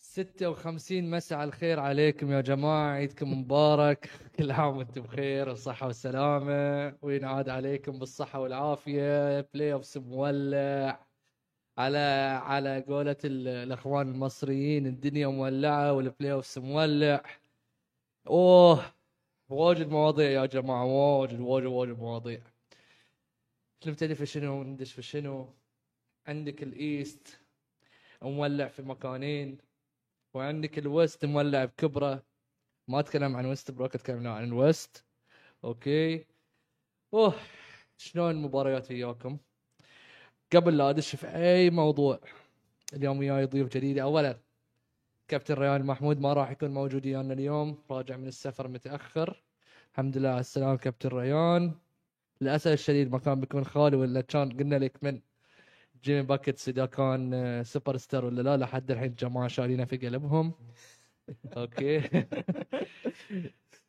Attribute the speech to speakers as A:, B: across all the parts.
A: 56 مساء الخير عليكم يا جماعة عيدكم مبارك كل عام وانتم بخير وصحة وسلامة وينعاد عليكم بالصحة والعافية بلاي اوفس مولع على على قولة ال- الأخوان المصريين الدنيا مولعة والبلاي اوفس مولع اوه واجد مواضيع يا جماعة واجد واجد واجد مواضيع نبتدي في شنو ندش في شنو عندك الايست مولع في مكانين وعندك الويست مولع بكبره ما اتكلم عن ويست بروك تكلمنا عن الويست اوكي اوه شلون المباريات وياكم قبل لا ادش في اي موضوع اليوم وياي ضيوف جديد اولا كابتن ريان محمود ما راح يكون موجود ويانا اليوم راجع من السفر متاخر الحمد لله على السلامه كابتن ريان للاسف الشديد ما كان بيكون خالي ولا كان قلنا لك من جيمي باكيتس اذا كان آه، سوبر ستار ولا لا لحد الحين الجماعه شارينه في قلبهم اوكي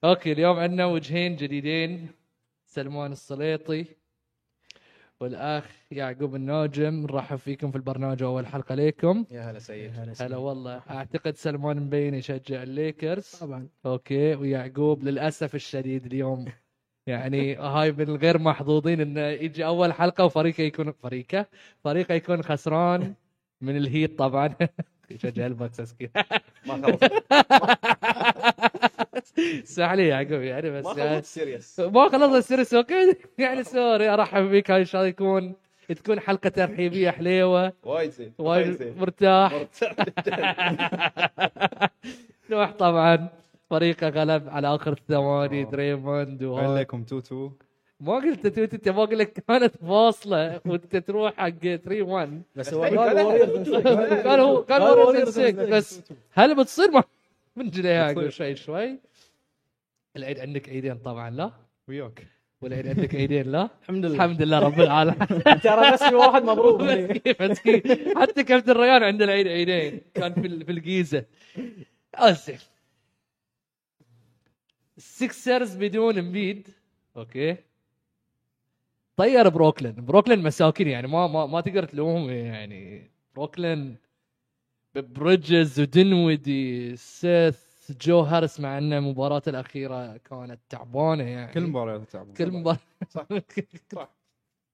A: اوكي اليوم عندنا وجهين جديدين سلمان السليطي والاخ يعقوب الناجم نرحب فيكم في البرنامج اول حلقه ليكم
B: يا هلا سيد
A: هلا والله اعتقد سلمان مبين يشجع الليكرز
C: طبعا
A: اوكي ويعقوب للاسف الشديد اليوم يعني هاي من الغير محظوظين انه يجي اول حلقه وفريقه يكون فريقه فريقه يكون خسران من الهيت طبعا يشجع البكس مسكين
B: ما خلص
A: اسمح لي يا يعقوب يعني
B: ما
A: بس يعني
B: خلص سيريس
A: ما خلص السيريس اوكي يعني سوري ارحب بك هاي ان شاء الله يكون تكون حلقه ترحيبيه حليوه
B: وايد زين
A: وايد مرتاح نوح طبعا فريقه غلب على اخر الثواني
B: آه.
A: دريموند وهذا
B: عليكم توتو
A: ما قلت تويت انت ما قلت لك كانت فاصله وانت تروح حق 3 1
C: بس هو
B: قال
C: قال
B: Warriors
C: Warriors.
A: قال هو قال
C: قال
A: Warriors in six.
C: Warriors in six.
A: بس هل بتصير ما من جنيها
B: بتصير.
A: اقول شوي شوي العيد عندك عيدين طبعا لا
B: وياك
A: والعيد عندك عيدين لا
C: الحمد لله
A: الحمد لله رب العالمين
C: ترى بس في واحد مبروك يعني.
A: مسكين مسكين حتى كابتن ريان عنده العيد عيدين كان في ال- في الجيزه اسف السكسرز بدون امبيد اوكي طير بروكلين بروكلين مساكين يعني ما ما, ما تقدر تلومهم يعني بروكلين بريدجز ودنودي سيث جو هارس مع ان مباراة الاخيره كانت تعبانه يعني
D: كل مباراه تتعب
A: كل مباراه
B: صح. صح.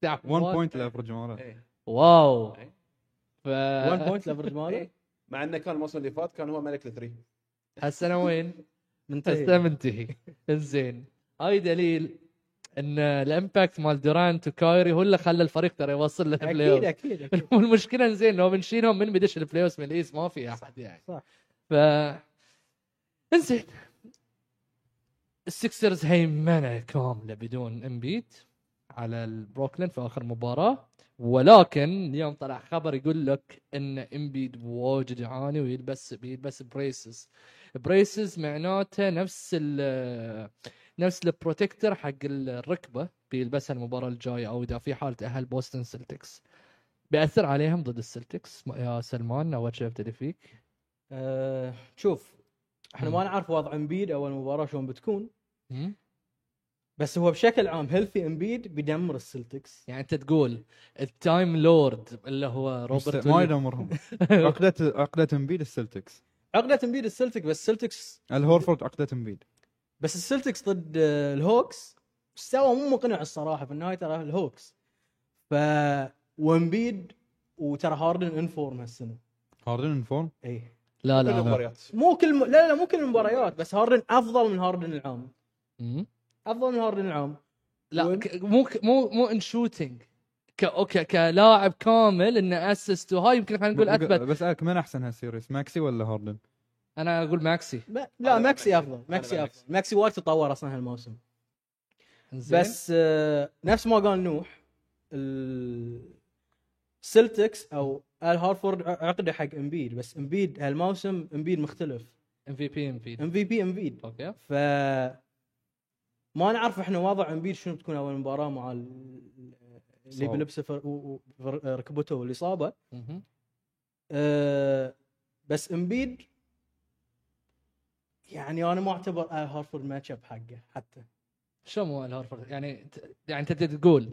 A: تعبانه
D: 1 بوينت لافرج مباراه
A: واو
B: إيه.
A: ف
C: 1 بوينت لافرج ماله
B: إيه. مع انه كان الموسم اللي فات كان هو ملك الثري
A: هسه انا وين؟ هسه
C: منتهي
A: منتهي زين هاي دليل ان الامباكت مال دورانت وكايري هو اللي خلى الفريق ترى يوصل للبلاي
C: اكيد
A: اوف
C: اكيد أكيد.
A: والمشكله زين لو بنشيلهم من بيدش البلاي اوف من الايس ما في احد يعني
C: صح.
A: ف انزين السكسرز هيمنه كامله بدون امبيت على البروكلين في اخر مباراه ولكن اليوم طلع خبر يقول لك ان امبيد واجد يعاني ويلبس بيلبس بريسز بريسز معناته نفس ال نفس البروتكتر حق الركبه بيلبسها المباراه الجايه او اذا في حاله اهل بوسطن سلتكس بياثر عليهم ضد السلتكس يا سلمان اول شيء ابتدي فيك
C: أه، شوف احنا ما نعرف وضع امبيد اول مباراه شلون بتكون
A: مم؟
C: بس هو بشكل عام هيلثي امبيد بيدمر السلتكس
A: يعني انت تقول التايم لورد اللي هو روبرت
D: روبرت ما
A: ويليامز.
D: يدمرهم عقده عقده امبيد السلتكس
C: عقده امبيد السلتك بس السلتكس
D: الهورفورد عقده امبيد
C: بس السلتكس ضد آه، الهوكس مستوى مو مقنع الصراحه في النهايه ترى الهوكس ف وامبيد وترى هاردن انفورم هالسنه
D: هاردن ان فورم
C: اي
A: لا
B: كل
A: لا لا
B: المباريات
C: إيه. مو كل م... لا لا مو كل المباريات بس هاردن افضل من هاردن العام
A: مم؟
C: افضل من هاردن العام
A: لا
C: وين؟
A: ك- مو ك- مو مو ان شوتنج ك اوكي كلاعب كامل انه اسس تو هاي يمكن خلينا نقول اثبت
D: بسالك من احسن هالسيريس ماكسي ولا هاردن؟
A: انا اقول ماكسي
C: لا, لا
B: أنا
C: ماكسي
B: آه، ماكسي.
C: افضل ماكسي
B: أنا
C: افضل ماكسي وايد تطور اصلا هالموسم
A: زين.
C: بس آه نفس ما قال نوح السلتكس او ال هارفورد ع- عقده حق امبيد بس امبيد هالموسم امبيد مختلف
A: ام في بي ام في
C: ام في بي امبيد
A: اوكي
C: ف ما نعرف احنا وضع امبيد شنو بتكون اول مباراه مع ال- اللي
D: صعب.
C: بلبسه فر- و- و- ركبته والاصابه
A: مهم.
C: أه، بس امبيد يعني انا ما اعتبر ال هارفورد ماتش اب حقه حتى
A: شو مو الهورفورد يعني أنت- يعني انت تقول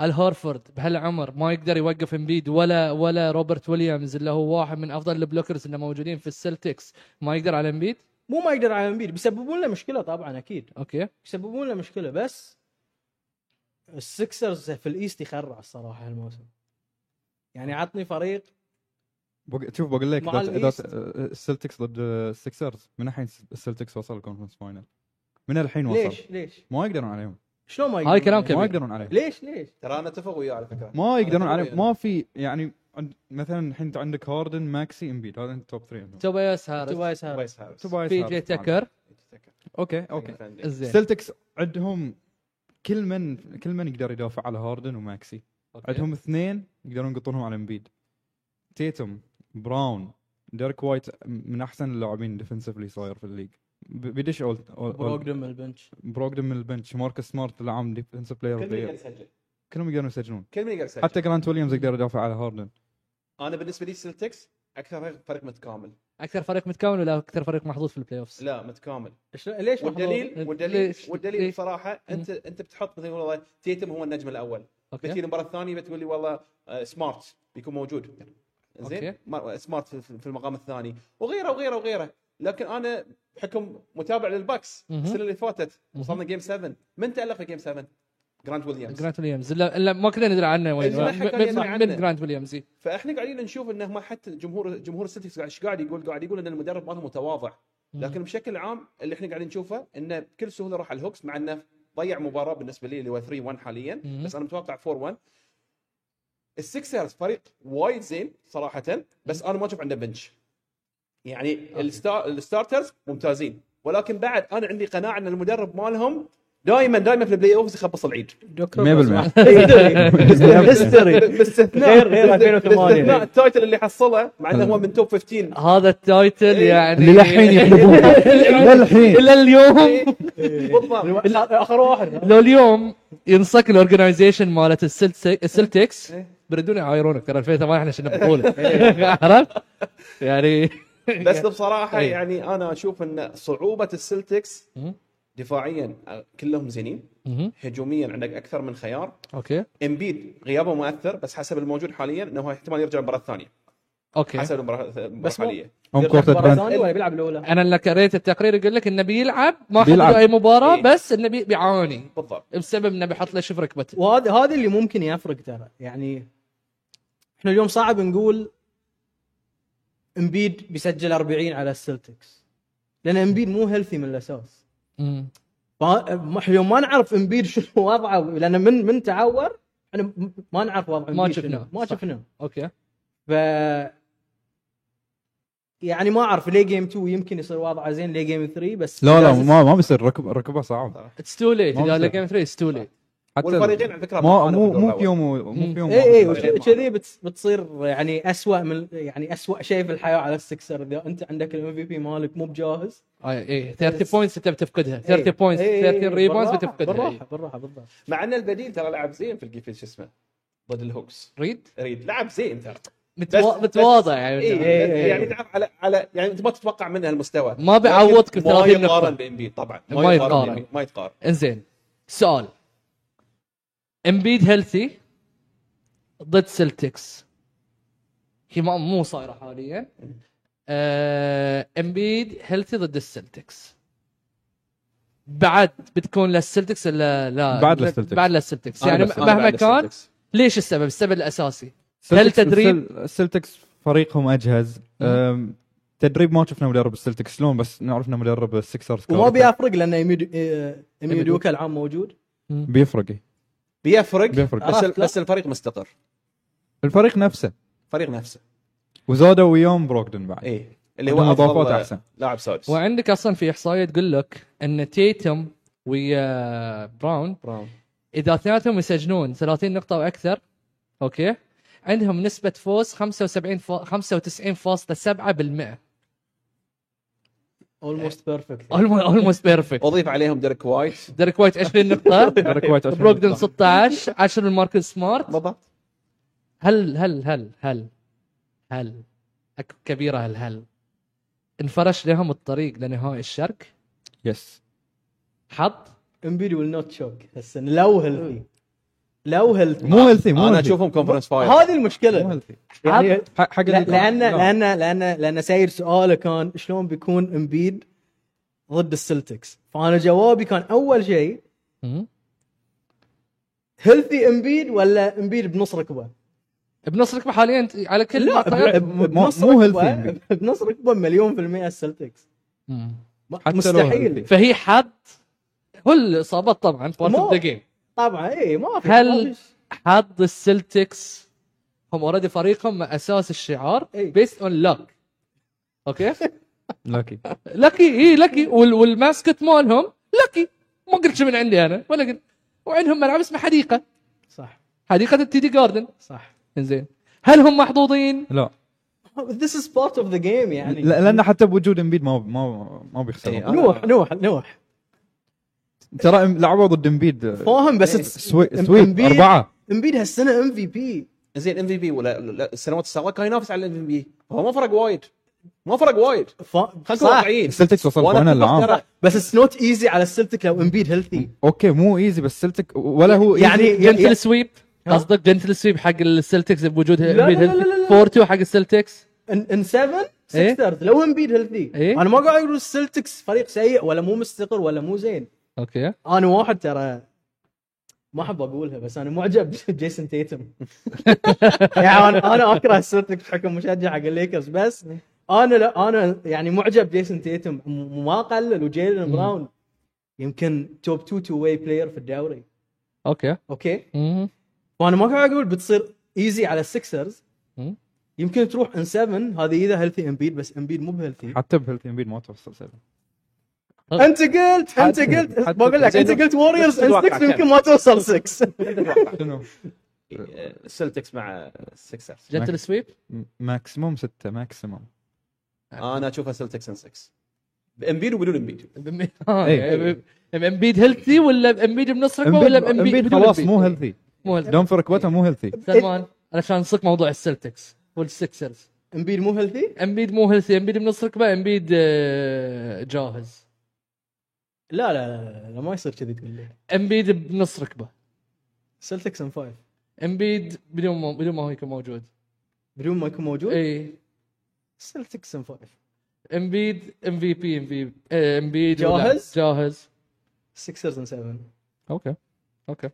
A: الهورفورد بهالعمر ما يقدر يوقف امبيد ولا ولا روبرت ويليامز اللي هو واحد من افضل البلوكرز اللي موجودين في السلتكس ما يقدر على امبيد
C: مو ما يقدر على امبيد بيسببون له مشكله طبعا اكيد
A: اوكي
C: يسببون له مشكله بس السكسرز في الايست يخرع الصراحه هالموسم يعني عطني فريق
D: بق... شوف بقول لك
C: مع
D: ذات-
C: الإيست.
D: ذات- آه، السلتكس ضد السكسرز من الحين السلتكس وصل الكونفرنس فاينل من الحين وصل
C: ليش ليش
D: ما يقدرون عليهم
C: شلون ما يقدرون
A: هاي كلام
D: ما
A: كبير.
D: يقدرون عليهم
C: ليش ليش
B: ترى انا اتفق وياه على فكره
D: ما يقدرون
B: أنا
D: عليهم
B: أتفق وياه.
D: ما في يعني عند- مثلا الحين انت عندك هاردن ماكسي امبيد هذا التوب 3
A: توبياس هارس
C: توبايس هارت
B: كويس هارس
D: توبايس
A: بي جي
D: هارت معنا.
A: تكر
D: اوكي اوكي
B: اوكي
A: زين
D: السلتكس عندهم كل من كل من يقدر يدافع على هاردن
C: إيه.
D: وماكسي
A: أوكي.
D: عندهم اثنين يقدرون يقطونهم على امبيد تيتم براون ديريك وايت من احسن اللاعبين ديفنسفلي صاير في الليج ب- بيدش اول
C: بروجدن من البنش
D: بروجدن من البنش ماركس سمارت لاعب ديفنسف بلاير
B: كل من يقدر
D: بلاير
B: يسجل
D: كلهم يقدرون يسجلون
B: كل من يقدر يسجل
D: حتى جرانت ويليامز يقدر يدافع على هاردن
B: انا بالنسبه لي سلتكس اكثر فريق متكامل
A: اكثر فريق متكامل ولا اكثر فريق محظوظ في البلاي اوفز
B: لا متكامل
C: شلون- ليش محظوظ؟
B: والدليل والدليل
A: ليش؟
B: والدليل
A: ليش؟
B: بصراحه انت انت بتحط مثلا والله تيتم هو النجم الاول بتجي
A: اوكي
B: المباراه الثانيه بتقول لي والله آه، سمارت بيكون موجود زين
A: أوكي.
B: ما- سمارت في- في المقام الثاني وغيره وغيره وغيره لكن انا بحكم متابع للباكس
A: مهم.
B: السنه اللي فاتت
A: مهم.
B: وصلنا جيم 7 من تالق في جيم 7 جراند ويليامز
A: جرانت ويليامز لا, لا ما كنا ندري عنه وين
B: اللي ما حكى لنا
A: من,
B: عنه.
A: من جرانت ويليامز إي.
B: فاحنا قاعدين نشوف انه ما حتى جمهور جمهور السلتكس قاعد ايش قاعد يقول؟ قاعد يقول ان المدرب مالهم متواضع لكن بشكل عام اللي احنا قاعدين نشوفه انه بكل سهوله راح على الهوكس مع انه ضيع مباراه بالنسبه لي اللي هو 3 1 حاليا
A: مم.
B: بس انا متوقع 4 1 السكسرز فريق وايد زين صراحه بس انا ما اشوف عنده بنش يعني الستا... الستارترز ممتازين ولكن بعد انا عندي قناعه ان المدرب مالهم دائما دائما في البلاي اوفز يخبص العيد
C: دكتور
D: 100%
C: هيستوري
B: باستثناء
C: غير- غير 2008.
B: باستثناء التايتل اللي حصله مع انه هو من توب 15
A: هذا التايتل
B: إيه.
A: يعني
D: اللي للحين يحلبونه للحين
A: الى اليوم
C: إيه.
B: بالضبط
C: اخر واحد
A: لو اليوم ينصك الاورجنايزيشن مالت السلت- السلتكس
C: إيه.
A: بيردون يعايرونك ترى 2008 احنا كنا بطوله عرفت؟ يعني
B: بس بصراحه
A: إيه.
B: يعني انا اشوف ان صعوبه السلتكس
A: مم.
B: دفاعيا كلهم زينين
A: مهم.
B: هجوميا عندك اكثر من خيار
A: اوكي
B: امبيد غيابه مؤثر بس حسب الموجود حاليا انه هو احتمال يرجع المباراه الثانيه
A: اوكي
B: حسب المباراه المباراه
C: بس مو-
B: الحاليه
D: هم كورت ادفانتج
C: ولا بيلعب الاولى
A: انا اللي قريت التقرير يقول لك انه بيلعب ما
D: بيلعب.
A: حط اي مباراه
B: إيه.
A: بس انه بي- بيعاني
B: بالضبط
A: بسبب انه بيحط له شف ركبته
C: وهذا هذا اللي ممكن يفرق ترى يعني احنا اليوم صعب نقول امبيد بيسجل 40 على السلتكس لان امبيد مو هيلثي من الاساس
A: مم.
C: فا- ما- احنا اليوم ما نعرف امبيد شنو وضعه لان من من تعور احنا م- ما نعرف وضع
A: ما
C: امبيد شنو.
A: شفناه.
C: ما
A: صح.
C: شفناه
A: اوكي
C: ف يعني ما اعرف ليه جيم 2 يمكن يصير وضعه زين ليه جيم 3 بس
D: لا لا
C: لازم-
D: ما ما بيصير ركب ركبها صعب
A: اتس تو ليت
D: ما
A: اذا
D: بصير.
A: جيم 3 اتس تو ليت
B: والفريقين على فكره
D: ما
B: أنا
D: مو
B: بالدور
D: مو
B: الأول.
D: بيوم مو بيوم
C: اي اي إيه، وش-
B: واحد.
C: كذي بتس- بتصير يعني اسوء من يعني اسوء شيء في الحياه على السكسر اذا انت عندك الام في بي مالك مو بجاهز
A: اي 30 بوينتس انت بتفقدها
C: إيه.
A: 30 بوينتس
C: إيه،
A: 30 ريبونز
C: بالراحة-
A: بتفقدها إيه.
C: بالراحه بالراحه بالضبط
B: مع ان البديل ترى لعب زين في الجيف شو اسمه ضد الهوكس
A: ريد
B: ريد لعب زين ترى
A: متوا-
B: بس-
A: متواضع يعني
B: إيه،
C: إيه، إيه.
B: يعني لعب على على يعني انت ما تتوقع منه هالمستوى
A: ما بيعوضك
B: لكن
A: ب 30
B: ما يقارن
A: نقطه
B: بامبيد طبعا
A: ما يقارن.
B: بإمبيد، ما يتقارن
A: انزين سؤال امبيد هيلثي ضد سلتكس هي ما- مو صايره حاليا آه، امبيد هيلثي ضد السلتكس بعد بتكون للسلتكس ولا لا
D: بعد للسلتكس.
A: بعد للسلتكس يعني
D: أنا بس- أنا
A: مهما
B: بعد
A: كان
B: السلتكس.
A: ليش السبب السبب الاساسي هل تدريب؟
D: السلتكس فريقهم اجهز أم، تدريب ما شفنا مدرب السلتكس شلون بس نعرف انه مدرب السكسرز
C: وما
D: كارثة.
C: بيفرق لان إيميدو- إيه، ايميدوكا العام موجود
D: بيفرق إيه.
B: بيفرق
D: بيفرق.
A: آه،
B: بس,
C: عرفت، لا.
B: بس الفريق مستقر
D: الفريق نفسه
B: فريق نفسه
D: وزادوا ويوم بروكدن بعد
B: ايه اللي هو
D: عندهم إضافات
B: أفضل
D: أحسن.
B: لاعب سادس
A: وعندك اصلا في احصائيه تقول لك ان تيتم ويا براون
B: براون
A: اذا اثنيناتهم يسجلون 30 نقطه واكثر اوكي عندهم نسبه فوز 75 فو... 95.7%
C: اولموست
A: إيه.
C: بيرفكت
A: اولموست بيرفكت
B: اضيف عليهم ديريك وايت
A: ديريك وايت 20 نقطه
D: ديريك وايت عشان
A: بروكدن
D: يطلع.
A: 16 10 الماركس سمارت
B: بالضبط
A: هل هل هل هل هل أك- كبيره هل هل انفرش لهم الطريق لنهائي الشرق
D: يس
A: حط
C: امبيد ويل نوت شوك هالسنه لو هيلثي لو هيلث
D: مو هيلثي مو
B: انا
D: healthy.
B: اشوفهم كونفرنس فاير
C: هذه
D: مو
C: المشكله
D: healthy.
C: يعني
D: حق- حق
C: لا- لان
D: لا.
C: لان لان لان ساير سؤاله كان شلون بيكون امبيد ضد السلتكس فانا جوابي كان اول شيء
A: مم.
C: هيلثي امبيد ولا امبيد بنص ركبه؟
A: بنص ركبه حاليا انت على كل ما
C: لا
A: طيرت-
C: ب-
D: مو-
C: بنص
D: مو
C: ركبه
D: healthy
C: بنص ركبه مليون في المية السلتكس
A: مم.
C: ما-
D: حتى لو
C: مستحيل
D: healthy.
A: فهي حد هو الاصابات طبعا بارت
C: مو-
A: اوف ذا جيم
C: طبعا اي إيه، ما في
A: هل
C: ما في-
A: حظ السلتكس هم اوريدي فريقهم اساس الشعار
C: إي.
A: بيست اون لك اوكي
D: لكي
A: لكي اي لكي وال والماسكت مالهم لكي ما قلت شي من عندي انا ولا قلت وعندهم ملعب اسمه حديقه
C: صح
A: حديقه التي دي جاردن
C: صح
A: زين هل هم محظوظين؟
D: لا
C: This is part of the game يعني
D: لا- لان حتى بوجود امبيد ما ما ما
B: إيه،
D: بيخسرون
B: أنا-
C: نوح نوح نوح
D: ترى إم- لعبوا ضد امبيد
C: فاهم
A: إيه،
C: بس it's-
D: سوي
C: إم-
D: سوي
C: إمبيد-
D: اربعه
C: امبيد هالسنه ام في بي
B: زين ام في بي ولا لا، السنوات السابقه كان ينافس على الام في بي هو ما فرق وايد ما فرق وايد خلينا
C: صح
B: واقعيين
D: السلتكس وصلوا
B: وأنا
D: فاينل
B: أتفق
D: العام
B: ترى-
C: بس اتس نوت ايزي على السلتك لو امبيد هيلثي
D: اوكي مو ايزي بس سلتك ولا هو
C: يعني
D: easy.
A: جنتل سويب
C: ها؟
A: قصدك جنتل سويب حق السلتكس بوجود
C: لا لا لا لا لا.
A: 4 2 حق السلتكس
C: ان ان 7
A: إيه؟
C: 6 ثيرد لو امبيد هيلثي
A: إيه؟
C: انا ما قاعد اقول السلتكس فريق سيء ولا مو مستقر ولا مو زين
A: اوكي
C: انا واحد ترى ما احب اقولها بس انا معجب بجيسون تيتم يعني انا انا اكره السلتكس بحكم مشجع حق الليكرز بس انا لا انا يعني معجب بجيسون تيتم م- ما اقلل وجيلن
A: مم.
C: براون يمكن توب 2 تو واي بلاير في الدوري
A: اوكي
C: اوكي
A: مم.
C: وانا ما قاعد اقول بتصير ايزي على السكسرز
A: مم.
C: يمكن تروح ان 7 هذه اذا هيلثي امبيد بس امبيد مو بهيلثي
D: حتى بهيلثي امبيد ما توصل سبعه
C: انت قلت انت
D: حتى-
C: قلت
D: حتى-
C: بقول لك انت قلت ووريرز ان
B: تتوقع
C: 6
B: كم؟
C: يمكن ما توصل 6
D: شنو؟
B: إيه، السلتكس مع السكسرز
A: جنتل سويب
D: ماكسيموم سته ماكسيموم
B: انا اشوفها سلتكس ان 6 بامبيد وبدون امبيد
D: إيه.
A: امبيد هيلثي ولا امبيد بنص ركبه ولا
D: امبيد
A: امبيد
D: امبيد خلاص مو هيلثي
A: مو هيلثي
D: دون في ركبته مو هيلثي
A: سلمان علشان نسلك موضوع السلتكس والسكسرز
C: امبيد مو هيلثي؟
A: امبيد مو هيلثي امبيد بنص ركبه امبيد آه، جاهز
C: لا لا لا, لا ما يصير كذي تقول لي
A: امبيد بنص ركبه
C: سلتكس ان 5
A: امبيد بدون ما بدون ما هو يكون موجود
C: بدون ما يكون موجود
A: اي
C: سلتكس ان 5
A: امبيد ام في بي ام في آه، امبيد ولا-
C: جاهز؟
A: جاهز
C: سكسرز ان 7
A: اوكي اوكي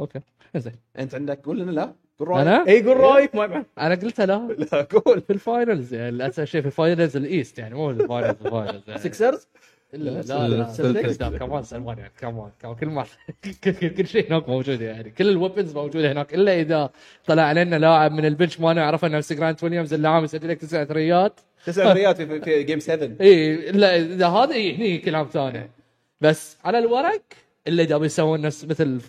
A: اوكي زين
B: انت عندك قول لنا لا قول رايك
A: انا
C: اي قول رايك ما يبع-
A: انا قلت لا
B: لا قول
A: في الفاينلز يعني للاسف شيء في الفاينلز الايست يعني مو الفاينلز الفاينلز يعني.
C: سكسرز؟
A: لا لا لا
D: سلتكس.
A: سلتكس لا، كمان سلمان يعني كمان كمان كل مره كل- كل كل شيء هناك موجود يعني كل الويبنز موجوده هناك الا اذا طلع علينا لاعب من البنش ما نعرفه نفس جرانت ويليامز اللي عام يسجل لك تسع ثريات
B: تسع ريال في, في, في جيم 7
A: اي لا اذا هذا اي هني كلام ثاني بس على الورق الا اذا بيسوون نفس مثل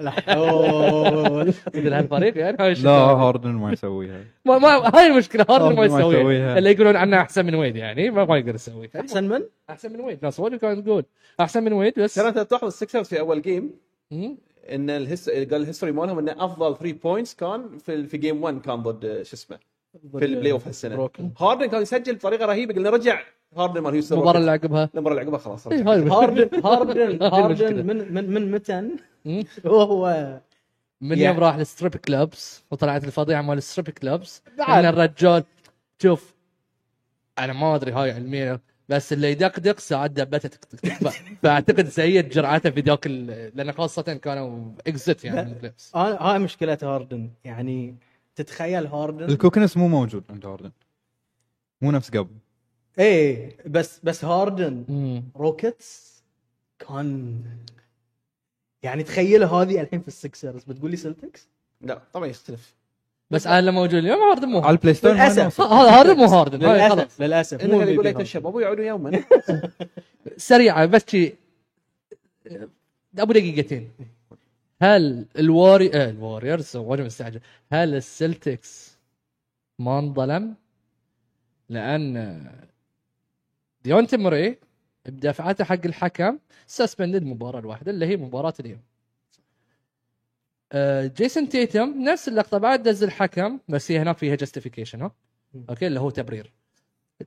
C: لا أوه.
A: مثل هالفريق يعني هاي الشيء
D: لا
A: ثاني.
D: هاردن ما يسويها
A: ما, ما هاي المشكله هذا
D: هاردن
A: ما
D: ما
A: يسويها
D: يسويها.
A: اللي يقولون عنه احسن من ويد يعني ما, ما يقدر يسوي
C: احسن من؟
A: احسن من ويد ناس وايد كانت تقول احسن من ويد بس
B: ترى انت تلاحظ السكسرز في اول جيم
A: مم.
B: ان الهس... قال الهيستوري مالهم ان افضل 3 بوينتس كان في في جيم 1 كان ضد آه، شو اسمه في البلاي اوف هالسنه
C: بروكلين.
B: هاردن كان يسجل بطريقه رهيبه قلنا رجع هاردن مال هيوستن
A: المباراه
B: روكيتس.
A: اللي عقبها
B: المباراه اللي عقبها خلاص
A: إي، هاي الم-
C: هاردن هاردن
A: هذه المشكلة.
C: هاردن من من من متى
A: مم.
C: وهو
A: من
C: يعني-
A: يوم راح للستريب كلابس وطلعت الفضيحه مال الستريب كلابس
C: بعد.
A: ان الرجال شوف انا ما ادري هاي علميا بس اللي يدقدق ساعات دبته تك- تك- تك. ف- فاعتقد زيد جرعته في ذاك ال- لان خاصه كانوا اكزت يعني من الكلابس
C: أنا- هاي مشكله هاردن يعني تتخيل هاردن
D: الكوكنس مو موجود عند هاردن مو نفس قبل
C: ايه بس بس هاردن
A: مم.
C: روكيتس كان يعني تخيل هذه الحين في السكسرز بتقول لي سلتكس
B: لا طبعا يختلف
A: بس انا لما موجود اليوم هاردن مو
D: على
A: هاردن.
D: البلاي ستيشن ما
C: للأسف.
D: نوصل.
A: هذا هاردن مو هاردن هاي خلاص
C: للاسف للاسف
B: انه
C: مو
B: يقول
C: MVP
B: لك
C: هاردن.
B: الشباب ويعودوا يوما
A: سريعه بس شي ابو دقيقتين هل الواري آه الواريرز واجب مستعجل هل السلتكس ما انظلم؟ لان ديونتي مري بدفعته حق الحكم سسبند المباراه الواحده اللي هي مباراه اليوم. آه، جيسون تيتم نفس اللقطه بعد دز الحكم بس هي هنا فيها جاستيفيكيشن ها اوكي اللي هو تبرير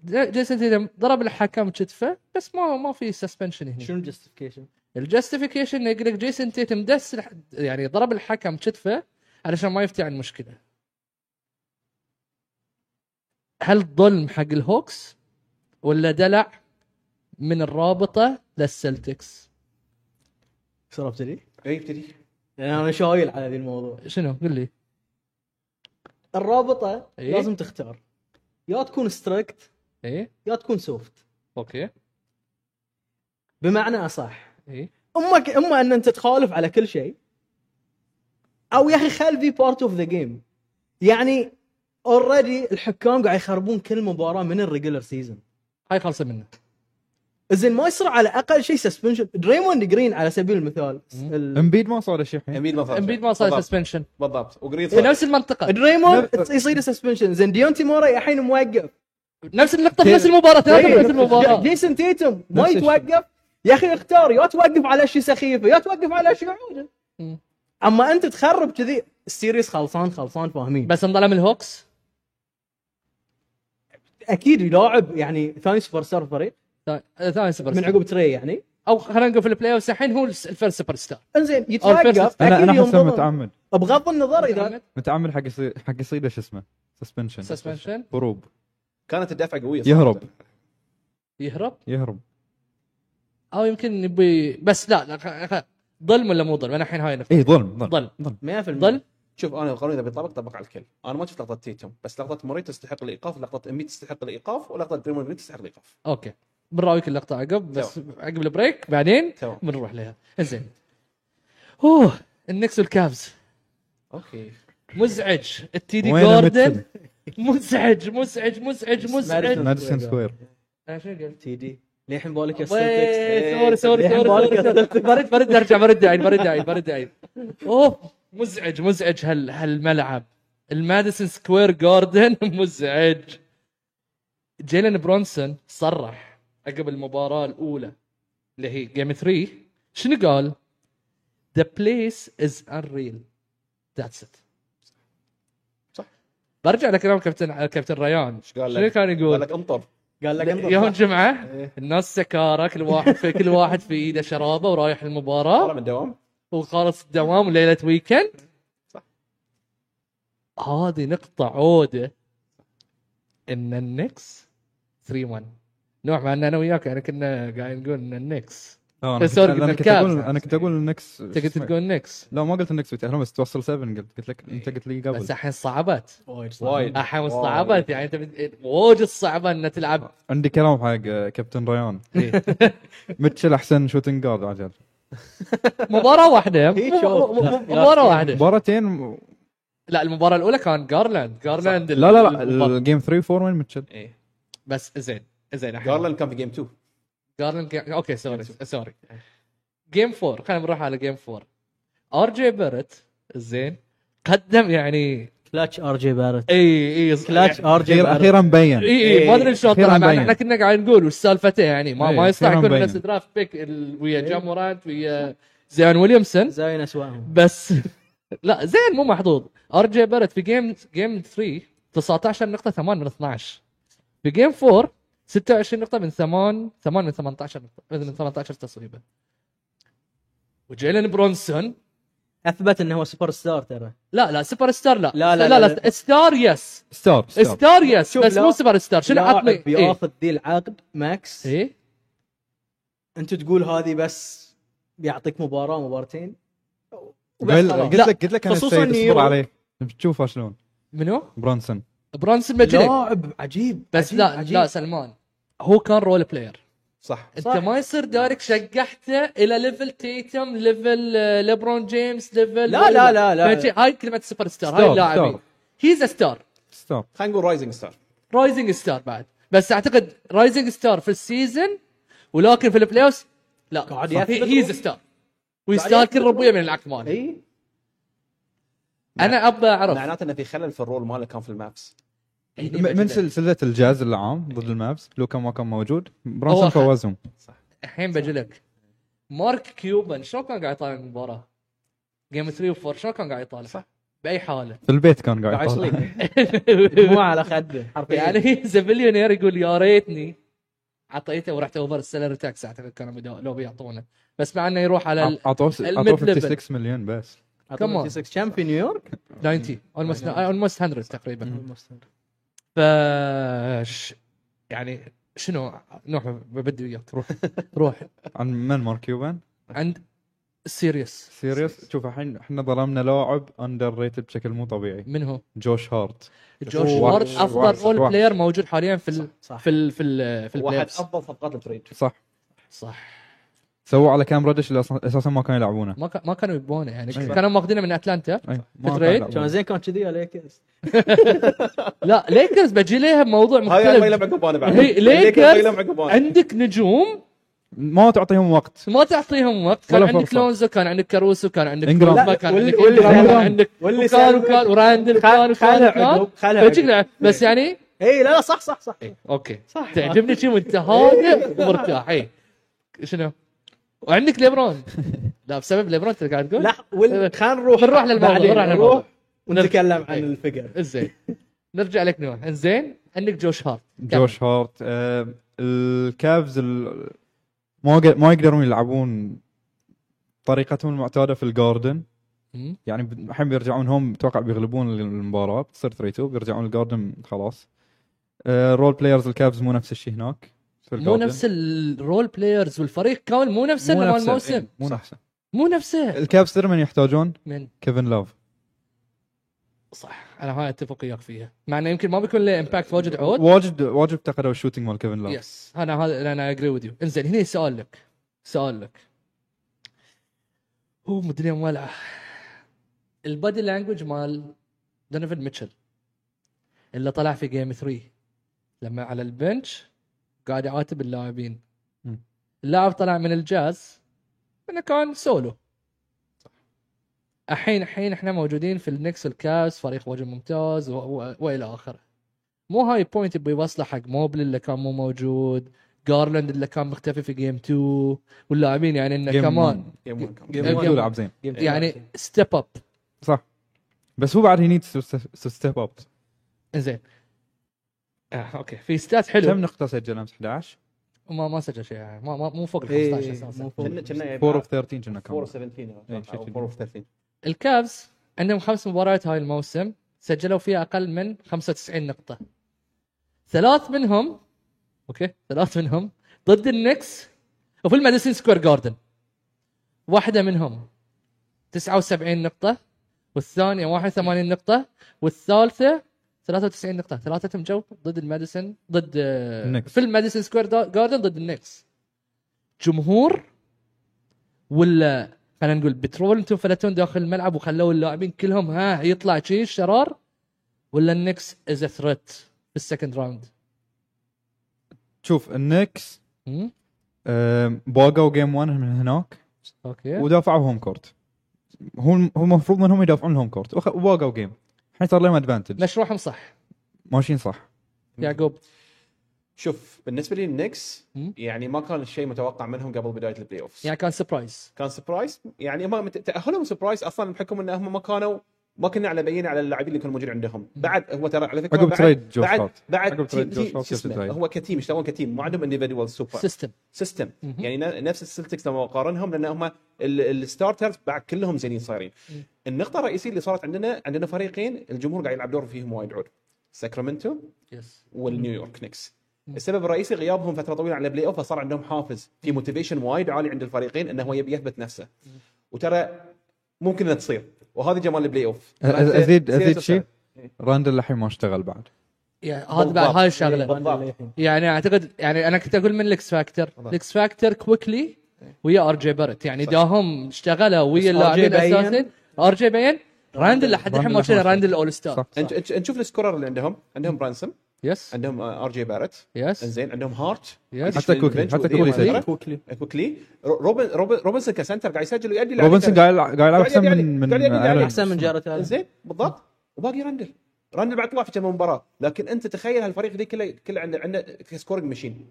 A: ج- جيسون تيتم ضرب الحكم كتفه بس ما ما في سسبنشن هنا
C: شنو الجستيفيكيشن؟
A: الجاستيفيكيشن انه يقول لك جيسون تيتم دس الح- يعني ضرب الحكم كتفه علشان ما يفتي عن مشكله. هل ظلم حق الهوكس ولا دلع من الرابطه للسلتكس؟
C: شو ابتدي؟
B: اي ابتدي
C: لان انا يعني شايل على ذي الموضوع
A: شنو قل لي
C: الرابطه
A: إيه؟
C: لازم تختار يا تكون ستريكت
A: ايه
C: يا تكون سوفت
A: اوكي
C: بمعنى اصح
A: ايه
C: اما ك... اما ان انت تخالف على كل شيء او يا اخي خل ذي بارت اوف ذا جيم يعني اوريدي الحكام قاعد يخربون كل مباراه من الريجولر سيزون
A: هاي خلصه منه
C: زين ما يصير على اقل شيء سسبنشن دريموند جرين على سبيل المثال ال-
D: امبيد ما صار شيء الحين
B: امبيد ما صار
A: امبيد ما صار
B: بالضبط.
A: سسبنشن
B: بالضبط وجرين
A: في
B: صار
A: إيه، نفس المنطقه
C: دريموند يصير سسبنشن زين ديونتي موراي الحين موقف
A: نفس اللقطه في نفس المباراه تلاقي نفس المباراه
C: طيب. جيسون تيتم ما
D: نفس الشيء.
C: يتوقف يا اخي اختار يا توقف على شيء سخيفه يا توقف على شيء عوجل
A: مم.
C: اما انت تخرب كذي السيريس خلصان خلصان فاهمين
A: بس انظلم الهوكس
C: اكيد يلاعب يعني ثاني سوبر ستار فريق
A: ثاني- ثاني سوبر
C: من
A: ستار.
C: عقب تري يعني
A: او خلينا نقول في البلاي اوف الحين هو الس- الفيرست سوبر ستار
C: انزين
A: الفيرست-
C: يتوقف
D: انا
C: اكيد
D: انا احسه
C: ينضم
D: متعمد
C: بغض النظر اذا
D: متعمد حق يصير- حق يصيده شو اسمه سسبنشن
A: سسبنشن
D: هروب
B: كانت الدفعه قويه صراحة.
D: يهرب
A: يهرب
D: يهرب
A: او يمكن نبي بس لا لا خ- خ- ظلم ولا مو ظلم انا الحين هاي النقطه
D: اي ظلم إيه، ظلم
A: ظلم
C: 100%
A: ظلم
B: شوف انا القانون اذا بيطبق طبق على الكل انا ما شفت لقطه تيتم بس لقطه موريت تستحق الايقاف لقطه امبيد تستحق الايقاف ولقطه دريمون جرين تستحق الايقاف
A: اوكي بنراويك اللقطه عقب بس عقب البريك بعدين
B: تمام
A: بنروح لها زين اوه النكس والكابز
B: اوكي
A: مزعج التي دي
D: وين
A: جوردن
D: ميتشل؟
A: مزعج مزعج مزعج مزعج
C: ماديسون.
D: ماديسون سكوير
A: أنا شنو قلت؟
C: تي دي للحين بالك يا
A: وي،
C: Celtics.
A: سوري سوري
C: للحين
A: سوري
C: بالك يا
A: سوري.
C: Celtics.
A: برد برد ارجع برد عيد برد عيد برد عيد اوه مزعج مزعج هال هالملعب الماديسون سكوير جاردن مزعج جيلن برونسون صرح عقب المباراه الاولى اللي هي جيم 3 شنو قال؟ The place is unreal. That's it.
B: صح.
A: برجع لكلام كابتن كابتن ريان
B: ايش قال
A: شنو
B: لك؟
A: كان
B: قال
A: يقول؟
B: لك انطر
C: قال لك انظر.
A: يوم الجمعه الناس سكارى كل واحد في كل واحد في ايده شرابه ورايح
B: طلع
A: المباراه
B: من الدوام
A: وخالص الدوام وليله ويكند
B: صح.
A: هذه نقطة عودة ان النكس 3 1 نوع مع ان انا وياك يعني كنا قاعدين نقول ان النكس
D: لا،
A: بس
D: انا
A: سوري،
D: كنت- أنا
A: قلت
D: كنت
A: الكابز.
D: اقول انا كنت اقول النكس
A: انت كنت تقول النكس
D: لا ما قلت النكس بيتاهلون بس توصل 7 قلت قلت لك انت قلت لي قبل
A: بس الحين صعبت
C: وايد صح.
B: وايد
A: الحين
B: وايد.
A: صعبت يعني انت بت- واجد صعبه ان تلعب
D: عندي كلام حق آه، كابتن ريان ميتشل احسن شوتنج جارد عجل
A: مباراة واحدة
C: هي
A: مو-
C: شوط.
A: مو- مو- مباراة واحدة
D: مباراتين م-
A: لا المباراة الأولى كان جارلاند جارلاند
D: لا لا لا
A: المباراة.
D: الجيم 3 4 وين
C: إيه،
D: ميتشل
B: ايه
A: بس زين زين أحمد.
B: جارلاند كان في جيم 2
A: جارلاند جا- اوكي سوري سوري جيم 4 خلينا نروح على جيم 4 ار جي بيرت زين قدم يعني
C: كلاتش ار جي بارت
A: اي اي
D: يعني
C: كلاتش ار جي
D: أخير-
C: بارت
D: اخيرا
C: إيه.
D: مبين
A: اي اي ما ادري شلون
D: أخيراً
A: طلع مع إن
D: بين.
A: احنا كنا قاعدين نقول وش سالفته يعني ما
D: إي،
A: ما يصلح
D: أخيراً
A: يكون
D: بين.
A: نفس درافت بيك ال- ويا جامورانت ويا زيان ويليامسون
C: زاين اسواهم
A: بس لا زين مو محظوظ ار جي بيرت في جيم جيم 3 19 نقطة 8 من 12 في جيم 4 26 نقطة من 8 8 من 18 نقطة من 18 تصويبة وجيلن برونسون
C: اثبت انه هو سوبر ستار ترى
A: لا لا سوبر ستار لا
C: لا، لا، لا، لا.
A: ستار يس
D: ستار ستار
A: ستار يس
C: شوف،
A: بس
C: لا.
A: مو سوبر ستار شنو
C: لاعب
A: عطني ايه
C: بياخذ ذي العقد ماكس
A: ايه
C: انت تقول هذه بس بيعطيك مباراه مبارتين وبس
D: قل-
C: خلاص.
D: قلت
C: لا،
D: لك قلت لك انا
C: خصوصاً
D: السيد، اصبر
C: نيويورك.
D: عليه بتشوفه شلون
A: منو؟
D: برونسون
A: برونسون مجنون
C: لاعب عجيب
A: بس
C: عجيب،
A: لا
C: عجيب.
A: لا سلمان هو كان رول بلاير
B: صح
A: انت
C: صح.
A: ما يصير دارك شقحته الى ليفل تيتم ليفل آه، ليبرون جيمس ليفل
C: لا، لا، لا، لا.
A: فشي- هاي كلمه سوبر ستار هاي
D: ستار،
A: اللاعبين
D: ستار.
A: هيز ستار
D: ستار
C: إيه،
B: خلينا نقول رايزنج ستار
A: رايزنج ستار بعد بس اعتقد رايزنج ستار في السيزون ولكن في البلاي اوف لا
C: قاعد يثبت
A: هيز
C: روحه.
A: ستار ويستاهل كل
C: يثبت
A: ربويه من العقد ماله
B: اي
C: نعم.
A: انا ابى اعرف
B: معناته انه في خلل في الرول ماله كان في المابس
A: هني
D: م- من
A: بجد.
D: سل- سلسله الجاز العام ضد المابس لوكا ما كان موجود
A: هو
D: برونسون
A: أخذ.
D: فوزهم
A: الحين بجلك مارك كيوبن شلون كان قاعد يطالع المباراه؟ جيم 3 و 4 شلون كان قاعد يطالع؟
B: صح.
A: باي حاله
D: في البيت كان قاعد
C: قاعد
D: يطالع.
C: يصلي مو على خده حرفيا
A: يعني زبليونير يقول يا ريتني عطيته ورحت اوفر السلر تاكس اعتقد كانوا بدو- لو بيعطونه بس مع انه يروح على
D: عطوه
A: الميد
D: عطوه
A: ليفل.
D: 56 مليون بس
A: كمان.
C: كم في نيويورك؟
A: 90 اولموست اولموست 100 تقريبا ف ش- يعني شنو نوح ببدي وياك روح روح
D: عن من مارك كيوبان
A: عند سيريس
D: سيريس شوف الحين احنا ظلمنا لاعب اندر ريتد بشكل مو طبيعي
A: من هو؟
D: جوش هارت
A: جوش
D: واحد.
A: هارت
D: واحد.
A: افضل اول
D: واحد.
A: بلاير موجود حاليا في ال...
C: صح.
A: في ال... في ال... في
B: واحد
A: البلايرز
B: افضل صفقات الفريق
D: صح
A: صح
D: سووا على كام ريدش اللي أصلاً- اساسا ما كانوا يلعبونه
A: ما ك... ما كانوا يبونه يعني
D: أيوة.
A: كانوا ماخذينه من اتلانتا
D: أي، ما كانوا
A: تريد؟
D: يلعبونه.
C: كان زين كان كذي ولا كذا؟
A: لا ليكرز بجي لها موضوع
B: هاي ما
A: مختلف
B: يلعب عقب انا بعد
A: هي-
B: الليكرز
A: ليكرز
B: ما يلعب عقب انا
A: عندك نجوم
D: ما تعطيهم وقت
A: ما تعطيهم وقت كان
D: ولا
A: عندك
D: فرصة.
A: لونزو كان عندك كاروسو كان عندك
D: إنجرام.
A: كوزما
C: لا،
A: كان
C: واللي-
A: عندك
C: واللي
A: إنجرام،
C: سألهم-
A: كان عندك
C: واللي
A: وكان
C: سألهم-
A: وكان وراندل كان
C: خلها
A: وكان كان
C: عقب خلها
A: فجيك
C: عقب
A: لعب بس
B: إيه.
A: يعني
C: اي إيه، لا لا صح صح صح
A: اوكي تعجبني شي وانت هادئ ومرتاح اي شنو وعندك ليبرون لا بسبب ليبرون انت قاعد تقول
C: لا وال- خلينا نروح
A: بنروح إيه. للموضوع،
C: بعدين
A: بنروح للموضوع.
C: نروح ونتكلم عن
A: إيه.
C: الفقر
A: انزين نرجع لك نوح انزين عندك جوش هارت
D: جوش هارت آه، الكافز ال- ما يق- ما يقدرون يلعبون طريقتهم المعتاده في الجاردن
A: مم.
D: يعني ب- الحين بيرجعون هم اتوقع بيغلبون المباراه بتصير 3 2 بيرجعون الجاردن خلاص آه، الرول بلايرز الكافز مو نفس الشيء هناك في
A: مو
D: الجاردن
A: نفس الرول بلايرز والفريق كامل مو نفسه مال الموسم
D: إيه، مو نفسه إيه.
A: مو نفسه
D: الكافز دائما يحتاجون
A: من
D: كيفن لاف
A: صح انا هاي اتفق وياك فيها مع انه يمكن ما بيكون له امباكت واجد عود
D: واجد واجد افتقدوا الشوتنج مال كيفن لاف
A: يس انا هذا انا اجري وذ يو انزين هنا سؤال لك سؤال لك هو مدري مولعه البادي لانجوج مال دونيفن ميتشل اللي طلع في جيم 3 لما على البنش قاعد يعاتب اللاعبين
D: مم.
A: اللاعب طلع من الجاز انه كان سولو الحين الحين احنا موجودين في النكس والكاس فريق وجه ممتاز و... و... والى اخره مو هاي بوينت يبي يوصله حق موبل اللي كان مو موجود جارلاند اللي كان مختفي في جيم 2 واللاعبين يعني انه كمان
B: جيم
A: Game one.
D: يلعب زين
A: يعني ستيب اب
D: صح بس هو بعد هي نيدز تو ستيب اب
A: زين آه، اوكي في ستات
D: كم
A: حلو
D: نقطه سجل امس 11
A: ما ما سجل شيء يعني ما, ما مو فوق ال 15
C: إيه،
A: اساسا
C: مو فوق.
B: 1 كنا
D: 4 اوف 13 كنا
B: 4
D: كم
B: اوف 17
D: إيه، شيء
B: أو
D: كذي.
B: 4 اوف 13
A: الكافز عندهم خمس مباريات هاي الموسم سجلوا فيها اقل من 95 نقطه ثلاث منهم اوكي ثلاث منهم ضد النكس وفي الماديسون سكوير جاردن واحده منهم 79 نقطه والثانيه 81 نقطه والثالثه 93 نقطه ثلاثتهم جو ضد الماديسون ضد آه،
D: النكس.
A: في الماديسون سكوير دا- جاردن ضد النكس جمهور ولا خلينا نقول بترول انتم فلتون داخل الملعب وخلوا اللاعبين كلهم ها يطلع شيء الشرار ولا النكس از ثريت في السكند راوند
D: شوف النكس
A: هم؟
D: آم، باقوا جيم 1 من هناك
A: اوكي
D: ودافعوا هوم كورت هو هو المفروض منهم يدافعون الهوم كورت وخ- وباقوا جيم الحين صار لهم ادفانتج
A: مشروعهم صح
D: ماشيين صح
A: يعقوب
B: شوف بالنسبه لي النكس
A: مم.
B: يعني ما كان الشيء متوقع منهم قبل بدايه البلاي اوف
A: يعني كان سبرايز
B: كان سبرايز يعني هم مت- تاهلهم سبرايز اصلا بحكم ان هم ما كانوا ما كنا على بينه على اللاعبين اللي كانوا موجودين عندهم بعد هو ترى على فكره
D: عقب
B: بعد
D: تريد جوش
B: بعد
D: هارت.
B: بعد
D: عقب
B: تيم
D: تريد جوش
B: تيم
D: هارت
B: شو اسمه
D: يصير
B: هو كتيم يشتغلون كتيم ما عندهم انديفيدوال سوبر
A: سيستم
B: سيستم
A: مهم.
B: يعني ن- نفس السلتكس لما اقارنهم لان هم ال- الستارترز بعد كلهم زينين صايرين
A: مم.
B: النقطه الرئيسيه اللي صارت عندنا عندنا فريقين الجمهور قاعد يلعب دور فيهم وايد عود ساكرامنتو
A: يس
B: والنيويورك نيكس
A: مم.
B: السبب الرئيسي غيابهم فتره طويله عن البلاي اوف فصار عندهم حافز في موتيفيشن وايد عالي عند الفريقين انه هو يبي يثبت نفسه وترى ممكن انها تصير وهذه جمال البلاي اوف
D: أ- أ- ازيد
B: ترى-
D: ازيد
B: ترى-
D: شيء
B: إيه.
D: راندل الحين ما اشتغل بعد
A: يعني هذا بعد هاي
C: إيه،
A: الشغله
B: بالضبط.
A: يعني اعتقد يعني انا كنت اقول من الاكس فاكتور الاكس فاكتور كويكلي ويا ار جي بارت يعني داهم اشتغلوا ويا
C: بس RJ
A: اللاعبين
C: بين.
A: اساسا ار جي بين راندل لحد الحين
D: راندل
A: ما شفنا
D: لحد ما
A: راندل اول ستار
D: صح.
B: انت انت نشوف السكورر اللي عندهم عندهم برانسون
A: يس
B: عندهم ار جي بارت
A: يس
B: انزين عندهم هارت
A: يس
D: حتى كوكلي حتى كوكلي سجل
C: كوكلي
B: كوكلي رو- روبن روبن روبنسون كسنتر قاعد يسجل ويؤدي لعب
D: روبنسون
B: كويس.
D: قاعد يلع- قاعد يلعب احسن
B: إيه، قاعد
D: من
B: يلعب- قاعد
D: من
B: يلعب
D: ألن.
C: احسن من جارت الن
B: انزين بالضبط وباقي راندل راندل بعد طلع في كم مباراه لكن انت تخيل هالفريق ذي كله كله عنده عنده سكورنج ماشين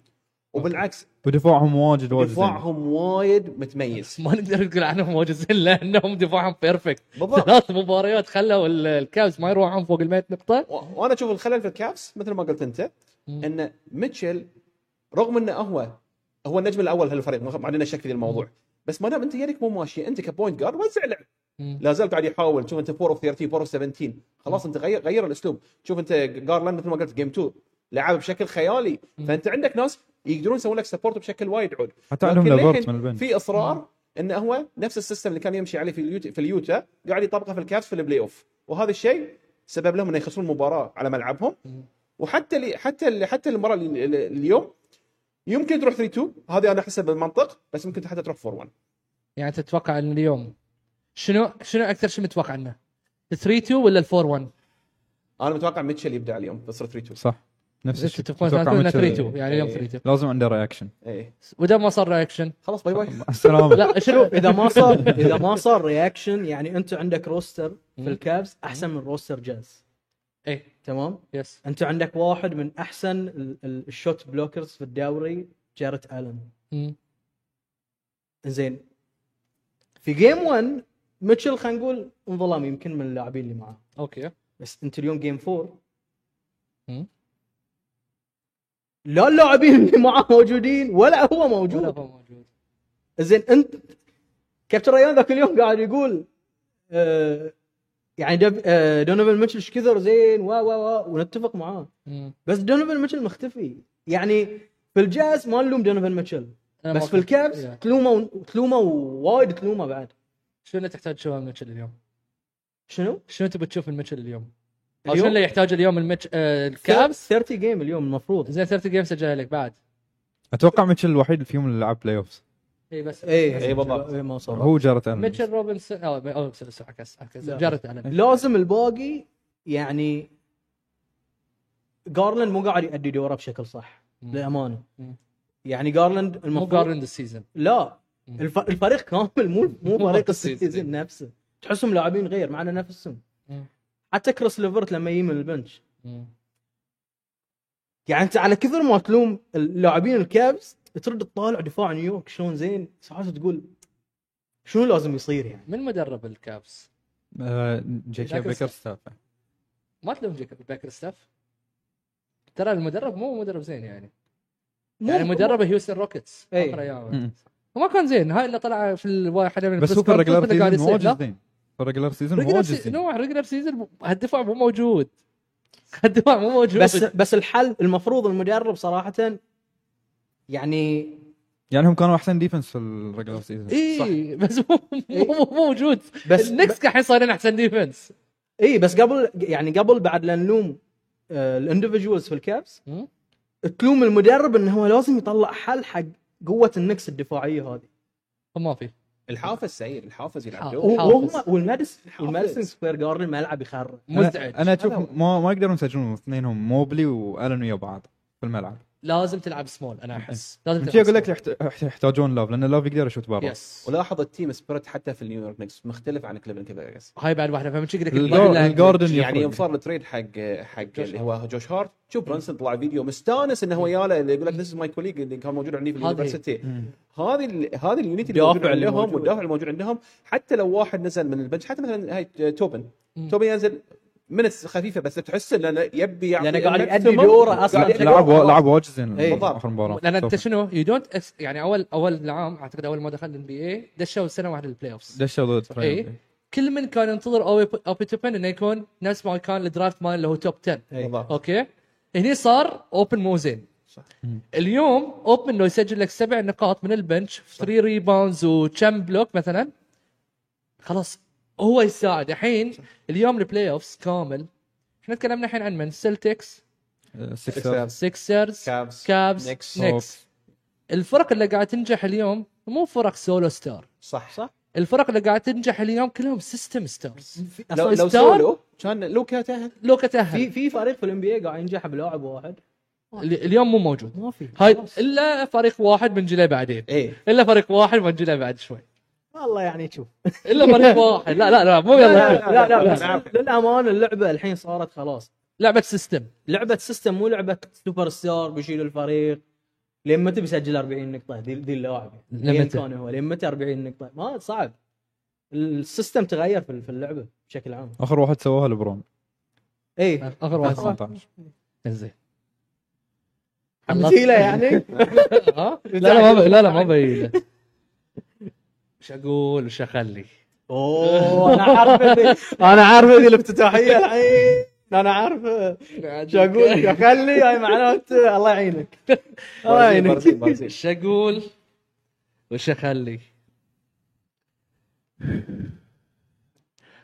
B: وبالعكس
D: ودفاعهم واجد واجد زين.
B: دفاعهم وايد متميز
A: ما نقدر نقول عنهم موجزين لانهم دفاعهم بيرفكت
B: بالضبط
A: ثلاث مباريات خلوا ال- الكابز ما يروحون فوق ال 100 نقطه
B: و- وانا اشوف الخلل في الكابس مثل ما قلت انت
A: مم.
B: ان ميتشل رغم انه هو هو النجم الاول لهالفريق ما ما علينا شك في ذي الموضوع بس ما دام انت يدك مو ماشيه انت كبوينت جارد وزع لعب
A: مم.
B: لا زال قاعد يحاول شوف انت 4 اوف 30 4 اوف 17 خلاص انت غير غير الاسلوب شوف انت جارلاند مثل ما قلت جيم 2 لعب بشكل خيالي فانت عندك ناس يقدرون يسوون لك سبورت بشكل وايد عود
D: حتى عندهم
B: لكن
D: لافرت
B: للحين
D: من البنش
B: في اصرار انه هو نفس السيستم اللي كان يمشي عليه في اليوتا في اليوتا قاعد يطبقه في الكافز في البلاي اوف وهذا الشيء سبب لهم انه يخسرون المباراه على ملعبهم وحتى لي حتى لي حتى المباراه اللي- اللي- اليوم يمكن تروح 3 2 هذه انا احسب بالمنطق بس ممكن حتى تروح 4 1
A: يعني انت تتوقع ان اليوم شنو شنو اكثر شيء متوقع عنه؟ 3 2 ولا 4 1
B: انا متوقع ميتشل يبدا اليوم بصير 3 2
D: صح نفس الشيء
A: تتفقون
D: أتوقع
A: ثلاثة انه
D: متل-
A: 3 2 يعني اليوم
B: إيه.
A: 3 2
D: لازم عنده رياكشن
B: ايه
A: واذا ما صار رياكشن
B: خلاص باي باي
D: السلام
A: لا شنو
C: اذا ما صار اذا ما صار رياكشن يعني انت عندك روستر
A: مم.
C: في الكابز احسن من روستر جاز
A: ايه
C: تمام
A: يس
C: انت عندك واحد من احسن ال- ال- الشوت بلوكرز في الدوري جارت الن
A: مم.
C: زين في جيم 1 ميتشل خلينا نقول انظلام يمكن من اللاعبين اللي معاه
A: اوكي
C: بس انت اليوم جيم 4
A: مم.
C: لا اللاعبين اللي معاه موجودين ولا هو
A: ولا
C: موجود
A: هو موجود
C: زين انت كابتن ريان ذاك اليوم قاعد يقول آه يعني دب- آه دونوفن ميتشل ايش كثر زين و و و ونتفق معاه
A: مم.
C: بس دونوفن ميتشل مختفي يعني في الجاز ما نلوم دونوفن ميتشل
A: أنا
C: بس
A: ما
C: في
A: كنت-
C: الكابس
A: يا.
C: تلومه تلومه وايد تلومه بعد
A: شنو اللي تحتاج تشوفه من ميتشل اليوم؟
C: شنو؟
A: شنو تبي تشوف من ميتشل اليوم؟ او شنو
C: اليوم
A: اللي يحتاج اليوم المتش... آه الكابس
C: 30 جيم اليوم المفروض
A: زين 30 جيم سجلها لك بعد
D: اتوقع ميتشل الوحيد اللي فيهم اللي لعب بلاي اوفز
A: اي بس
B: إيه بالضبط.
C: إيه، ما وصل
D: هو جارت الن
A: ميتشل روبنسون او او سوري، عكس عكس
C: لا.
A: جارت الن
C: لازم الباقي يعني جارلاند مو قاعد يؤدي دوره بشكل صح
A: مم.
C: للامانه
A: مم.
C: يعني جارلاند
A: مو
C: المفروض
A: قارن السيزون
C: لا
A: مم.
C: الف... الفريق كامل مو مو فريق
A: السيزون.
C: السيزون نفسه تحسهم لاعبين غير معنا نفسهم
A: مم.
C: حتى كريس ليفرت لما يجي من البنش يعني انت على كثر ما تلوم اللاعبين الكابز ترد تطالع دفاع نيويورك شلون زين ساعات تقول شنو لازم يصير يعني
A: من مدرب الكابس؟
D: جي كي
A: لكن-
D: بيكر ستافه
A: ما تلوم جيك باكر ستاف ترى المدرب مو مدرب زين يعني
C: مو
A: يعني مدرب هيوستن روكيتس
C: إي.
A: اخر ايامه
D: مم.
A: وما كان زين هاي اللي طلع في يعني الواحده من
D: بس هو في الريجلر سيزون واجد زين في الريجلر سيزون واجد زين
A: نوع ريجلر سيزون هالدفاع مو موجود هالدفاع مو موجود
C: بس بس الحل المفروض المدرب صراحه يعني
D: يعني هم كانوا احسن ديفنس في الريجلر سيزون
A: اي بس مو
C: إي.
A: مو مو موجود
C: بس-
A: بس النكس قاعد صايرين احسن ديفنس
C: اي بس قبل يعني قبل بعد لا نلوم الاندفجوالز في الكابس
A: مم.
C: تلوم المدرب انه هو لازم يطلع حل حق قوه النكس الدفاعيه هذه
A: ما في
B: الحافز سعيد الحافز يلعب
A: الحافز.
B: دور
A: أوه.
C: وهم
A: حافظ.
C: والمادس
B: حافظ.
C: والمادسون سكوير جاردن ملعب يخرب
A: مزعج
D: أنا- انا اشوف
B: هذا هو.
D: ما ما يقدرون يسجلون اثنينهم موبلي والن ويا بعض في الملعب
A: لازم تلعب سمول انا احس لازم
D: شي
A: تلعب
D: اقول لك
A: small.
D: يحت- يحتاجون لاف لان لاف يقدر يشوت برا
A: يس
B: ولاحظ التيم سبيريت حتى في النيويورك نكس مختلف عن كليفلاند كافاليرز
A: هاي بعد واحده فمن شي يقول لك
D: الجار-
A: البلد-
D: الجاردن
B: يعني يوم
D: يفرق
B: صار التريد حق حق اللي هو جوش هارت شوف برانسون طلع فيديو مستانس انه هو ياله اللي يقول لك ذيس ماي كوليج اللي كان موجود عندي في
A: هذه.
B: اليونيفرسيتي
D: مم.
B: هذه ال- هذه اليونيتي اللي
C: الدافع
B: موجود
C: اللي
B: عندهم
C: موجود.
B: والدافع الموجود عندهم حتى لو واحد نزل من البنش حتى مثلا هاي توبن
A: مم.
B: توبن ينزل منس خفيفه بس تحس انه يبي يعطي
C: لأنه قاعد يأدي
B: الماكسيموم.
C: دوره
B: قاعد
C: أصلاً.
B: يأدي
D: لعب
B: دوره.
D: لعب واجد زين
C: إيه.
D: اخر مباراه
A: لان انت
D: توفر.
A: شنو يو دونت يعني اول اول العام اعتقد اول ما دخل الان بي اي دشوا سنه واحده البلاي اوفز
D: دشوا ضد
A: اي
D: فريق.
A: كل من كان ينتظر اوي اوبي توبن انه يكون نفس ما كان الدرافت مال اللي هو توب 10
C: إيه.
B: بالضبط.
A: اوكي هني صار اوبن مو زين اليوم اوبن انه يسجل لك سبع نقاط من البنش 3 ريباوندز وكم بلوك مثلا خلاص هو يساعد الحين اليوم البلاي اوفز كامل احنا تكلمنا الحين عن من سلتكس
D: آه،
B: سكسرز.
D: سكسرز
A: سيكسرز
B: كابس
A: كابز
B: نيكس.
A: نيكس الفرق اللي قاعد تنجح اليوم مو فرق سولو ستار
B: صح صح
A: الفرق اللي قاعد تنجح اليوم كلهم سيستم ستارز
B: لو,
A: أصلاً
B: لو
A: ستار-
B: سولو كان لوكا تاهل
A: لوكا تاهل
C: في في فريق في الام بي اي قاعد ينجح بلاعب واحد
A: ال- اليوم مو موجود
C: ما في
A: هاي
C: خلاص.
A: الا فريق واحد من جيله بعدين
B: ايه
A: الا فريق واحد من جيله بعد شوي
C: والله يعني شوف
A: الا فريق واحد لا لا لا مو
C: لا
A: يلا
C: لا
A: شوي.
C: لا, لا,
B: لا،
C: لا,
B: لا.
C: للامانه اللعبه الحين صارت خلاص
A: لعبه سيستم
C: لعبه سيستم مو لعبه سوبر ستار بيشيل الفريق لين متى بيسجل 40 نقطه ذي ذي اللاعب
A: لين
C: لين
A: متى؟
C: كان هو لين متى 40 نقطه ما صعب السيستم تغير في في اللعبه بشكل عام إيه.
D: اخر واحد سواها لبرون
C: اي
A: اخر واحد صار.
D: 19
A: زين
C: حمسيله يعني
A: ها؟ لا لا ما ب- لا لا ما بين وش اقول وش اخلي
C: اوه انا عارفه ذي انا عارفه ذي الافتتاحيه الحين انا عارفه شو اقول شو اخلي هاي معناته الله يعينك الله
B: برازيل،
C: يعينك
B: برازيل، برازيل.
A: وش اقول وش اخلي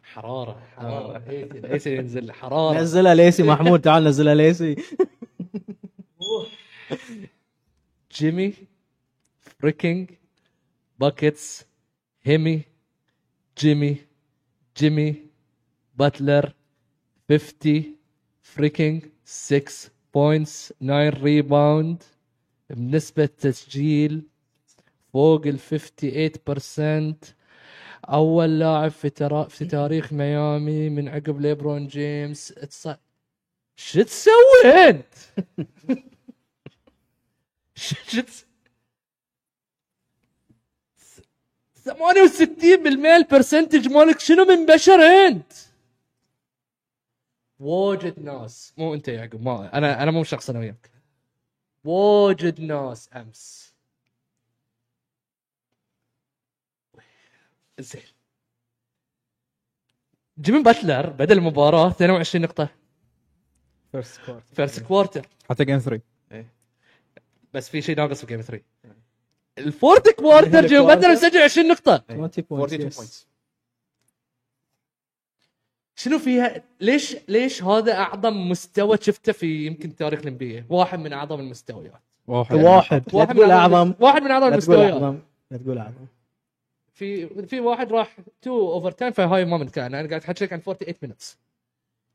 A: حراره حراره ايسن ايسن ينزل لي حراره
C: نزلها ليسي محمود تعال نزلها ليسي
A: جيمي فريكينج باكيتس هيمي جيمي جيمي باتلر 50 فريكينج 6 بوينتس 9 ريباوند بنسبة تسجيل فوق ال 58% أول لاعب في ترا... في تاريخ ميامي من عقب ليبرون جيمس اتص... شو تسوي أنت؟ شو شو تس... 68% البرسنتج مالك شنو من بشر انت؟ واجد ناس مو انت يا يعقوب ما انا انا مو شخص انا وياك واجد ناس امس زين جيمي باتلر بدا المباراه 22 نقطه
C: فيرست كورت
A: فيرست كوارتر
D: حتى جيم 3
A: بس في شيء ناقص في جيم 3 الفورت كوارتر جيمي باتلر مسجل 20 نقطه
C: إيه.
B: 42 بوينتس
A: شنو فيها ليش ليش هذا اعظم مستوى شفته في يمكن تاريخ الانبياء واحد من اعظم المستويات
D: واحد
C: واحد لا
A: واحد
C: تقول
A: من
C: اعظم
A: واحد من اعظم
C: لا تقول
A: المستويات
C: اعظم لا تقول اعظم
A: في في واحد راح تو اوفر تايم فهاي ما بنتكلم عنها. انا قاعد احكي لك عن 48 مينتس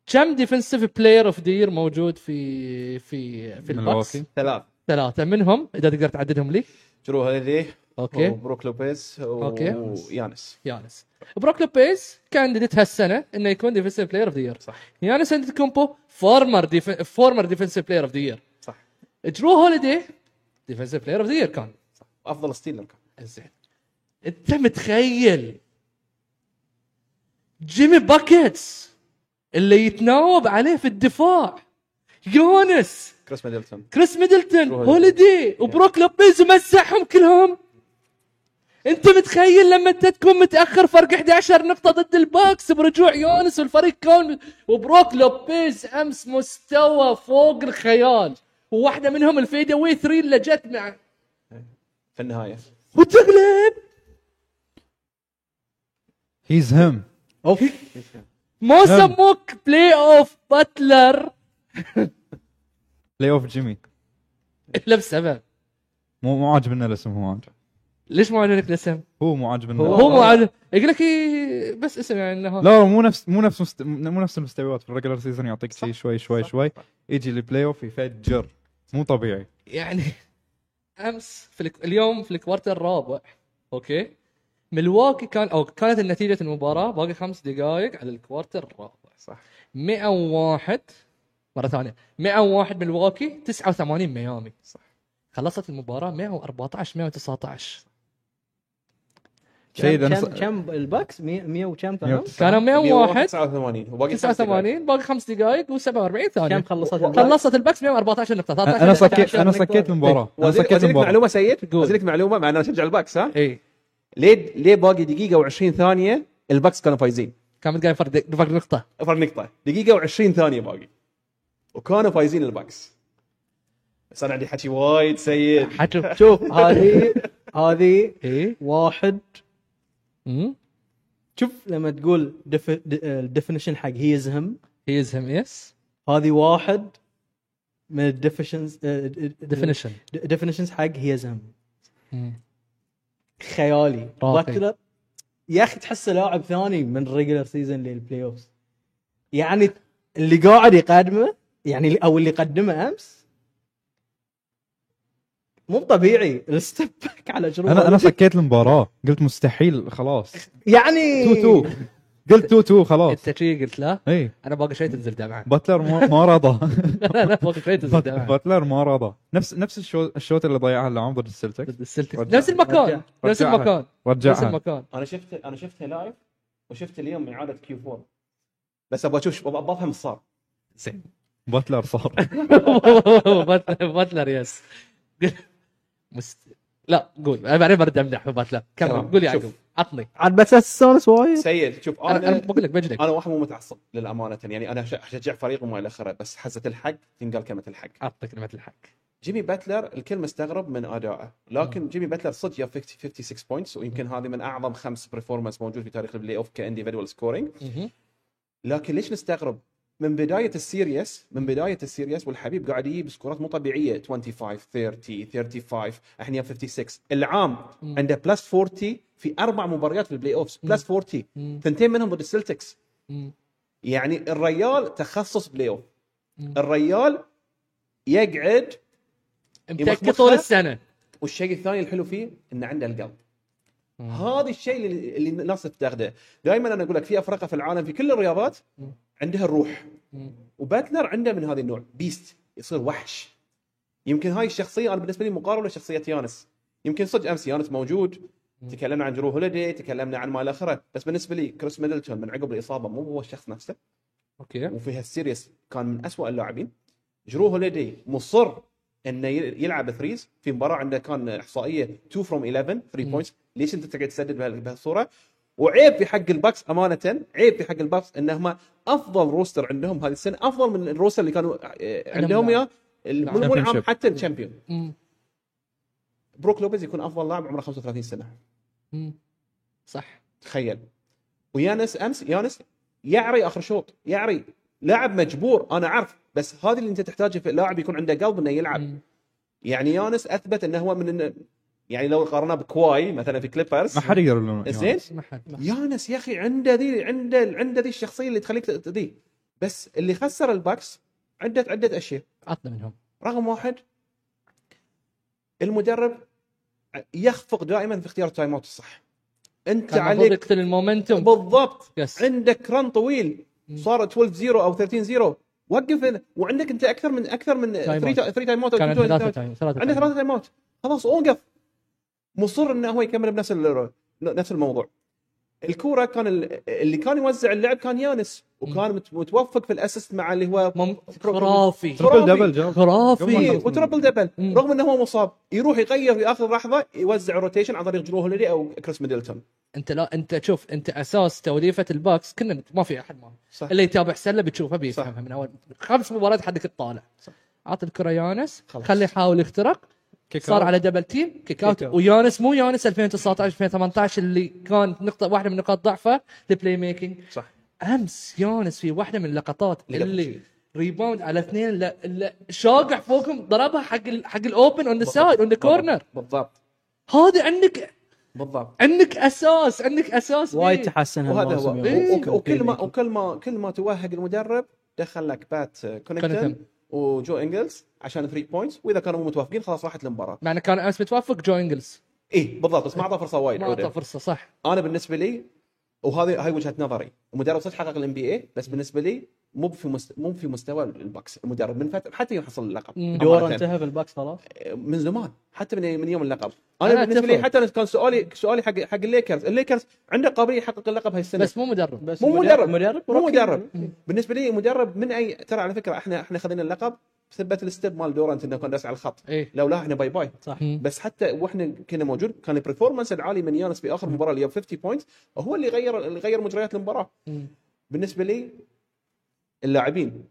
A: كم ديفنسيف بلاير اوف دير موجود في في في البوكس
D: ملواكي.
B: ثلاث
A: ثلاثه منهم اذا تقدر تعددهم لي
B: جرو هذي
A: اوكي
B: وبروك لوبيز
A: أوكي.
B: ويانس
A: يانس بروك لوبيز كانديديت هالسنه انه يكون ديفنسيف بلاير اوف ذا يير
B: صح.
A: يانس كومبو فورمر ديف... فورمر ديفنسيف بلاير اوف ذا يير
B: صح.
A: جرو هوليدي ديفنسيف بلاير اوف ذا يير كان
B: افضل ستيلر كان
A: زين انت متخيل جيمي باكيتس اللي يتناوب عليه في الدفاع يونس
B: كريس ميدلتون
A: كريس ميدلتون
B: جرو
A: هوليدي وبروك لوبيز ومسحهم كلهم انت متخيل لما انت تكون متاخر فرق 11 نقطه ضد الباكس برجوع يونس والفريق كون وبروك لوبيز امس مستوى فوق الخيال وواحده منهم الفيد اوي 3 اللي جت مع
B: في النهايه
A: وتغلب
D: هيز هم
C: اوف
A: ما
D: هم.
A: سموك بلاي اوف باتلر
D: بلاي اوف جيمي
A: الا بسبب
D: مو مو عاجبنا الاسم هو عاجب
A: ليش ما عجبك الاسم؟
D: هو مو عاجبنا
A: هو مو عجب يقول لك إيه، بس اسم يعني انه
D: لا لا، مو نفس مو نفس مست... مو نفس المستويات في الريجلر سيزون يعطيك شيء شوي شوي شوي يجي البلاي اوف يفجر مو طبيعي
A: يعني امس في الك... اليوم في الكوارتر الرابع اوكي ملواكي كان او كانت النتيجه المباراه باقي خمس دقائق على الكوارتر الرابع
B: صح
A: 101 مره ثانيه 101 ملواكي 89 ميامي
B: صح.
A: خلصت المباراه 114 119
D: شيء
C: كم
D: إذا
C: كم-
D: نص-
C: كم الباكس 100 وكم كانوا؟
D: 109.
A: كانوا 101
B: 89 وباقي خمس دقايق.
A: 89 باقي خمس دقائق و47 ثانيه
C: كم خلصت
A: خلصت الباكس 114 نقطه 13
D: انا صكيت
A: 13.
D: انا صكيت المباراه
A: إيه،
D: انا
B: وأزيد-
D: صكيت
B: وازيدك
D: المباراه
B: معلومه سيد
A: قول.
B: وازيدك معلومه مع إن انا اشجع الباكس ها
A: اي
B: ليه ليه باقي دقيقه و20 ثانيه الباكس كانوا فايزين طيب.
A: كان متقايل فرق فرق نقطه
B: فرق نقطه دقيقه و20 ثانيه باقي وكانوا فايزين الباكس بس انا عندي حكي وايد سيء
A: حتشوف
C: شوف هذه هذه
A: اي
C: واحد
A: امم
C: شوف لما تقول الديفينيشن حق هي يزهم
A: هي از هم اس
C: هذه واحد من آه، الديفينيشنز
A: ديفينيشن
C: ديفينيشنز حق هي يزهم خيالي
A: راقي.
C: باتلر يا اخي تحسه لاعب ثاني من ريجلر سيزون للبلاي اوف يعني اللي قاعد يقدمه يعني او اللي قدمه امس مو طبيعي الستيب باك على شروط
D: انا انا صكيت المباراه قلت مستحيل خلاص
A: إيه.
C: يعني
D: تو تو قلت 2 2 خلاص
A: انت شي قلت لا
D: اي
A: انا باقي شوي تنزل دمعه
D: باتلر ما ما رضى
A: لا لا باقي شوي تنزل دمعه
D: باتلر ما رضى نفس نفس الشو- الشوت اللي ضيعها اللي عام ضد السلتكس
A: ضد السلتك
D: رجع.
A: نفس المكان
C: رجع.
A: نفس
D: رجعها.
A: المكان نفس
D: رجعها
A: المكان
B: انا شفت انا شفتها لايف وشفت اليوم من عاده كيو 4 بس ابغى اشوف ابغى افهم ايش صار
D: باتلر صار
A: باتلر- باتلر يس مست... لا قول انا بعدين برد امدح في باتلر كمل
B: تمام.
A: قول يا
B: شوف.
A: عقب عطني
C: عاد بس استانس وايد
B: سيد شوف
A: انا
B: انا
A: انا بقول لك بجلك
B: انا واحد مو متعصب للامانه يعني انا أش- اشجع فريق وما الى اخره بس حزه الحق تنقال كلمه الحق
A: عطك كلمه الحق
B: جيمي باتلر الكل مستغرب من ادائه لكن جيمي باتلر صدق جاب 50 56 بوينتس ويمكن هذه من اعظم خمس برفورمانس موجود في تاريخ البلاي اوف كانديفيدوال سكورينج لكن ليش نستغرب؟ من بدايه السيريس من بدايه السيريس والحبيب قاعد يجيب سكورات مو طبيعيه 25 30 35 احنا 56 العام
A: مم.
B: عنده بلس 40 في اربع مباريات في البلاي اوفز بلس 40
A: مم.
B: ثنتين منهم ضد السلتكس
A: مم.
B: يعني الريال تخصص بلاي اوف
A: مم.
B: الريال يقعد
A: متاكد
B: يمخمخها.
A: طول السنه
B: والشيء الثاني الحلو فيه انه عنده القلب هذا الشيء اللي اللي الناس تفتقده دائما انا اقول لك في افرقه في العالم في كل الرياضات
A: مم.
B: عندها الروح
A: مم.
B: وباتلر عنده من هذا النوع بيست يصير وحش يمكن هاي الشخصيه انا بالنسبه لي مقاربه لشخصيه يانس يمكن صدق امس يانس موجود
A: مم.
B: تكلمنا عن جرو هوليدي تكلمنا عن ما الى اخره بس بالنسبه لي كريس ميدلتون من عقب الاصابه مو هو الشخص نفسه
A: اوكي
B: وفي هالسيريس كان من أسوأ اللاعبين جرو هوليدي مصر انه يل- يلعب ثريز في مباراه عنده كان احصائيه 2 فروم 11 3
A: مم.
B: بوينتس ليش انت تقعد تسدد بهال- بهالصوره وعيب في حق الباكس امانه عيب في حق الباكس انهم افضل روستر عندهم هذه السنه افضل من الروستر اللي كانوا آه، عندهم
A: لا.
B: اياه ال- مو مو العام
D: Championship.
B: حتى الشامبيون
A: مم.
B: بروك لوبيز يكون افضل لاعب عمره 35 سنه
A: مم. صح
B: تخيل ويانس امس يانس يعري اخر شوط يعري لاعب مجبور انا عارف بس هذا اللي انت تحتاجه في لاعب يكون عنده قلب انه يلعب
A: مم.
B: يعني يانس اثبت انه هو من إن- يعني لو قارناه بكواي مثلا في كليبرز
D: ما حد يقدر يلومه
B: زين
A: ما حد
B: يانس يا اخي عنده ذي عنده عنده ذي الشخصيه اللي تخليك ت- ذي بس اللي خسر الباكس عده عده اشياء
A: عطنا منهم
B: رقم واحد المدرب يخفق دائما في اختيار التايم اوت الصح انت
A: كان المفروض
B: عليك
A: يقتل المومنتوم
B: بالضبط
A: يس
B: عندك رن طويل
A: مم.
B: صار 12 0 او 13 0 وقف هنا وعندك انت اكثر من اكثر من
A: تايم
B: 3 تايم اوت
A: كان ثلاثة تايم ثلاثة
B: عنده
A: تايم.
B: ثلاثه تايم اوت خلاص اوقف مصر انه هو يكمل بنفس ال- نفس الموضوع الكوره كان ال- اللي كان يوزع اللعب كان يانس وكان مت- متوفق في الاسيست مع اللي هو
A: مم- خرافي
D: تربل
B: خرافي.
D: دبل جاب
A: خرافي
B: إيه، وتربل دبل
A: مم.
B: رغم انه هو مصاب يروح يغير في اخر لحظه يوزع روتيشن عن طريق جرو هوليدي او كريس ميدلتون
A: انت لا انت شوف انت اساس توليفه الباكس كنا مت- ما في احد ما
B: صح
A: اللي يتابع سله بتشوفه
B: صح.
A: بيفهمها من اول خمس مباريات حدك تطالع
B: صح.
A: عط الكره يانس
B: خلاص.
A: خليه يحاول يخترق صار على دبل تيم كيك اوت
D: كيك أوت.
A: ويانس مو يانس 2019 2018 اللي كان نقطه واحده من نقاط ضعفه البلاي ميكنج
B: صح
A: امس يانس في واحده من اللقطات
B: اللي قبل
A: اللي
B: شيء.
A: ريباوند على اثنين لا لا شاقع فوقهم ضربها حق ال حق الاوبن اون ذا سايد اون ذا كورنر
B: بالضبط
A: هذا عندك
B: بالضبط
A: عندك اساس عندك اساس
C: وايد
A: إيه.
C: تحسن
B: وهذا هو
C: هالموسم
A: إيه.
C: يا
B: وك- وكل ما وكل ما كل ما توهق المدرب دخل لك بات كونكتن
A: كونكتن.
B: وجو انجلز عشان 3 بوينتس واذا كانوا مو متوافقين خلاص راحت المباراه
A: مع انه كان امس متوافق جو انجلز
B: اي بالضبط بس ما اعطى فرصه وايد
A: ما اعطى
B: عودة.
A: فرصه صح
B: انا بالنسبه لي وهذه هاي وجهه نظري المدرب صدق حقق الام بي اي بس بالنسبه لي مو في مست... مو في مستوى الباكس المدرب من فتره حتى يوم حصل اللقب
A: مم.
C: دوره
B: أمانة.
C: انتهى بالباكس خلاص
B: من زمان حتى من من يوم اللقب
A: أنا
B: انا بالنسبه لي
A: أتفق.
B: حتى أنا كان سؤالي سؤالي حق حق الليكرز الليكرز عنده قابليه يحقق اللقب هاي السنه
A: بس مو مدرب
C: بس
B: مو مدرب.
C: مدرب
B: مو
C: وروكي.
B: مدرب بالنسبه لي مدرب من اي ترى على فكره احنا احنا خذينا اللقب بسبه الستيب مال دورانت انه كان داس على الخط
A: ايه
B: لو لا احنا باي باي
C: صح
A: مم.
B: بس حتى واحنا كنا موجود كان البرفورمانس العالي من يانس في اخر مباراه اللي جاب 50 بوينت هو اللي غير اللي غير مجريات المباراه
A: مم.
B: بالنسبه لي اللاعبين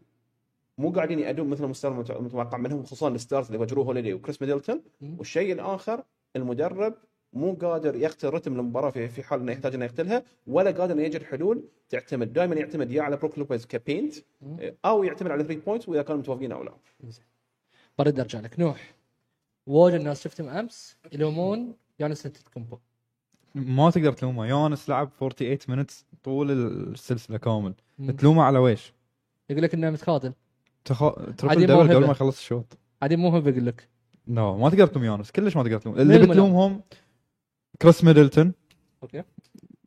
B: مو قاعدين يأدون مثل المستوى المت- المتوقع منهم خصوصا الستارز اللي هو جرو هوليدي وكريس ميدلتون
A: مم.
B: والشيء الاخر المدرب مو قادر يقتل رتم المباراه في في حال انه يحتاج انه يقتلها ولا قادر انه يجد حلول تعتمد دائما يعتمد يا على بروك لوبيز كبينت
A: مم.
B: او يعتمد على 3 بوينتس واذا كانوا متوافقين او لا
A: برد ارجع لك نوح وايد الناس شفتهم امس يلومون يانس نتتكومبو
D: ما تقدر تلومه يونس لعب 48 مينتس طول السلسله كامل
A: مم.
D: تلومه على ويش؟
A: يقول لك انه متخاذل
D: تخ...
A: عادي
D: تربل دبل
A: موهبة.
D: قبل ما يخلص الشوط
A: عادي مو هو بيقول لك
D: لا ما تقدر تلوم يونس كلش ما تقدر تلوم اللي
A: الملوم؟
D: بتلومهم كريس ميدلتون
A: اوكي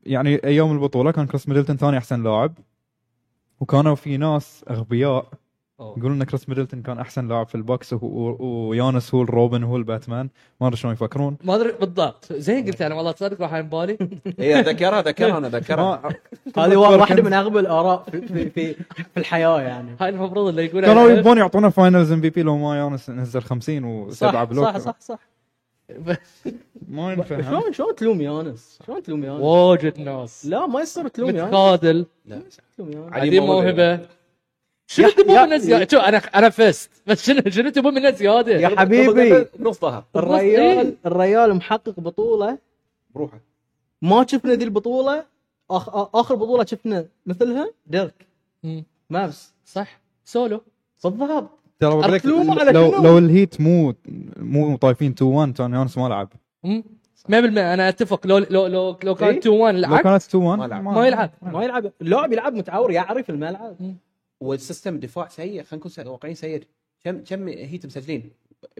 D: يعني ايام البطوله كان كريس ميدلتون ثاني احسن لاعب وكانوا في ناس اغبياء
A: أوه.
D: يقولون ان كريس ميدلتون كان احسن لاعب في البوكس وهو- و- ويانس هو الروبن هو الباتمان ما ادري شلون يفكرون
A: ما ادري بالضبط زين قلت انا والله تصدق راح عن بالي
B: هي ذكرها ذكرها انا ذكرها
D: ما-
C: هذه وا- واحده من اغبى الاراء في في في, في الحياه يعني
A: هاي المفروض اللي يقول
D: كانوا يبون يعطونا فاينلز ام بي بي لو ما يانس نزل 50 وسبعه
C: صح
D: بلوك
C: صح صح صح
D: ما ينفهم
C: شلون شلون تلوم يانس؟ شلون تلوم يانس؟
A: واجد ناس
C: لا يعني؟ ما يصير تلوم يانس
A: متخاذل
C: تلوم يانس
B: علي
A: عندي
B: موهبة.
A: موهبه شنو
C: يا-
A: تبون
C: يا-
A: منا زياده؟ شو انا انا فزت بس شنو شنو تبون منا زياده؟
C: يا حبيبي
B: نصها
C: الريال الريال محقق بطوله
B: بروحه
C: ما شفنا ذي البطوله آخ... اخر بطوله شفنا مثلها ديرك
A: مم.
C: مافس
A: صح سولو
C: بالضبط
D: ترى بقول لك
C: أرتلوه على
D: لو
C: شنو؟
D: لو الهيت مو مو طايفين 2 1 كان يانس ما لعب
A: مم. 100% انا اتفق لو لو لو, لو كان
C: إيه؟
A: 2 1
D: لو
A: العكس
D: كانت 2 1
B: ما لعب.
A: ما يلعب.
C: ما يلعب اللاعب يلعب متعور يعرف الملعب
B: والسيستم دفاع سيء خلينا نكون سيء- واقعيين سيء كم كم هيت مسجلين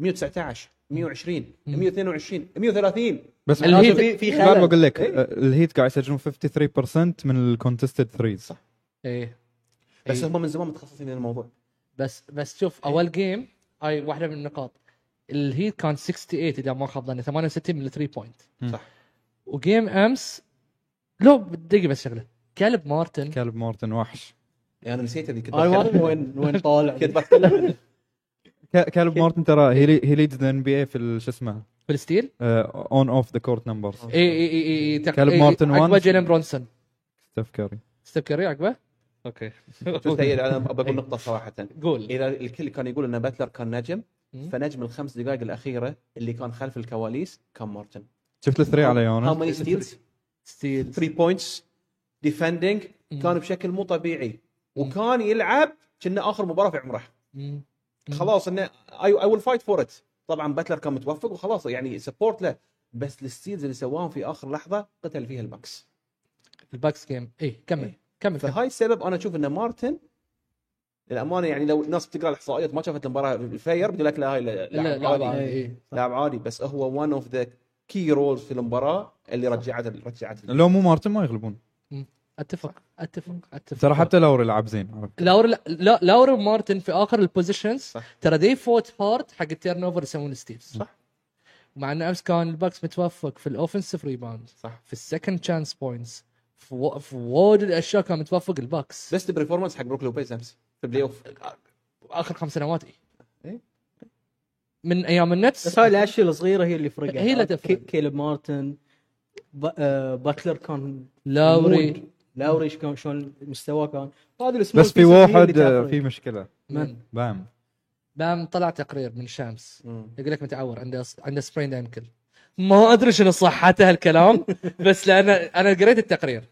B: 119 120 122 130
D: بس
A: الهيت-
C: في- في
D: خلل
C: خلل
D: بقول لك
B: إيه.
D: الهيت قاعد يسجلون 53% من الكونتستد ثريز صح
A: ايه
B: بس
A: إيه.
B: هم من زمان متخصصين الموضوع
A: بس بس شوف
B: إيه.
A: اول جيم هاي واحده من النقاط الهيت كان 68 اذا ما خاب ظني 68 من 3 بوينت
D: مم.
B: صح.
A: وجيم امس لو دقيقه بس شغله كلب مارتن
D: كلب مارتن وحش
B: يعني انا نسيت هذه كنت
C: انا ما ادري
B: بتكلم-
C: وين وين طالع
B: كنت بتكلم عنه.
D: ك- كلب مارتن ترى هي لي- هي ليدز ذا ان بي اي في ال- شو اسمه آه،
A: بالستيل
D: اون اوف ذا كورت نمبرز
A: اي اي اي اي إيه، تق-
D: كلب
A: إي- إي-
D: مارتن
A: عقبه
D: وان.
A: جيلن برونسون
D: ستيف كاري
A: ستيف كاري عقبه اوكي
B: شوف هي انا بقول نقطه صراحه
A: قول
B: اذا الكل كان يقول ان باتلر كان نجم
A: مم.
B: فنجم الخمس دقائق الاخيره اللي كان خلف الكواليس كان مارتن
D: شفت الثري على
B: هاو
D: يونس
B: ماني ستيلز
A: ستيل
B: 3 بوينتس ديفندنج
A: مم.
B: كان بشكل مو طبيعي
A: مم.
B: وكان يلعب كنا اخر مباراه في عمره
A: مم.
B: خلاص انه اي ويل فايت فور ات طبعا باتلر كان متوفق وخلاص يعني سبورت له بس الستيلز اللي سواهم في اخر لحظه قتل فيها الباكس
A: الباكس جيم اي كمل
B: إيه.
A: كمل كمل.
B: فهاي السبب انا اشوف ان مارتن للامانه يعني لو الناس بتقرا الاحصائيات ما شافت المباراه الفير بتقول لك لا هاي لا-
A: لا
B: لاعب
A: لا لا،
B: عادي
C: إيه.
A: إي.
B: لاعب عادي بس هو ون اوف ذا كي رولز في المباراه اللي رجعت رجعت
D: لو مو مارتن ما يغلبون
A: اتفق اتفق اتفق
D: ترى حتى لو يلعب زين عرفت؟
A: لاور لا لاور ومارتن في اخر البوزيشنز
B: صح.
A: ترى دي فوت بارت حق التيرن اوفر يسوون ستيفز
B: صح.
A: مع انه امس كان الباكس متوفق في الاوفنسيف ريباوند
B: صح
A: في السكند تشانس بوينتس في و- في واجد اشياء كان متوفق الباكس
B: بيست برفورمانس حق بروك لوبيز امس في البلاي اوف
A: اخر خمس سنوات إيه.
B: إيه.
A: من ايام النتس
C: بس هاي الاشياء الصغيره هي اللي فرقت
A: هي اللي تفرق.
C: كي- كيلب مارتن ب... آه باتلر كان
A: لاوري
C: مود. لاوري إيش كان شلون مستواه كان هذه الاسماء
D: بس في واحد آه، في مشكله
A: من
D: بام
A: بام طلع تقرير من شمس
B: مم.
A: يقول لك متعور عنده عنده سبرين انكل ما ادري شنو صحته هالكلام بس لان انا قريت التقرير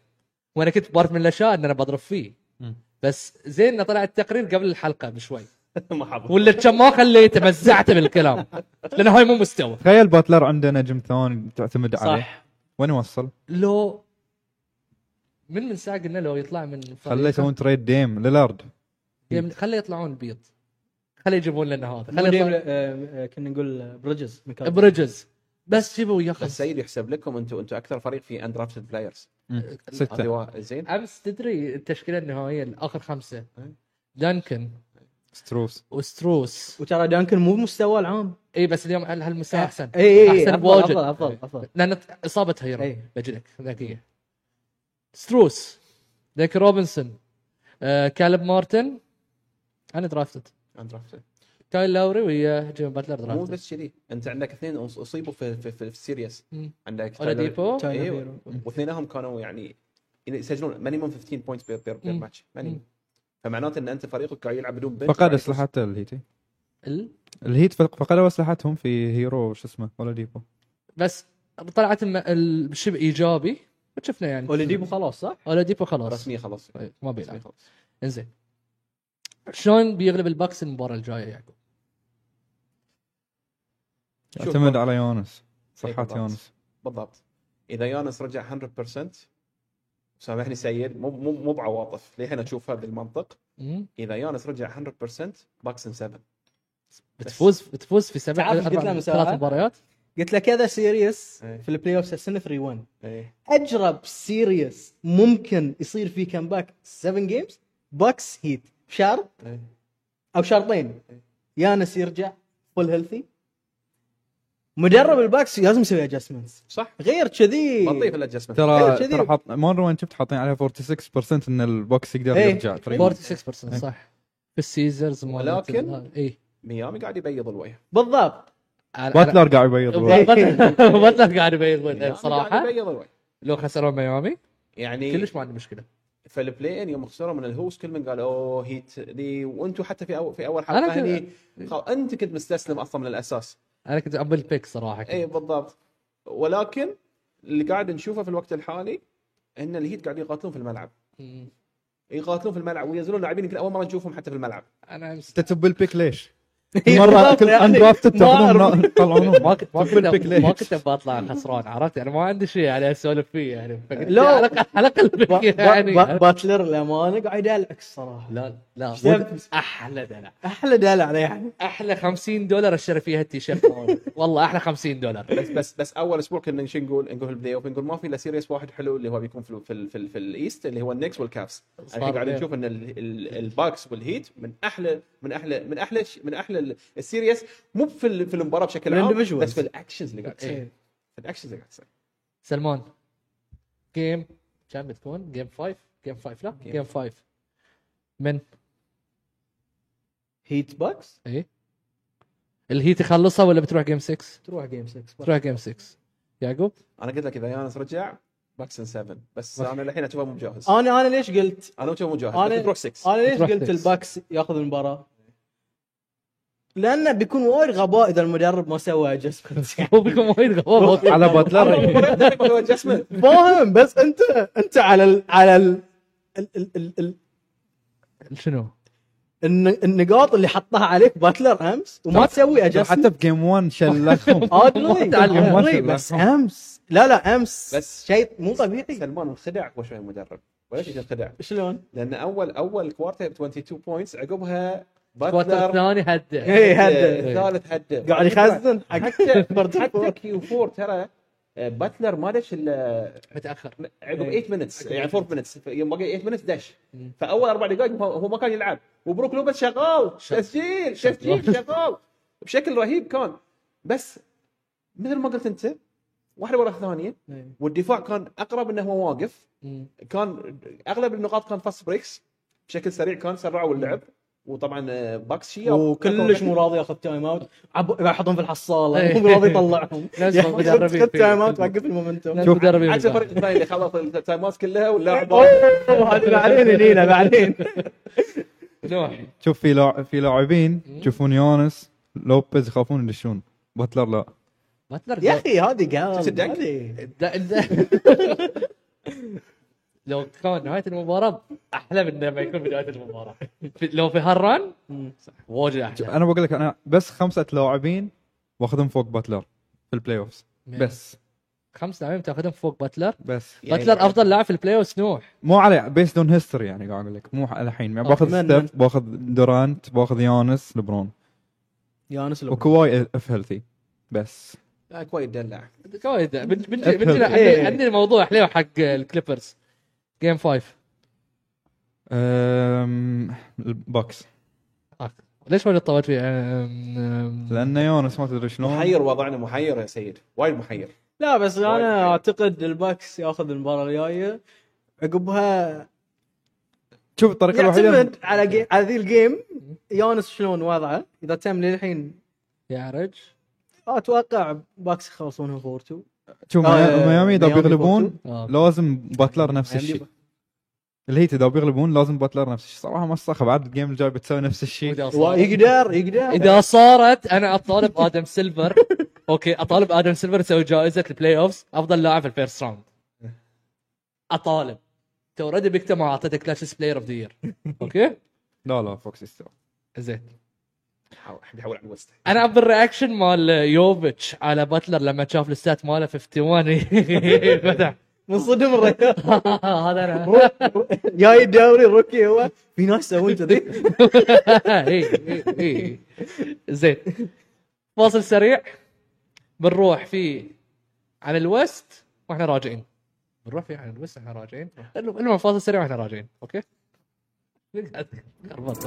A: وانا كنت بارت من الاشياء ان انا بضرب فيه
D: مم.
A: بس زين إنه طلع التقرير قبل الحلقه بشوي
B: ما حضر
A: ولا كم ما خليته مزعته بالكلام لان هاي مو مستوى
D: تخيل باتلر عنده نجم ثاني تعتمد عليه صح
C: صح
D: وين وصل؟
A: لو من من ساعه قلنا لو يطلع من
D: خليه يسوون تريد ديم ليلارد
A: يم- خليه يطلعون البيض خليه يجيبون لنا هذا
C: مو
A: خليه
C: ديم-
A: يطلع...
C: آه، آه، كنا نقول آه، بريدجز مكان.
A: برجز بس جيبوا وياه
B: بس
A: خمسة.
B: سيد يحسب لكم انتم انتم اكثر فريق في اندرافتد بلايرز هذا
D: سته
C: أيوة.
B: وا- زين
A: امس تدري التشكيله النهائيه الاخر خمسه
C: إيه.
A: دانكن
D: ستروس
A: وستروس
C: وترى دانكن مو بمستواه العام
A: اي بس اليوم هالمساء احسن
C: اي اي اي
A: احسن
C: إيه، أفضل-
A: واجد
C: إيه. افضل افضل افضل
A: لان اصابته هيرو
C: اي
A: بجلك ذكيه ستروس ديك روبنسون آه، كالب مارتن انا درافتد
B: اندرافتد
A: كايل لاوري ويا جيم باتلر
B: مو
A: درافتد
B: بس كذي انت عندك اثنين أص- اصيبوا في في, في, في السيريس
A: مم.
B: عندك
A: ولا ديبو
C: تايلر
B: أيوة.
C: هيرو.
B: واثنينهم كانوا يعني يسجلون مينيموم 15 بوينتس بير بير,
A: مم.
B: بير ماتش
A: مم.
B: مينيموم فمعناته ان انت فريقك قاعد يلعب بدون يعني بنش
D: فقد
B: وقاعد
D: اسلحته الهيتي
A: ال-
D: الهيت فق- فقدوا اسلحتهم في هيرو شو اسمه ولا ديبو
A: بس طلعت الم- ال- شبه ايجابي وشفنا يعني
C: اوليديبو خلاص صح؟
A: ولا ديبو خلاص
B: رسميا خلاص
A: إيه، ما
B: رسميا
A: بيلعب
B: خلاص
A: انزين شلون بيغلب الباكس المباراه الجايه يعقوب؟
B: شوف
D: يعتمد
B: برضه.
D: على يونس
C: إيه،
D: صحة
B: إيه، بالضبط.
D: يونس
B: بالضبط اذا يانس رجع 100% سامحني سيد مو مو مو بعواطف للحين اشوف هذا المنطق
A: مم.
B: اذا يانس رجع 100% باكسن 7
A: بتفوز بتفوز في سبع
C: تعرف إيش قلت
A: أربع-
C: لها من
A: ثلاث
C: ساعة؟
A: مباريات
C: قلت له كذا سيريس
B: إيه.
C: في البلاي اوف السنه 3 1
B: إيه.
C: اجرب سيريس ممكن يصير فيه كمباك 7 جيمز باكس هيت شرط
B: إيه.
C: او شرطين يانس يرجع فول هيلثي مدرب الباكس لازم يسوي ادجستمنتس
B: صح
C: غير كذي
B: بطيء الادجستمنت
C: أيوة،
D: ترى
C: كذي.
D: ترى حط مره وين شفت حاطين عليها 46% ان البوكس يقدر
C: إيه.
D: يرجع فريق.
A: 46% صح في السيزرز مالت
B: ولكن-
A: النهار. اي
B: ميامي قاعد يبيض الوجه
C: بالضبط
A: على- على-
D: باتلر قاعد يبيض
C: إيه.
D: الوجه.
A: بطل بطل قاعد يبين وجهه
B: ميامي
A: بصراحه
B: يعني قاعد يبيض الوجه
A: لو خسروا ميامي
B: يعني
A: كلش ما عندي مشكله
B: فالبلاي ان يوم خسروا من الهوس كل من قال اوه هيت دي وانتم حتى في أول في اول
A: أنا
B: حلقه
A: كنت-
B: هني خل- انت كنت مستسلم اصلا من الاساس
A: انا كنت ابل بيك صراحه كنت.
B: اي بالضبط ولكن اللي قاعد نشوفه في الوقت الحالي ان الهيت قاعد يقاتلون في الملعب
A: مم.
B: يقاتلون في الملعب وينزلون لاعبين يمكن اول مره نشوفهم حتى في الملعب
A: انا مست-
D: انت تب البيك ليش؟
C: إيه،
D: مره
C: بالضبط،
D: كل
C: يعني
D: اندرافتد
C: ما
D: تاخذون
C: أعرف.
D: تطلعونهم
A: ما كنت ما
D: تب البيك
A: كنت ما
D: ليش؟
A: كنت بطلع خسران عرفت انا ما عندي شيء يعني اسولف فيه يعني فقلت
C: لا.
A: على الأقل- على الاقل
C: ب-
A: بيك
C: ب- ب-
A: يعني
C: باتلر الامانه قاعد يلعكس صراحه
A: لا لا
C: اشتبت.
A: احلى دلع
C: احلى دلع يعني
A: احلى 50 دولار اشتري فيها التيشيرت مالي. والله احلى 50 دولار
B: بس بس بس اول اسبوع كنا شو نقول نقول في البلاي اوف نقول ما في الا سيريس واحد حلو اللي هو بيكون في في ال- في, ال- في الايست اللي هو النكس والكابس الحين قاعد
A: خير.
B: نشوف ان ال- ال- الباكس والهيت من احلى من احلى من احلى ش- من احلى ال- السيريس مو في ال- في المباراه بشكل عام
C: الindividuals.
B: بس في الاكشنز اللي قاعد تصير
A: إيه.
B: في الاكشنز اللي قاعد تصير
A: سلمان جيم كم بتكون؟ جيم 5 جيم 5 لا جيم 5 من
C: هيت باكس
A: اي إيه؟ اللي هي تخلصها ولا بتروح جيم 6؟
C: تروح جيم 6
A: تروح جيم 6 يعقوب
B: انا قلت لك اذا يانس رجع باكس ان 7 بس
A: بس.
B: انا الحين اشوفه مو مجهز
C: انا انا ليش قلت
B: انا اشوفه مو مجهز
C: أنا-
B: بس آه، تروح 6
C: انا ليش
A: تروح
C: قلت
A: six.
C: الباكس ياخذ المباراه؟ لانه بيكون وايد غباء اذا المدرب ما سوى ادجستمنت
A: هو بيكون وايد غبور
D: على باتلر
B: هو adjustment.
C: فاهم بس انت انت على ال على ال ال ال ال ال
A: شنو؟
C: الن- النقاط اللي حطها عليك باتلر امس وما
D: ترى-
C: تسوي
D: حتى
C: ادجستمنت
D: بجيم 1 شلخهم
C: آه، طيب،
A: تعلم.
C: ادري بس امس لا لا امس
B: بس-
C: شيء مو طبيعي
B: سلمان انخدع هو شوي المدرب وليش انخدع؟
C: شلون؟
B: لان اول اول كوارتر 22 بوينتس عقبها إيه،
A: الكوارتر
B: باتلر
A: الثاني هدى
C: اي إيه، هذا
B: الثالث هدف
C: قاعد يخزن حق
B: حتى حتى كيو 4 ترى آه، باتلر ما دش الا
A: متاخر
B: عقب
C: إيه.
B: 8 مينتس يعني 4 مينتس يوم بقى 8 مينتس دش
A: مم.
B: فاول اربع دقائق هو هو ما كان يلعب وبروك لوبس شغال
A: شغال.
B: تسجيل تسجيل شغال بشكل رهيب كان بس مثل ما قلت انت واحده ورا الثانيه والدفاع كان اقرب انه هو واقف
A: مم.
B: كان اغلب النقاط كان فاست بريكس بشكل سريع كان سرعوا اللعب وطبعا آه، باكس شيء يعني
C: وكلش مو راضي ياخذ تايم اوت عب- يحطهم في الحصاله
A: إيه.
C: مو راضي يطلعهم
A: لازم
C: يعني
A: مدربين
C: خذ تايم
A: فيه.
C: اوت وقف المومنتوم
A: لازم مدربين
B: عكس
A: بالباك.
B: الفريق الثاني اللي خلص التايمات كلها واللاعب
C: أوه، هذا بعدين هنينا بعدين
A: نوح
D: شوف في لاع- في لاعبين تشوفون يونس لوبيز يخافون يدشون باتلر لا
A: باتلر
C: يا اخي هذه قال
B: تصدق؟
C: هذه
A: ده ده لو كان نهايه المباراه احلى من لما يكون بدايه المباراه في- لو في هالران واجد احلى
D: انا بقول لك انا بس خمسه لاعبين واخذهم فوق باتلر في البلاي اوفز بس
A: خمس لاعبين تاخذهم فوق باتلر
D: بس
B: يعني-
A: باتلر افضل لاعب في البلاي اوف نوح
D: مو على بيس دون هيستوري يعني قاعد اقول لك مو على الحين
C: Oh,
D: يعني باخذ
C: أتمنى.
D: ستيف باخذ دورانت باخذ يونس لبرون
C: يانس لو-
D: وكواي اف هيلثي بس
B: لا، كويس دلع
A: كويس بنجي بنجي
D: أفهم.
A: بنجي عندي-
C: إيه.
A: عندي الموضوع حلو حق الكليبرز جيم 5
D: أم... البوكس
A: ليش ما طولت فيه أم- أم-
D: لان يونس ما تدري شلون
B: محير وضعنا محير يا سيد وايد محير
C: لا بس
B: وايد.
C: انا اعتقد الباكس ياخذ المباراه الجايه عقبها
D: شوف الطريقه الوحيده
C: يعتمد على جي... على ذي الجيم يونس شلون وضعه اذا تم للحين
A: يعرج
C: اتوقع باكس يخلصونها 4 2
D: شوف
C: آه،
D: ميامي اذا
C: ميامي
D: بيغلبون
A: آه.
D: لازم باتلر نفس
A: ميامي
D: الشيء الهيت اذا بيغلبون لازم باتلر نفس الشيء صراحه ما استخ بعد الجيم الجاي بتسوي نفس الشيء
A: وإذا صار-
C: يقدر يقدر
A: اذا صارت انا اطالب ادم سيلفر اوكي اطالب ادم سيلفر يسوي جائزه البلاي اوفز افضل لاعب في الفيرست راوند اطالب تو ريدي بيكتا ما اعطيته كلاتشز بلاير اوف ذا يير اوكي
D: لا لا فوكس يستوي
A: زين
B: حاول- بيحاول على الوسط
A: انا ابي الرياكشن مال يوفيتش على باتلر لما شاف الستات ماله 51 فتح
C: منصدم الرجال
A: هذا انا
C: جاي الدوري الروكي هو في ناس يسوون كذي
A: إي، إي، إي. زين فاصل سريع بنروح فيه على الوست واحنا راجعين بنروح فيه على الوست واحنا راجعين المهم المهم فاصل سريع واحنا راجعين اوكي قاعد أخربط.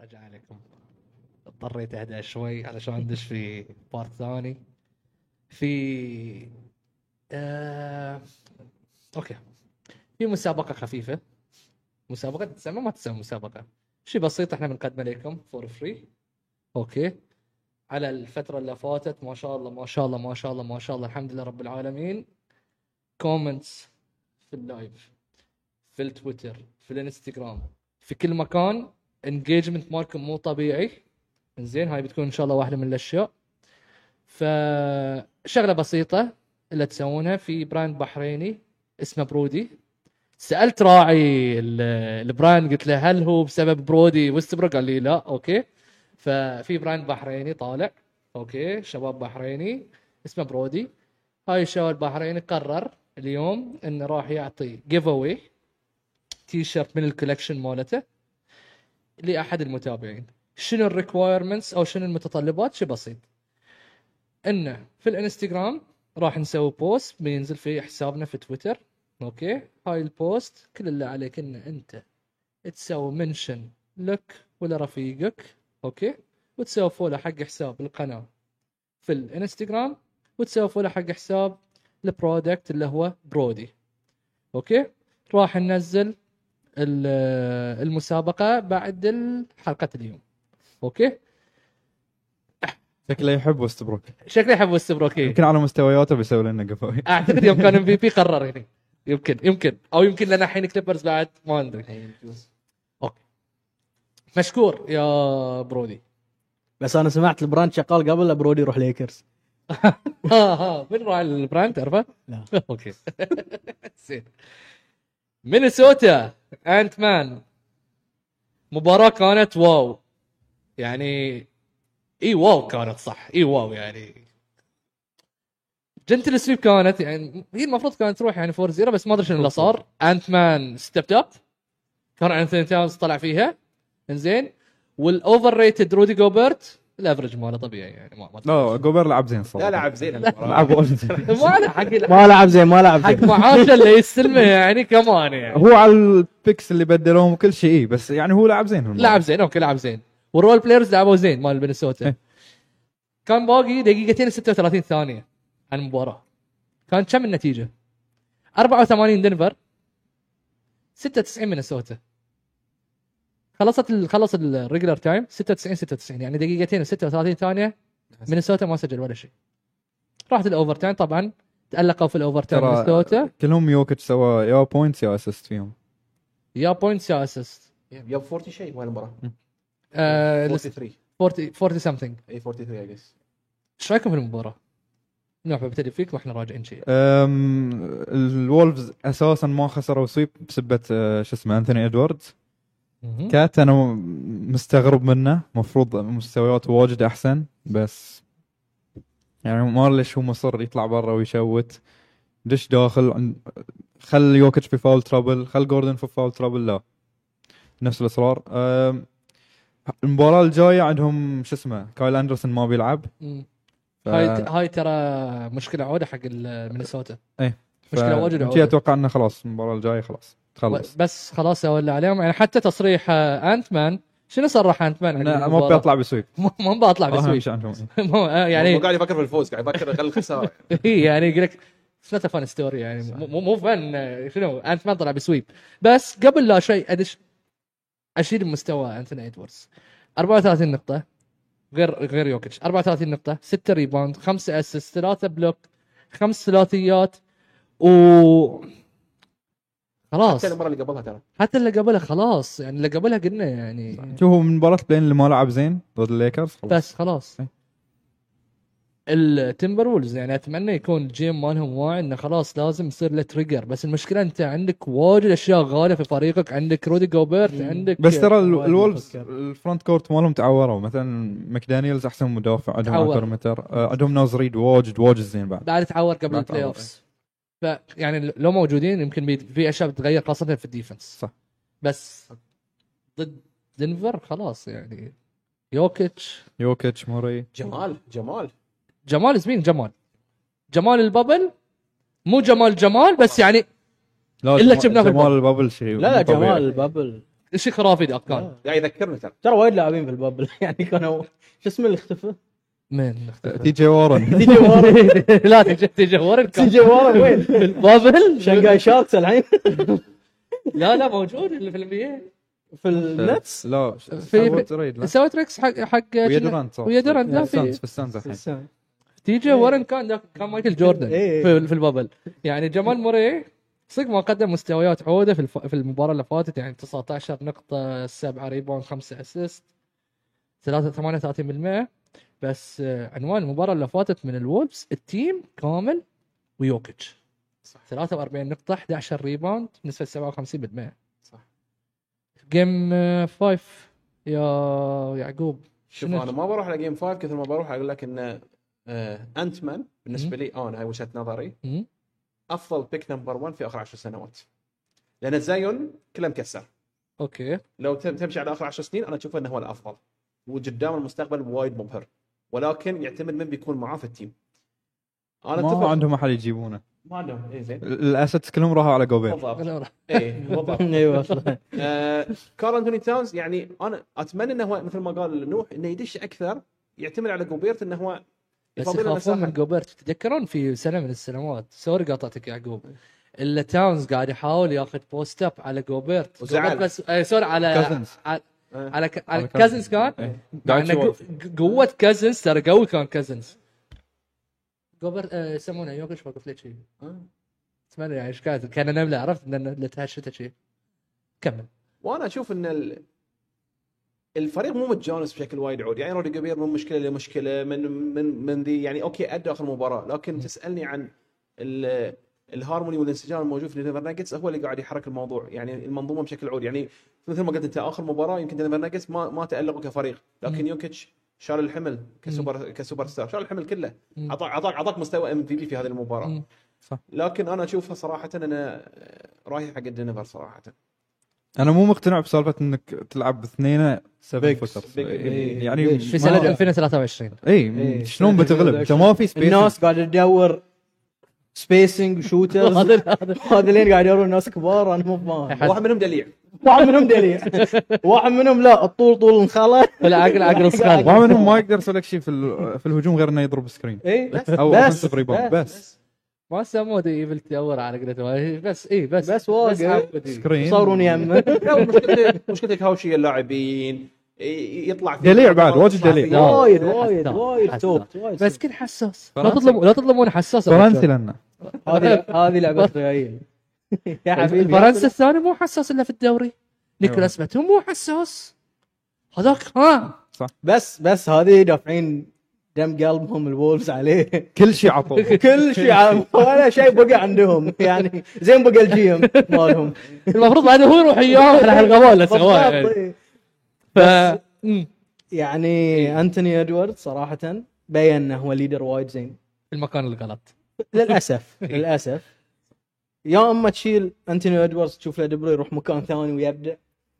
A: رجع عليكم اضطريت اهدى شوي علشان ندش في بارت ثاني في آه... اوكي في مسابقه خفيفه مسابقه تسمى ما تسمى مسابقه شيء بسيط احنا بنقدمه لكم فور فري اوكي على الفتره اللي فاتت ما شاء الله ما شاء الله ما شاء الله ما شاء الله الحمد لله رب العالمين كومنتس في اللايف في التويتر في الانستغرام في كل مكان انجيجمنت مالكم مو طبيعي زين هاي بتكون ان شاء الله واحده من الاشياء فشغله بسيطه اللي تسوونها في براند بحريني اسمه برودي سالت راعي ال- البراند قلت له هل هو بسبب برودي وستبروك قال لي لا اوكي ففي براند بحريني طالع اوكي شباب بحريني اسمه برودي هاي الشباب البحريني قرر اليوم انه راح يعطي جيف اواي تي شيرت من الكولكشن مالته لاحد المتابعين شنو الريكوايرمنتس او شنو المتطلبات شيء بسيط انه في الانستغرام راح نسوي بوست بينزل في حسابنا في تويتر اوكي هاي البوست كل اللي عليك ان انت تسوي منشن لك ولا رفيقك اوكي وتسوي فولو حق حساب القناه في الانستغرام وتسوي فولو حق حساب البرودكت اللي هو برودي اوكي راح ننزل ال- المسابقه بعد ال- حلقه اليوم اوكي
D: شكله يحب وستبروك
A: شكله يحب وستبروكي
D: يمكن على مستوياته بيسوي لنا قفاوي
A: اعتقد يوم كان ام في بي قرر هنا يمكن يمكن او يمكن لنا الحين كليبرز بعد ما ندري مشكور يا برودي
C: بس انا سمعت البراند شغال قبل لا برودي يروح ليكرز
A: ها ها من راعي البراند تعرفه؟
C: لا.
A: اوكي زين مينيسوتا انت مان مباراة كانت واو يعني اي واو كانت صح اي واو يعني جنتل سويب كانت يعني هي المفروض كانت تروح يعني 4 0 بس ما ادري شنو اللي صار انت مان ستيب اب كان انثوني تاونز طلع فيها انزين والاوفر ريتد رودي جوبرت الافرج ماله طبيعي يعني ما ما
D: لا جوبر لعب زين صراحه
B: لا لعب زين
D: لعب
B: المباراه
D: وايد
A: ما له حق
D: زين.
C: ما لعب زين ما لعب
A: حق
C: زين
A: معاشه اللي يستلمه يعني كمان يعني
D: هو على البيكس اللي بدلوهم وكل شيء إيه، بس يعني هو لعب زين هالمرة.
A: لعب زين اوكي لعب زين والرول بلايرز لعبوا زين مال مينيسوتا كان باقي دقيقتين 36 ثانيه عن المباراه كان كم النتيجه؟ 84 دنفر 96 مينيسوتا خلصت ال... خلص الريجلر تايم 96 96 يعني دقيقتين و36 ثانيه مينيسوتا ما سجل ولا شيء راحت الاوفر تايم طبعا تالقوا في الاوفر تايم
D: ترى-
A: مينيسوتا
D: كلهم يوكيتش سوى يا بوينتس يا اسيست فيهم
A: يا بوينتس يا اسيست
B: يب 40 شيء وين المباراه؟
A: آه،
B: 43
A: 40 40 something
B: اي 43 اي جس
A: ايش رايكم في المباراه؟ نوح ببتدي فيك واحنا راجعين شيء
D: أم، الولفز اساسا ما خسروا سويب بسبه أه، شو اسمه انثوني ادواردز كات انا م- مستغرب منه مفروض مستوياته واجد احسن بس يعني ما أدري ليش هو مصر يطلع برا ويشوت دش داخل عن- خل يوكيتش في فاول ترابل خل جوردن في فاول ترابل لا نفس الاصرار أم، المباراه الجايه عندهم شو اسمه كايل اندرسون ما بيلعب
A: مم.
D: ف-
A: هاي هاي ترى مشكله عوده حق ال- مينيسوتا
D: إيه. ف-
A: مشكلة واجد
D: جي
A: عودة.
D: اتوقع انه خلاص المباراه الجايه خلاص تخلص
A: بس خلاص اولى عليهم يعني حتى تصريح آه، انت مان شنو صرح انت مان عن
D: انا ما
A: المباراة؟
D: بيطلع بسويب
A: ما ما بطلع
D: اهم
A: بسويش
D: شيء عندهم
A: يعني
B: قاعد يفكر في الفوز قاعد يفكر خل الخساره
A: هي يعني يقول لك اتس نوت فان ستوري يعني مو- مو مو فن شنو انت ما طلع بسويب بس قبل لا شيء ادش اشيل من مستوى انتوني ادوردز 34 نقطة غير غير يوكيتش 34 نقطة 6 ريباوند 5 اسيست 3 بلوك 5 ثلاثيات و خلاص
B: حتى المباراه اللي قبلها ترى
A: حتى اللي قبلها خلاص يعني اللي قبلها قلنا يعني
D: شوف هو من مباراه بلين اللي ما لعب زين ضد الليكرز خلاص.
A: بس خلاص
D: إيه.
A: التمبر وولز يعني اتمنى يكون الجيم مالهم واعي انه خلاص لازم يصير له تريجر بس المشكله انت عندك واجد اشياء غاليه في فريقك عندك رودي جوبرت
C: مم.
A: عندك
D: بس ترى ال-
C: وايد
D: الولفز
C: مفكر.
D: الفرونت كورت مالهم تعوروا مثلا ماكدانيلز احسن مدافع عندهم على
A: تعور.
D: البريمتر آه، عندهم نازريد واجد واجد زين بعد
A: بعد تعور قبل
D: بعد
A: البلاي
D: تعور،
A: اوفز ف يعني لو موجودين يمكن بي- في اشياء بتتغير خاصه في الديفنس
D: صح.
A: بس ضد دنفر خلاص يعني يوكيتش
D: يوكيتش موري
B: جمال جمال
A: جمال زمين جمال جمال البابل مو جمال جمال بس يعني
D: لا
A: إلا
D: جمال-
A: شفناه في
D: جمال البابل شيء
C: لا لا
D: مو طبيعي.
C: جمال البابل
A: شيء خرافي ده
D: آه.
A: كان
B: قاعد يذكرني ترى
C: ترى وايد لاعبين في البابل يعني كانوا شو اسمه اللي اختفى؟
A: من
D: آه، تي جي وارن
C: تيجي ورا
A: لا تجي تجي ورا الكام.
C: تيجي ورا وين؟
A: بابل
C: شنغاي شاركس الحين
A: لا لا موجود اللي في البي
C: في النتس
D: لا ش-
A: في-
D: سوت ريد لا.
A: اي سوى تريكس حق حق
D: ويا دورانت صار.
A: ويا دورانت، لا، في-
D: السانز- في السانز الحين
A: تيجي ورن كان ذاك كان مايكل جوردن
C: إيه.
A: في, في البابل يعني جمال موري صدق ما قدم مستويات عوده في الف... في المباراه اللي فاتت يعني 19 نقطه 7 ريباوند 5 اسيست 3 38% بس آه، عنوان المباراه اللي فاتت من الولفز التيم كامل ويوكيتش 43 نقطه 11 ريباوند بنسبه 57%
B: صح.
A: جيم 5 آه، يا يعقوب
B: شوف
A: شنو-
B: انا ما بروح على جيم 5 كثر ما بروح اقول لك انه آه، انت مان بالنسبه لي انا هاي وجهه نظري
A: مم.
B: افضل بيك نمبر 1 في اخر 10 سنوات لان زايون كله مكسر
A: اوكي
B: لو تم- تمشي على اخر 10 سنين انا اشوف انه هو الافضل وقدام المستقبل وايد مبهر ولكن يعتمد من بيكون معاه في التيم انا
D: ما عندهم احد يجيبونه
B: ما عندهم اي زين
D: ال- الاسيتس كلهم راحوا على جوبير
B: بالضبط اي بالضبط
C: ايوه صح.
B: إيه، آه، كارل انتوني تاونز يعني انا اتمنى انه هو مثل ما قال نوح انه يدش اكثر يعتمد على جوبيرت انه هو
A: بس
B: يفضل له
A: يخافون
B: مساحة.
A: من جوبرت تتذكرون في سنه من السنوات سوري قاطعتك يا يعقوب الا تاونز قاعد يحاول ياخذ بوست اب على جوبرت
B: وزعل.
A: جوبرت بس آه سوري على
D: كازنز
A: على ك- على
D: إيه. على
A: كازنز كان
D: إيه.
A: مع
D: قاعد
A: إنه
D: يشوف.
A: قو- قوه كازنز ترى قوي كان كازنز جوبرت آه، يسمونه يوكش وقف لي شيء
B: آه.
A: اتمنى يعني ايش كانت كان نمله عرفت ان إن تهشته شيء كمل
B: وانا اشوف ان ال... الفريق مو متجانس بشكل وايد عود يعني رودي جوبير من مشكله لمشكله من من من ذي يعني اوكي ادى اخر مباراه لكن تسالني عن ال- الهارموني والانسجام الموجود في دنفر ناجتس هو اللي قاعد يحرك الموضوع يعني المنظومه بشكل عود يعني مثل ما قلت انت اخر مباراه يمكن دنفر ناجتس ما ما تالقوا كفريق لكن
A: مم.
B: يوكيتش شال الحمل كسوبر كسوبر ستار شال الحمل كله
A: مم.
B: اعطاك اعطاك اعطاك مستوى ام في بي في هذه المباراه
A: مم.
D: صح.
B: لكن انا اشوفها صراحه انا آه، رايح حق دنفر صراحه
D: انا مو مقتنع بسالفه انك تلعب باثنين 7
C: Bigs.
D: فوترز
B: Big-
D: يعني
C: Big.
A: في سنه
D: ما-
A: 2023
D: اي شلون بتغلب انت ما في سبيس
C: إيه، الناس قاعده تدور سبيسنج وشوترز
A: هذا هذا
C: هذولين قاعد يدورون ناس كبار انا مو فاهم
A: حد-
B: واحد منهم دليع
C: واحد منهم دليع واحد منهم لا الطول طول انخلع
A: العقل عقل صغار
D: ما منهم ما يقدر يسوي لك شيء في ال- في الهجوم غير انه يضرب سكرين
C: اي إيه، بس
D: او
C: بس
D: offensive rebound. بس
A: ما سموه ايفل تدور على قولتهم بس اي بس
C: بس واقف.
A: عبد.
D: سكرين
C: يصورون يمه
B: لا، مشكلتك مشكلتك هاوشي اللاعبين ي- يطلع في-
D: دليع بعد، واجد
B: يطلع في-
A: لا.
D: دليع.
C: وايد وايد
A: حساس،
C: وايد
A: حساس.
C: توب وايد
A: بس
C: توب.
A: كل حساس لا
D: فرنسي.
A: تطلبون لا تطلبون حساس
D: فرنسي لنا
C: هذه هذه لعبه ريال يا حبيبي
A: الفرنسي الثاني مو حساس الا في الدوري
C: أيوة.
A: نيكولاس باتو مو حساس هذاك ها
C: بس بس هذه دافعين دم قلبهم الولفز عليه
D: كل شيء عطوه
C: كل شيء عام. ولا شيء بقى عندهم يعني زين بقى الجيم مالهم
A: المفروض بعد هو يروح وياهم راح الغباء ولا سواه
C: بالضبط،
A: يعني.
C: إيه.
A: ف
C: بس-
A: مم.
C: يعني انتوني ادوارد صراحه بين انه هو ليدر وايد زين
A: المكان الغلط
C: للاسف للاسف يا اما تشيل انتوني ادواردز تشوف له دبر يروح مكان ثاني ويبدع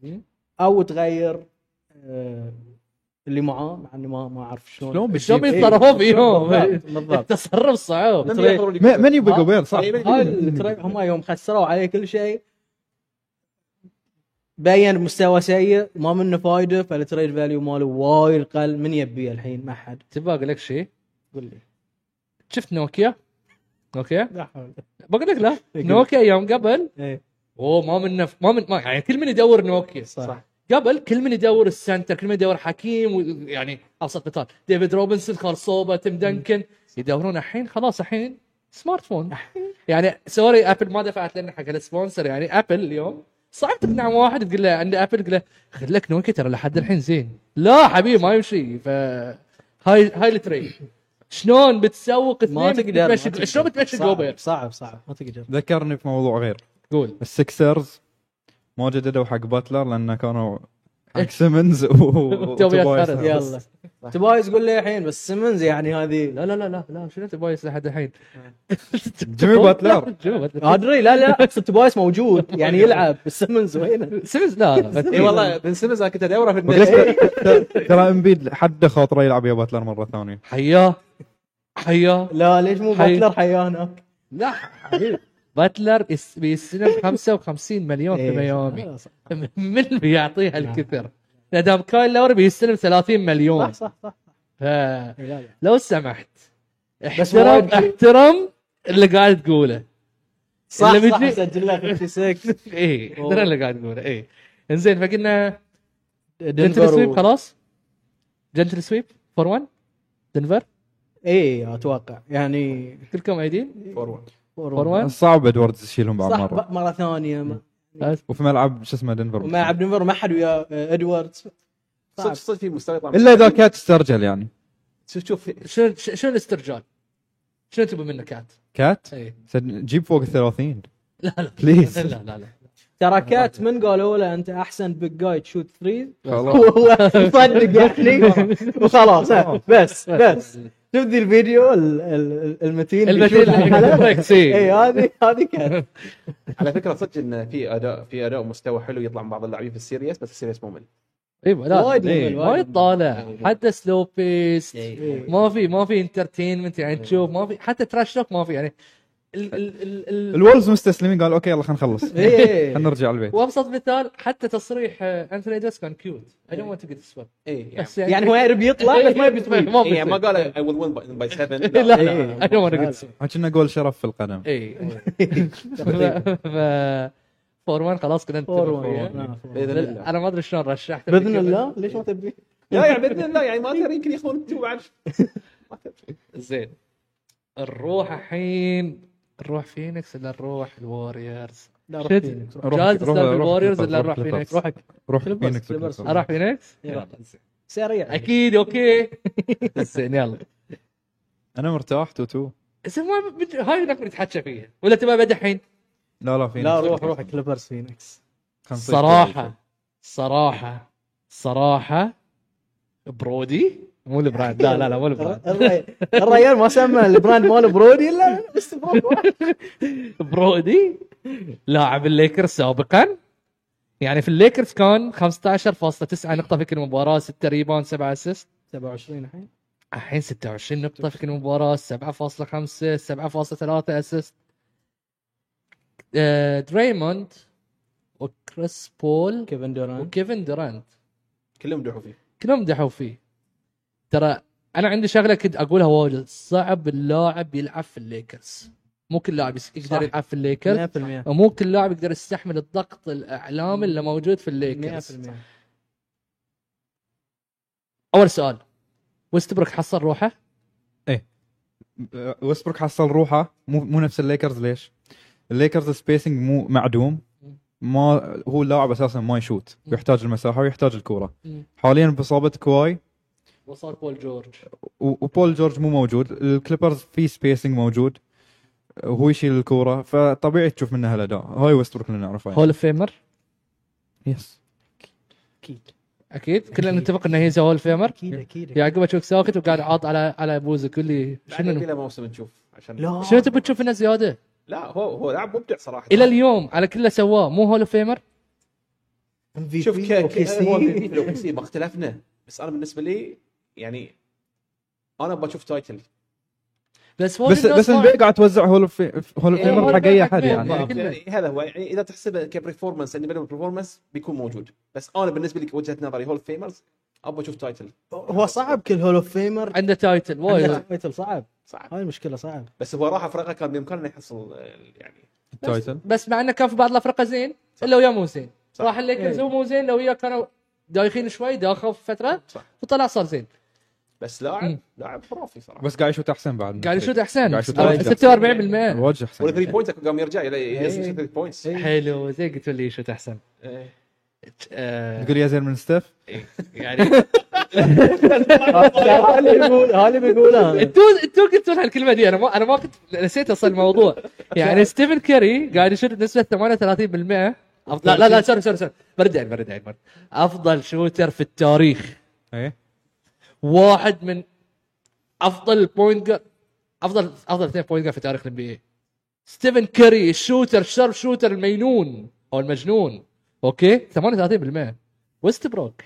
C: إيه. او تغير آه، اللي معاه مع اني ما ما اعرف شلون
D: شلون
C: إيه.
A: شلون
D: بتجيب؟
A: يتصرفون فيهم
C: بالضبط، بالضبط
A: التصرف صعب
B: من بيخبروا لك؟
D: م- من يبي قبيل صح
B: إيه، من
C: طيب، هاي التريب هم يوم خسروا عليه كل شيء بين مستوى سيء ما منه فايده فالتريد فاليو ماله وايد قل من يبيه الحين ما حد
A: تبغى اقول لك شيء
C: قول لي
A: شفت نوكيا نوكيا
C: لا حول
A: بقول لك لا
C: إيه،
A: نوكيا يوم قبل
C: ايه
A: اوه ما من نف... ما من ما يعني كل من يدور نوكيا
C: صح
A: قبل كل من يدور السنتر كل من يدور حكيم و... يعني ابسط مثال ديفيد روبنسون خرصوبه تيم دنكن يدورون الحين خلاص الحين سمارت
C: نعم.
A: فون يعني سوري ابل ما دفعت لنا حق السبونسر يعني ابل اليوم صعب تقنع واحد تقول له عند ابل تقول له خذ لك نوكيا ترى لحد الحين زين لا حبيبي ما يمشي ف هاي هاي التريد شلون بتسوق اثنين
C: ما تقدر ما
A: بتمشي-
C: تقدر.
A: شلون بتمشي
C: صعب،
A: جوبير
C: صعب صعب ما تقدر
D: ذكرني في موضوع غير
A: قول
D: السكسرز ما جددوا حق باتلر لان كانوا حق سيمنز وتوبياس
A: هارس.
D: هارس.
C: يلا تبايز قول لي الحين بس سيمنز يعني هذه
A: لا لا لا لا لا شنو انت بايس لحد الحين
D: جيمي باتلر.
A: جيمي باتلر
C: ادري لا لا اقصد تبايز موجود يعني يلعب بس سيمنز وينه
A: سيمز لا لا
B: اي والله بن سيمنز انا كنت ادوره في
D: بقول
B: النت.
C: إيه.
D: لك ترى- ترى امبيد حد خاطره يلعب يا باتلر مره ثانيه
A: حياه حياه
C: لا ليش مو
A: حي.
C: باتلر حياه هناك
A: لا حبيبي. باتلر يس- بيستلم 55 مليون في
C: إيه.
A: ميامي
C: لا، صح
A: من بيعطيها الكثر لا دام كايل لاوري بيستلم 30
C: صح
A: مليون
C: صح, صح.
A: فلو
C: لا، لا.
A: سمحت
C: بس
A: احترم
C: وايد-
A: احترم اللي قاعد تقوله
C: صح
A: اللي
C: صح
A: بيجي-
C: سجل لها 56
A: ايه
C: أوه.
A: احترم اللي قاعد تقوله ايه انزين فقلنا جنتل
C: دنفر
A: سويب
C: و-
A: خلاص جنتل سويب 4 1 دنفر
C: ايه اتوقع يعني
A: كلكم ايدين
B: فورورد.
A: 4 1
D: صعب ادواردز يشيلهم بعد
C: صح
D: مره
C: ب- مره ثانيه ما-
D: وفي ملعب شو اسمه دنفر
C: ملعب دنفر ما حد ويا آه، ادواردز
B: صدق
C: صعب.
B: صدق في مستوى طعم.
D: الا اذا كات استرجل يعني
B: شوف شوف
A: شنو شنو الاسترجال؟ شنو تبي منه كات؟
D: كات
C: إيه.
A: اي
D: سد- جيب فوق ال 30
A: لا لا
D: Please.
A: لا إيه، لا لا
C: ترى كات من قالوا له انت احسن بيج جاي تشوت ثري
D: خلاص
C: وهو صدق يعني وخلاص ها، بس بس شوف ذي الفيديو ال- ال- المتين
A: المثيل
C: إيه،
A: البريكس
C: اي
A: إي.
C: هذه هذه كانت
B: على فكره صدق ان في اداء في اداء ومستوى حلو يطلع من بعض اللاعبين في السيريس بس السيريس ممل
A: اي إيه، لا
C: وايد
A: إي.
C: ممل، وايد
A: وايد
C: ممل.
A: طالع حتى سلو بيست
C: إي.
A: ما في ما في انترتينمنت يعني تشوف ما في حتى تراش توك ما في يعني ال ال ال- ال
D: الولفز مستسلمين قالوا اوكي يلا خلينا نخلص
C: اي
D: خلينا نرجع البيت
A: وابسط مثال حتى تصريح آه، انثوني ديس كان كيوت اي دونت ونت تو جيت سويب
B: اي يعني-
A: بس
C: يعني هو يقرب يطلع بس ما يبي يطلع إيه.
A: ما
B: يعني ما
A: بيصير.
B: قال اي ويل وين باي 7
A: لا
B: لا
A: لا اي دونت ونت تو جيت
D: كنا جول شرف في القدم
A: اي إيه. ف 4 1 خلاص كنا نتفق فيها.
B: باذن الله
A: انا ما ادري شلون رشحت
C: باذن نعم. الله ليش ما تبي؟
B: لا يعني باذن الله يعني ما تدري يمكن ياخذون انتم بعد
A: زين نروح الحين نروح فينيكس ولا نروح الوريورز؟
C: لا روح
A: شد.
C: فينيكس روح.
D: روح-
A: جاهز
D: روح-
A: نستقبل
D: روح
A: الوريورز
D: كليبرز،
A: ولا نروح
D: روح
A: فينيكس؟
C: روح
D: روح
C: كليبرز،
D: فينيكس
C: كليبرز.
D: الكليبرز.
A: اروح فينيكس؟
C: يلا.
A: يلا، زين.
C: سريع
A: اكيد اوكي زين يلا
D: انا مرتاح توتو
A: زين ما بد- هاي نقدر نتحكى فيها ولا تبغى بعد الحين؟
D: لا لا فينيكس
C: لا روح روح كليبرز فينيكس
D: خمسة
A: صراحة صراحة صراحة برودي مو البراند لا لا لا مو البراند
C: الري- الريال ما سمى البراند مال برودي الا بس برودي واحد.
A: برودي لاعب الليكرز سابقا يعني في الليكرز كان 15.9 نقطة في كل مباراة 6 ريباوند 7 اسيست
C: 27 الحين
A: الحين 26 نقطة في كل مباراة 7.5 7.3 اسيست آه، دريموند وكريس بول
C: كيفن دوران
A: وكيفن دورانت
B: كلهم مدحوا فيه
A: كلهم مدحوا فيه ترى انا عندي شغله كنت اقولها واجد صعب اللاعب يلعب في الليكرز مو كل لاعب يس- يقدر
C: صح.
A: يلعب في الليكرز
C: 100%
A: ومو كل لاعب يقدر يستحمل الضغط الاعلامي اللي موجود في الليكرز
C: 100%
A: اول سؤال ويستبروك حصل روحه
D: أه، ويسبروك حصل روحه مو مو نفس الليكرز ليش؟ الليكرز سبيسنج مو معدوم ما هو اللاعب اساسا ما يشوت
A: مم.
D: يحتاج المساحه ويحتاج الكوره
A: مم.
D: حاليا باصابه كواي
A: وصار بول جورج
D: و- وبول جورج مو موجود الكليبرز في سبيسنج موجود وهو يشيل الكوره فطبيعي تشوف منه هالاداء هاي ويستبروك اللي نعرفه يعني.
A: هول اوف فيمر
D: يس
C: اكيد
A: اكيد كلنا نتفق انه هيز هول اوف فيمر
C: اكيد اكيد
A: يعقوب اشوف ساكت وقاعد عاط على على بوزه كلي
B: شنو
A: شنو
B: الى موسم نشوف عشان
C: لا
A: شنو تبي تشوف انه زياده؟
B: لا هو هو لاعب مبدع صراحه
A: الى اليوم على كله سواه مو هول اوف فيمر
C: MVP
B: شوف ك...
C: أوكي،
B: ك... هو
C: سي.
B: MVP لو كي سي ما اختلفنا بس انا بالنسبه لي يعني انا ابغى اشوف تايتل
A: بس واجد
D: بس
A: ناس
D: بس
A: ما-
D: البيع قاعد توزع هول اوف هول اوف
A: إيه، هول
D: فيمر
A: أوف
D: حق اي
A: فيمر
D: احد
A: حق
D: يعني
A: أي أحد. كلمة.
B: هذا هو يعني اذا تحسبه كبرفورمانس اندبندنت برفورمانس بيكون موجود بس انا بالنسبه لي وجهه نظري هول فيمرز ابغى اشوف تايتل
C: هو صعب كل هول اوف فيمر
A: عنده تايتل وايد
C: تايتل صعب
B: صعب
C: هاي المشكله صعب
B: بس هو راح فرقه كان بامكانه يحصل آه، يعني
D: التايتل
A: بس مع انه كان في بعض الافرقه زين الا وياه مو زين
B: صح.
A: راح الليكرز
C: إيه.
A: هو مو زين لو وياه كانوا دايخين شوي داخل في فتره
B: صح
A: وطلع صار زين
B: بس
A: مم.
B: لاعب لاعب خرافي صراحه
D: بس قاعد يشوت احسن بعد
A: قاعد يشوت أه، احسن
D: قاعد يشوت
A: أو
D: وايد
A: 46%
D: واجد
B: ولا 3
D: احسن
B: بوينت قام يرجع إلى- يسجل 3 بوينتس
A: حلو زين قلت لي يشوت احسن
B: إيه.
A: آه،
D: تقول يا زين من ستيف
A: يعني
C: هذا اللي بيقول هذا اللي بيقوله
A: انتوا انتوا قلتوا لها الكلمه دي انا ما انا ما كنت نسيت اصلا الموضوع يعني ستيفن كاري قاعد يشوت بنسبه 38% افضل لا لا سوري سوري سوري برد عين برد عين برد. افضل شوتر في التاريخ
D: ايه
A: واحد من افضل البوينت جارد افضل افضل اثنين بوينت جارد في تاريخ الان بي ستيفن كاري الشوتر الشرب شوتر المينون او المجنون اوكي 38% ويست بروك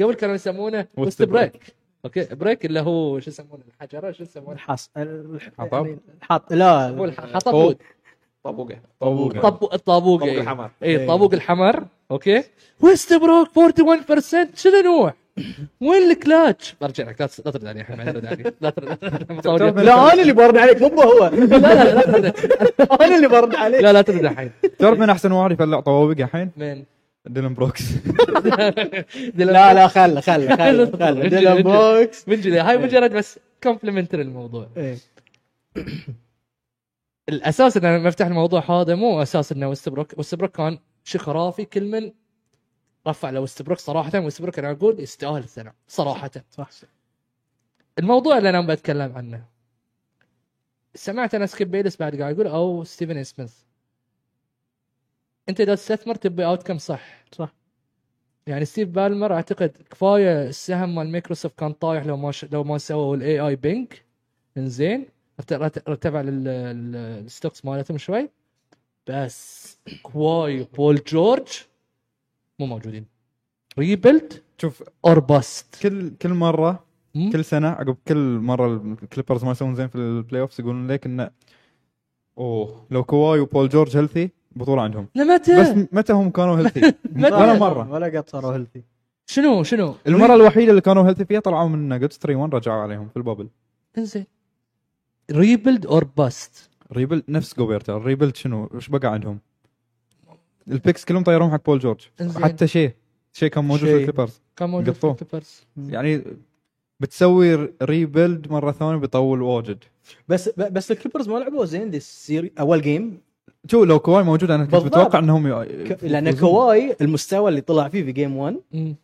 A: قبل كانوا يسمونه ويست
D: ويستبروك.
A: بريك اوكي بريك اللي هو شو يسمونه الحجره شو يسمونه
C: الحص
D: حطب؟
C: الحطب الحط لا
A: هو الح- حطبوه
D: أو-
B: طابوقه
D: طابوقة.
A: طب الطابوق
B: آه، طابوق
A: اي
B: الحمر. إيه.
A: اي
C: إي.
A: الطابوق الحمر اوكي ويست بروك 41% شنو نوع؟ وين الكلاتش؟ برجع لك لا تس- لا ترد علي يا حمد لا ترد علي لا ترد لا ترد-
C: لا انا اللي برد عليك مو هو
A: لا لا لا ترد
C: انا اللي برد عليك
A: لا لا ترد الحين
D: تعرف من احسن واحد يفلع طوابق الحين
A: من
D: ديلن بروكس
C: لا لا خله خله خله خله ديلان بروكس
A: من جلي هاي مجرد بس كومبلمنتري الموضوع
C: إيه.
A: الاساس ان انا مفتح الموضوع هذا مو اساس انه وستبروك وستبروك كان شيء خرافي كل من رفع له وستبروك صراحه وستبروك انا اقول يستاهل الثناء صراحه
C: صح
A: الموضوع اللي انا بتكلم عنه سمعت انا سكيب بيلس بعد قاعد يقول او ستيفن سميث انت اذا تستثمر تبي اوت كم صح
C: صح.
A: يعني ستيف بالمر اعتقد كفايه السهم مال مايكروسوفت كان طايح لو ما ش... لو ما سووا الاي اي بينك انزين ارت- ارت- ارتفع لل- ال- الستوكس مالتهم شوي بس كواي بول جورج مو موجودين ريبلد
D: شوف
A: اور باست
D: كل كل مره
A: مم.
D: كل سنه عقب كل مره الكليبرز ما يسوون زين في البلاي اوفز يقولون لك انه اوه لو كواي وبول جورج هيلثي بطوله عندهم
A: متى
D: بس م- متى هم كانوا هيلثي؟ ولا مره
C: ولا قد صاروا هيلثي
A: شنو شنو
D: المره الوحيده اللي كانوا هيلثي فيها طلعوا من ناجتس 3 1 رجعوا عليهم في البابل
A: انزين ريبلد اور باست
D: ريبل نفس جوبيرتا الريبل شنو ايش بقى عندهم؟ البيكس كلهم طيرهم حق بول جورج
A: إنزين.
D: حتى شيء شيء كان موجود
C: شيء.
D: في الكليبرز
A: كان موجود في
D: قطوه.
A: الكليبرز
D: يعني بتسوي ريبيلد مره ثانيه بيطول واجد
C: بس ب- بس الكليبرز ما لعبوا زين دي السيري اول جيم
D: شو لو كواي موجود انا كنت
C: بالضبط.
D: متوقع انهم
C: ك- لان كواي المستوى اللي طلع فيه في جيم 1
A: مم.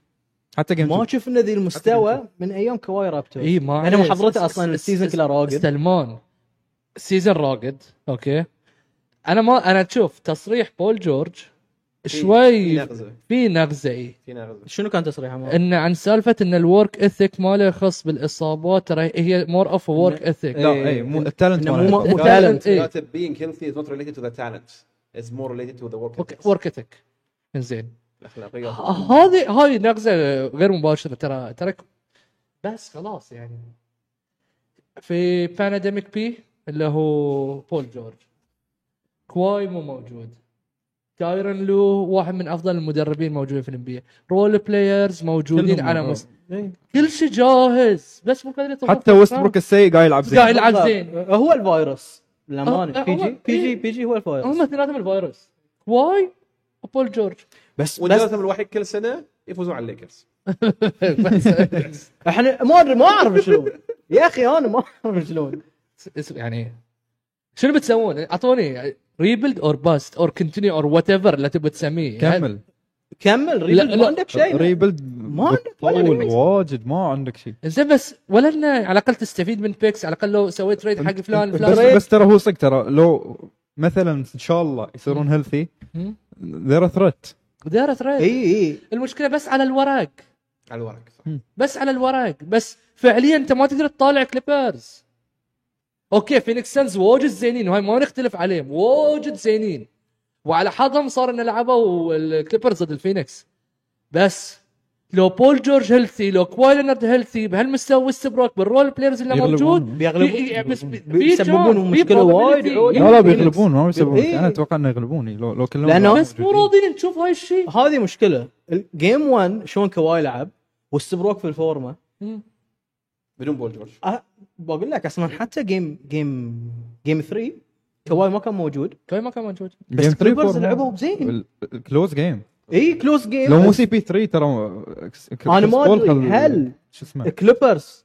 D: حتى جيم
C: ما
D: ما
C: شفنا ذي المستوى من ايام كواي رابتور
A: اي إيه، ما
C: انا
A: عليه.
C: محضرته
A: س-
C: اصلا
A: س-
C: السيزون
A: س-
C: كله راقد
A: سلمان سيزون راقد اوكي انا ما انا تشوف تصريح بول جورج
B: في
A: شوي
B: نغزه
A: في نغزه اي
B: في نغزه
C: شنو كان تصريحه مالك؟
A: ان عن سالفه ان الورك اثيك ماله يخص بالاصابات ترى هي مور اوف ورك اثيك
C: إيه.
D: لا اي مو التالنت
C: إنه
D: مالها.
C: مو- مو-
A: talent, إيه.
B: كاتب being healthy is not related to the talent it's more related to the work ethic.
A: ورك اثيك زين
B: الاخلاقيه
A: هذه هاي نغزه غير مباشره ترى ترى بس خلاص يعني في باناديميك بي اللي هو بول جورج كواي مو موجود تايرن لو واحد من افضل المدربين موجودين في الانبياء رول بلايرز موجودين
D: كلهم
A: على
D: موجود.
A: مستوى
C: إيه.
A: كل شيء جاهز بس مو قادر
D: حتى ويست بروك السيء قاعد يلعب زين
A: قاعد يلعب زين
C: هو الفيروس
A: أه،
C: للامانه
A: أه،
C: بي
A: هو-
C: جي بي جي
A: إيه.
C: بي جي هو
A: هم
C: الفيروس
A: اثنيناتهم الفيروس كواي وبول جورج
C: بس بس
B: وجهتهم الوحيد كل سنه يفوزون على الليكرز
A: بس
C: احنا ما ادري ما اعرف شلون يا اخي انا ما اعرف شلون
A: اس- يعني شنو بتسوون؟ اعطوني ريبلد اور باست اور كونتينيو اور وات ايفر اللي تبي تسميه
D: كمل
C: كمل
A: لا،
C: ريبل
A: لا.
C: ما عندك شيء
D: ريبيلد
C: ما عندك ولا
D: بتطول
C: remix.
D: واجد ما عندك شيء
A: زين بس ولا انه على الاقل تستفيد من بيكس على الاقل لو سويت تريد حق فلان
D: بس
A: فلان
D: بس ترى هو صدق ترى لو مثلا ان شاء الله يصيرون هيلثي ذير ثريت
A: دايره تريد
C: اي اي
A: المشكله بس على الورق
B: على الورق
A: بس على الورق بس فعليا انت ما تقدر تطالع كليبرز اوكي فينيكس سانز واجد زينين وهاي ما نختلف عليهم واجد زينين وعلى حظهم صار ان لعبوا الكليبرز ضد الفينيكس بس لو بول جورج هيلثي لو كواي لينارد هيلثي بهالمستوى وستبروك بالرول بلايرز اللي
D: يغلبون.
A: موجود
C: بيغلبون-
A: بي- بس- بي-
C: بيسببون
A: في chance، في
C: مشكلة وايد
A: probability.
C: عود.
D: لا لا
C: Phoenix.
D: بيغلبون ما بيسوون
C: إيه.
D: انا اتوقع انه يغلبون لو لو كلهم
C: لأنه-
A: بس مو راضين نشوف هاي الشيء
C: هذه مشكله الجيم 1 شلون كواي لعب واستبروك في الفورمه
B: بدون بول جورج
C: أه بقول لك اصلا حتى جيم جيم جيم 3 كواي ما كان موجود
A: كواي طيب، ما كان موجود
C: بس كليبرز لعبوا بزين إيه.
D: كلوز جيم
C: اي كلوز جيم
D: لو مو سي بي 3 ترى
C: أنا ما
D: كريس بول
C: أدري،
D: خل-
C: هل
D: شو اسمه
C: الكليبرز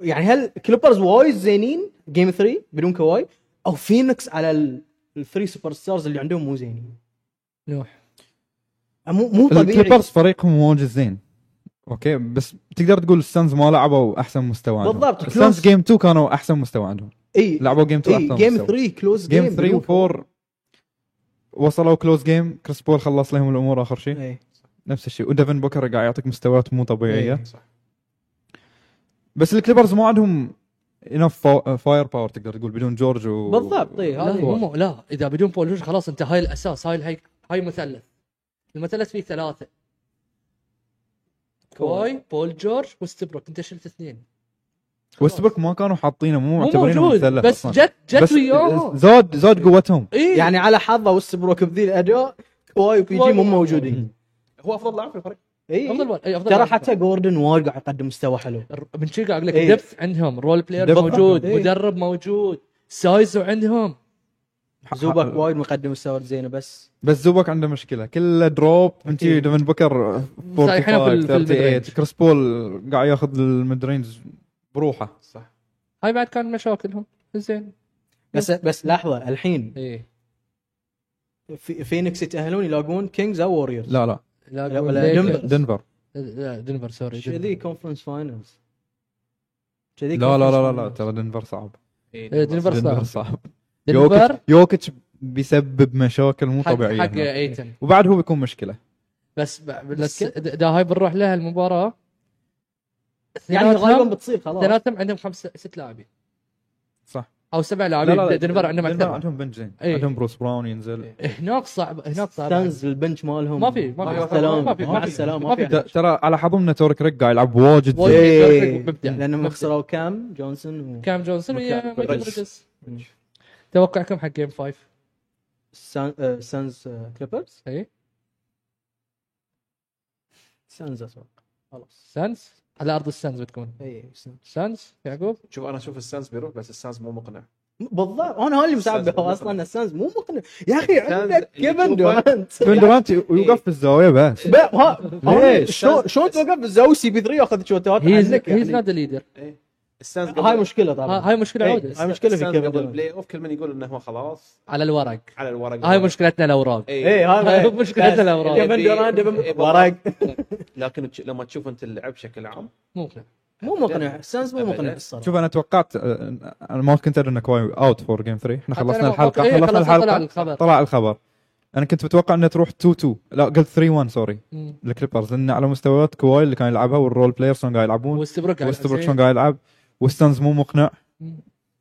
C: يعني هل الكليبرز وايد زينين جيم 3 بدون كواي او فينيكس على الثري سوبر ستارز اللي عندهم مو زينين أه،
A: نوح
C: مو مو طبيعي
D: الكليبرز فريقهم واجد زين اوكي بس تقدر تقول السانز ما لعبوا احسن مستوى عندهم
C: بالضبط،
D: السانز
C: كلوز.
D: جيم 2 كانوا احسن مستوى عندهم
C: اي
D: لعبوا جيم 2
C: اي
D: احسن
C: جيم
D: مستوى.
C: 3 كلوز جيم
D: جيم 3 و4 وصلوا كلوز جيم كريس بول خلص لهم الامور اخر
C: إيه.
D: شيء نفس الشيء وديفن بوكر قاعد يعطيك مستويات مو طبيعيه
C: إيه.
B: صح
D: بس الكليبرز ما عندهم انف فاير باور تقدر تقول بدون جورج و
C: بالضبط اي
A: لا
C: هذه
A: هم لا اذا بدون بول جورج خلاص انت هاي الاساس هاي هاي هاي مثلث المثلث فيه ثلاثه كواي بول جورج وستبروك انت شلت اثنين
D: وستبروك ما كانوا حاطينه مو
A: مو
D: معتبرينه
A: موجود
D: مثلث
A: بس
D: أصلاً.
A: جت جت
D: بس
A: وياهم
D: زاد زاد قوتهم
A: اي
C: يعني على حظه واستبروك بذي الاداء كواي وبي جي مو موجودين
B: هو افضل لاعب في الفريق
C: اي
A: افضل واحد- إي، افضل
C: ترى
A: واحد.
C: حتى جوردن وايد قاعد يقدم مستوى حلو
A: الر- إيه، من شي قاعد اقول لك
C: إيه.
A: دبث عندهم رول بلاير
D: دبث.
A: موجود
C: إيه.
A: مدرب موجود سايزو عندهم
C: زوبك وايد مقدم مستوى زينه بس
D: آه، بس زوبك عنده مشكله كله دروب انت
C: أكيد.
D: ديفن بوكر
A: صايحينه إيه. في ال-
D: 45
A: في الميد رينج.
D: 38 كريس بول قاعد ياخذ المدرينز بروحه
B: صح
A: هاي بعد كان مشاكلهم زين
C: بس بس لحظه الحين
A: اي
C: في فينيكس يتاهلون يلاقون كينجز او ووريرز
D: لا لا
A: لا
C: ولا
A: ليكرز.
C: دنفر.
D: دنفر
A: لا دنفر سوري
C: كذي كونفرنس فاينلز كذي
D: لا لا لا لا, لا ترى دنفر صعب
A: إيه، دنفر
D: دنفر
A: صعب.
D: صعب
A: دنفر
D: يوكيتش يوكيتش بيسبب مشاكل مو
A: حق
D: طبيعيه
A: حق
D: هناك.
A: ايتن
D: وبعد هو بيكون مشكله
A: بس ب- بس
C: بس
A: ده ده هاي بنروح لها المباراه
C: يعني غالبا
A: اثنيناتهم-
C: بتصير خلاص
A: اثنيناتهم عندهم خمسة ست لاعبين
D: صح
A: او سبع لاعبين دنفر عندهم
D: دنفر
A: اكثر
D: عندهم بنج زين
A: إيه.
D: عندهم بروس براون ينزل
A: هناك صعب هناك صعب
C: ستانز البنش مالهم
A: ما في- ما
C: مع
A: في-
C: السلامه
A: ما في- ما
C: مع
A: في-
C: السلامه
A: ما
C: ما
A: في-
C: في
D: ت- ترى على حظهم ان توري كريك قاعد يلعب واجد
A: وايد.
D: زين
C: إيه،
A: مبدع.
C: لانهم
A: مبدع.
C: خسروا كام جونسون
A: كام جونسون ويا
C: مكان-
A: مايكل
B: بريدج.
A: بريدجز توقعكم حق جيم 5
C: آه، وسانز كليبرز
A: اي
C: سانز اتوقع خلاص
A: سانس على ارض السانز بتكون
C: اي
A: سانز يعقوب
B: شوف انا اشوف السانز بيروح بس السانز مو مقنع
C: بالضبط انا هو اللي
B: السانز
C: مسبب
B: مو
C: هو اصلا السانز مو مقنع يا اخي
A: إيه،
C: عندك
B: اللي
C: كيفن
B: تشوفه-
C: دورانت
D: كيفن دورانت يوقف في الزاويه بس
C: ب- ها-
D: ليش؟
C: شلون شلون توقف بالزاويه سي بي 3 ياخذ شوتات عنك
A: هيز
C: يعني
A: نوت ليدر
B: السانز
C: هاي مشكله طبعا
A: هاي مشكله
C: إيه.
A: عوده
C: هاي مشكلة في
B: السانز
C: كيفن
B: قبل
C: دورانت.
B: البلاي اوف كل من يقول انه هو خلاص
A: على الورق
B: على الورق
A: هاي مشكلتنا الاوراق
B: اي
C: اي هاي
A: هاي مشكلتنا الأوراق.
C: إيه، آه، كيفن
B: إيه،
C: دورانت
B: بالضبط.
C: وراك
B: لكن تش- لما تشوف انت اللعب بشكل عام
A: ممكن
C: مو
B: إيه،
C: مقنع السانز مو مقنع
B: أبداً.
C: الصراحه
D: شوف انا توقعت آه، انا ما كنت ادري انه كواي اوت فور جيم 3 احنا
A: حتى أنا
D: خلصنا
A: ما
D: الحلقه
A: أتوقع- إيه،
D: خلصنا
A: خلصنا، طلع
D: الحلقه
A: الخبر.
D: طلع الخبر انا كنت متوقع انه تروح 2 2 لا قلت 3 1 سوري
A: مم.
D: الكليبرز لان على مستويات كواي اللي كان يلعبها والرول بلاير شلون قاعد يلعبون
A: واستبرك
D: وستبروك شلون قاعد يلعب وستنز مو مقنع
A: مم.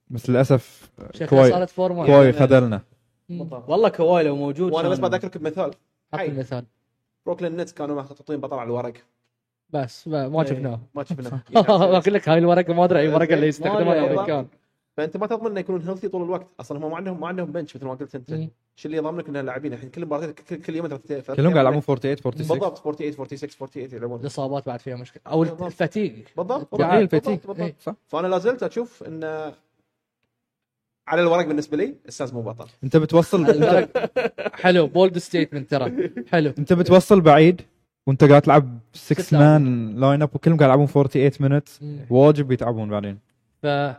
D: بس للاسف
A: كوي
D: كواي
A: صارت فورمه
D: كواي خذلنا
A: مم.
C: والله كواي لو موجود
B: وانا بس
C: كان-
B: بذكرك بمثال
A: اعطي مثال
B: بروكلين نتس كانوا محطوطين بطل على الورق
A: بس ما ما شفناه
B: ما شفنا
A: اقول لك هاي الورقه ما ادري اي ورقه اللي
B: ما
A: يستخدمها
B: أدري
A: الامريكان
B: فانت ما تضمن انه يكونون هيلثي طول الوقت اصلا هم ما عندهم ما عندهم بنش مثل ما قلت انت
D: إيه.
A: مم.
B: شو اللي يضمنك ان اللاعبين الحين كل مباراه كل, كل يوم ثلاث- ثلاث
D: كلهم قاعد يلعبون
B: أيام.
D: 48 46
B: بالضبط 48 46 48 يلعبون
A: الاصابات بعد فيها مشكله او
B: بالضبط.
A: الفتيق
B: بالضبط
D: يعني
B: بالضبط،
D: الفتيك.
B: بالضبط، بالضبط.
A: إيه.
D: صح
B: فانا لا زلت اشوف ان على الورق بالنسبه لي السانز مو بطل
D: انت بتوصل
A: حلو بولد ستيتمنت ترى حلو
D: انت بتوصل بعيد وانت قاعد تلعب 6
A: ستة.
D: مان لاين اب وكلهم قاعد يلعبون 48 مينت
A: مم.
D: واجب يتعبون بعدين
A: ف ان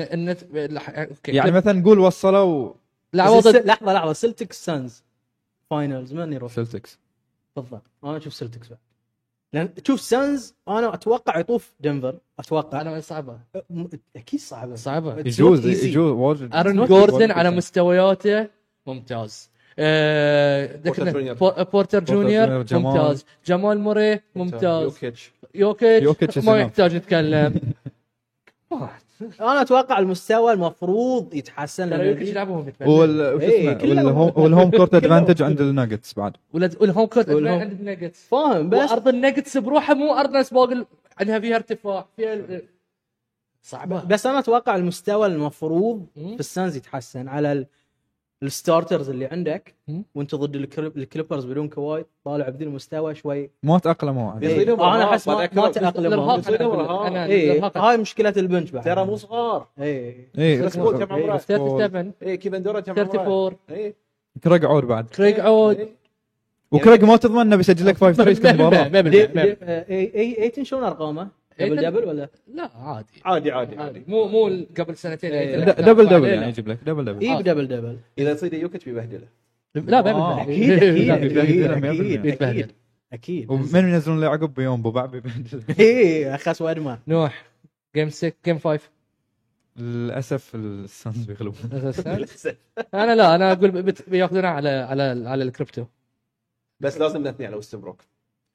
A: ان الح- اوكي
D: يعني مثلا نقول وصلوا
C: بس
A: العوض
C: الس- لحظه لحظه سلتك سانز فاينلز من يروح
D: سلتكس
C: بالضبط انا اشوف سلتكس بعد لان تشوف سانز انا اتوقع يطوف دنفر اتوقع
A: انا صعبه
C: م- اكيد صعبه
A: صعبه
C: It's
D: يجوز
C: not easy.
D: يجوز واجد
A: ارن
D: It's إيه. not
A: جوردن
D: easy.
A: على مستوياته ممتاز آه، دكنا-
B: جونيور.
A: بور- بورتر جونيور
D: جمال.
A: ممتاز جمال موري ممتاز
B: يوكيتش
A: يوكيتش
D: يوكيتش is
A: ما
D: enough.
A: يحتاج نتكلم
C: انا اتوقع المستوى المفروض يتحسن
A: ترى يوكيتش
C: لان
A: يلعبهم يتمنى.
D: وال وش
C: إيه،
D: اسمه؟
C: كلهم-
D: والهوم- والهوم كورت
C: كلهم-
D: ادفانتج عند الناجتس بعد
A: ولا والهوم كورت
C: والهوم-
A: عند النجتس
C: فاهم بس
A: وارض النجتس بروحها مو ارض ناس باقل عندها فيها ارتفاع فيها صعبه
C: بس انا اتوقع المستوى المفروض
A: مم.
C: في السانز يتحسن على ال... الستارترز اللي عندك
A: مم.
C: وانت ضد الكليب- الكليبرز بدون كواي طالع بدون المستوى شوي
D: ما تاقلموا عليه.
B: بيصير لهم
C: انا
B: أرهاق،
C: احس ما,
B: بعد
C: ما
B: أكل-
C: تاقلموا
A: الارهاق
B: يصير
A: أنا أقول لك.
B: الإرهاق.
A: انا
C: اي
A: الارهاق
C: هاي مشكله البنش بعد إيه.
B: ترى مو صغار
C: اي
D: ايه
B: كريس بول كم عمره؟
A: 37
B: اي كيفن دورانت كم عمره؟
A: 34
B: إيه.
D: كريج عور بعد
A: كريج عود
B: إيه.
D: وكريج
A: يعني-
D: ما تضمن انه بيسجل لك 5 3 كل مباراه
A: ما بنلعب، ما بنلعب.
C: اي اي ايتن إيه، شلون ارقامه؟ دبل
A: نعم. إيتن؟
C: دبل ولا؟
A: لا عادي
B: عادي عادي
A: عادي
B: عادي
A: مو مو قبل سنتين
C: إيه.
A: إيه.
D: د- دبل دبل
A: لا،
D: يعني يجيب لك دبل دبل
A: آه.
C: اي بدبل دبل
B: اذا يصير يوكيتش بيبهدله
A: لا ما
D: آه،
A: بنلعب.
C: اكيد اكيد
A: لا، بنلعب.
C: اكيد
D: بيبهدلها 100%.
C: اكيد اكيد
A: بيتبهدل.
C: اكيد
D: ومن ينزلون له عقب بيوم بو بعد بيبهدل.
C: اي اخس وادمان
A: نوح جيم 6 جيم 5
D: للاسف السانز بيغلبون
A: انا لا انا اقول بت- بياخذونها على على على الكريبتو
B: بس لازم نثني على وستن بروك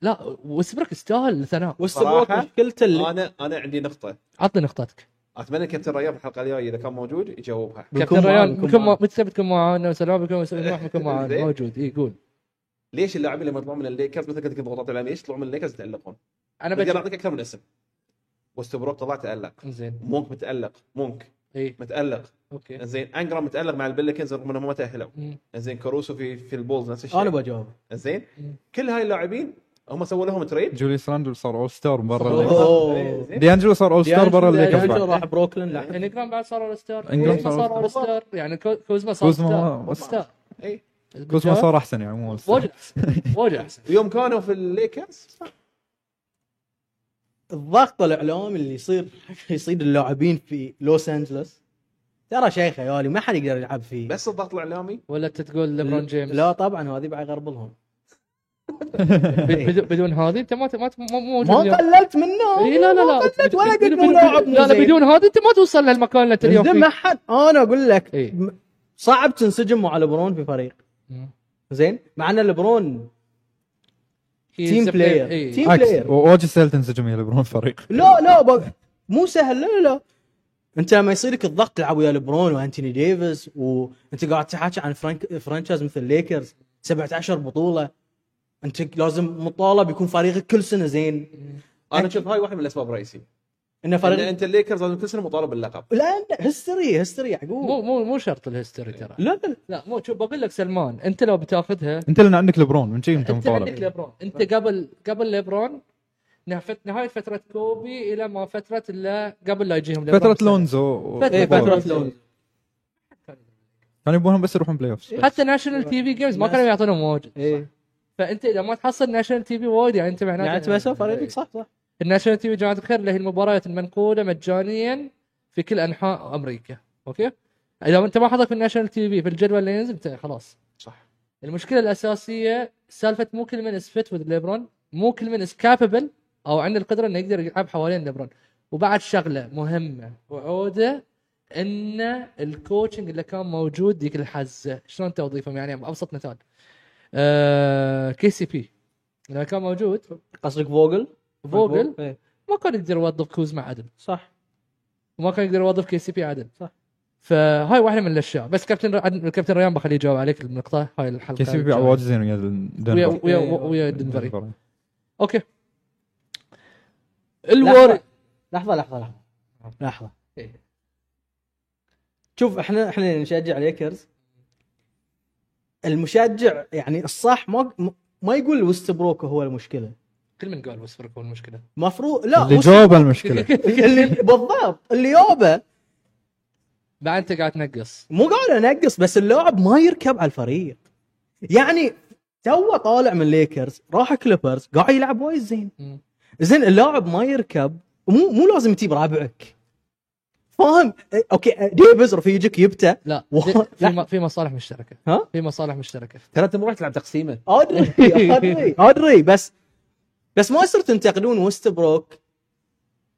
A: لا وسبرك يستاهل الثناء
C: والسبوك
B: صراحة،
C: مشكلته اللي
B: انا انا عندي نقطه
A: عطني نقطتك
B: اتمنى كابتن رياض الحلقه الجايه اذا كان موجود يجاوبها
C: بنكون
A: كابتن
C: معانا،
A: ريان
C: بنكون
A: بنكون
C: معانا.
A: مع- متى بتكون معانا وسلام بكم نوح بكون معانا
B: زين.
A: موجود اي قول
B: ليش اللاعبين لما يطلعون من الليكرز مثل كنت ضغطات الاعلام ليش يطلعون من الليكرز يتالقون؟
A: انا
B: اقدر
A: بجي
B: اعطيك اكثر من اسم وستبروك طلع تالق
A: زين
B: مونك متالق مونك
A: اي
B: متالق
A: اوكي
B: زين انجرام متالق مع البلكنز رغم انهم ما تاهلوا
A: مم.
B: زين كاروسو في في البولز نفس الشيء
C: انا بجاوب
B: زين
A: مم.
B: كل هاي اللاعبين هم سووا لهم تريد
D: جوليس راندل صار اول ستار برا
A: صار.
D: الليكرز.
C: أوه.
B: زين؟
D: دي انجلو صار اول ستار برا الليكرز
C: ديانجلو
D: بعد
C: يعني راح بروكلين لا
A: انجرام يعني بعد صار اول ستار
D: إنجرام
A: كوزما
D: صار
A: صار اول
D: أول
A: ستار يعني كو- كوزما صار
D: كوزما
A: ستار
D: هو-
A: ستار
B: إي.
D: كوزما صار احسن يعني مو أول ستار.
A: واجد أحسن. واجد احسن
B: ويوم كانوا في الليكرز
C: الضغط الاعلامي اللي يصير يصيد اللاعبين في لوس انجلوس ترى شيء خيالي ما حد يقدر يلعب فيه
B: بس الضغط الاعلامي
A: ولا انت تقول ليبرون جيمس
C: لا طبعا هذه بعد غرب لهم
A: بد- بدون- بدون هذه انت ما ت- ما ت- مو مو موجود
C: ما
A: اليوم.
C: قللت منه
A: إي لا لا لا
C: ما قلت ولا قلت
A: بدون-
C: مو لاعب
A: لا لا بدون هذه انت ما توصل للمكان اللي انت اليوم
C: بدون
A: فيه
C: ما حد انا اقول لك
A: إي.
C: م- صعب تنسجم مع لبرون في فريق
A: مم.
C: زين مع ان لبرون
A: He
C: تيم
A: is a
C: بلاير.
A: إي.
C: تيم-
D: عكس
C: بلاير.
D: واجد سهل تنسجم يا ليبرون فريق
C: لا لا ب... مو سهل لا لا لا انت لما يصيرك الضغط تلعب ويا لبرون وانتوني ديفيس وانت قاعد تحكي عن فرانك فرانشايز مثل ليكرز 17 بطوله انت لازم مطالب يكون فريقك كل سنه زين
B: انا اشوف هاي واحده من الاسباب الرئيسيه
C: انه
B: فرق
C: فريق
B: انت الليكرز لازم كل سنه مطالب باللقب
C: لان هيستوري هيستوري يعقوب
A: مو مو مو شرط الهيستوري ترى
C: لا لا
A: لا مو شوف بقول لك سلمان انت لو بتاخذها
D: انت لان عندك ليبرون من شي انت
A: انت عندك
D: مطالب
A: ليبرون انت قبل قبل ليبرون نهفت- نهايه فتره كوبي الى ما فتره الا قبل لا يجيهم ليبرون
D: فتره
A: بسنة.
D: لونزو و-
A: فترة
D: و-
C: اي فتره
A: لونزو.
C: لون
D: كانوا يبونهم بس يروحون بلاي اوف
A: حتى ناشونال تي في جيمز ما كانوا يعطونهم واجد
C: اي
A: فانت اذا ما تحصل ناشونال تي في وايد يعني انت معناته
C: إيه. يعني تبى سوف اريدك صح صح
A: الناشونال تي في جماعه الخير اللي هي المباريات المنقوله مجانيا في كل انحاء امريكا اوكي اذا انت ما حظك في الناشونال تي في في الجدول اللي ينزل انت خلاص
B: صح.
A: المشكله الاساسيه سالفه مو كل من از فيت وذ ليبرون مو كل من از كاببل او عنده القدره انه يقدر يلعب حوالين ليبرون وبعد شغله مهمه وعوده ان الكوتشنج اللي كان موجود ديك الحزه شلون توظيفهم يعني ابسط مثال آه كي سي بي لما كان موجود
C: قصدك فوجل
A: فوجل
C: إيه،
A: ما كان يقدر يوظف كوزما عدل
C: صح
A: وما كان يقدر يوظف كي سي بي عدل
C: صح.
A: فهاي واحده من الاشياء بس كابتن عدن... كابتن ريان بخليه يجاوب عليك المقطع هاي الحلقه
D: كي سي بي
A: الجاية.
D: واجد زين ويا
A: ويا
D: دنفر
A: ويا
C: إيه.
A: ويا دنفري
D: دنفر.
A: اوكي الوري
C: لحظه لحظه لحظه لحظه
A: إيه.
C: شوف احنا احنا اللي نشجع ليكرز المشجع يعني الصح ما ما يقول وستبروك هو المشكله
A: كل من قال وستبروك هو المشكله
C: مفروض لا
D: اللي
C: وست-
D: جاوب المشكله
C: اللي بالضبط اللي يابه
A: بعد انت قاعد تنقص
C: مو قاعد انقص بس اللاعب ما يركب على الفريق يعني تو طالع من ليكرز راح كليبرز قاعد يلعب وايد زين
A: مم.
C: زين اللاعب ما يركب مو مو لازم تجيب ربعك فاهم إيه، اوكي ديفيز رفيجك جبته
A: لا
C: والله.
A: في م... في مصالح مشتركه
C: ها؟
A: في مصالح مشتركه
B: ترى انت مو راح تلعب تقسيمه
C: ادري ادري ادري بس بس ما يصير تنتقدون وستبروك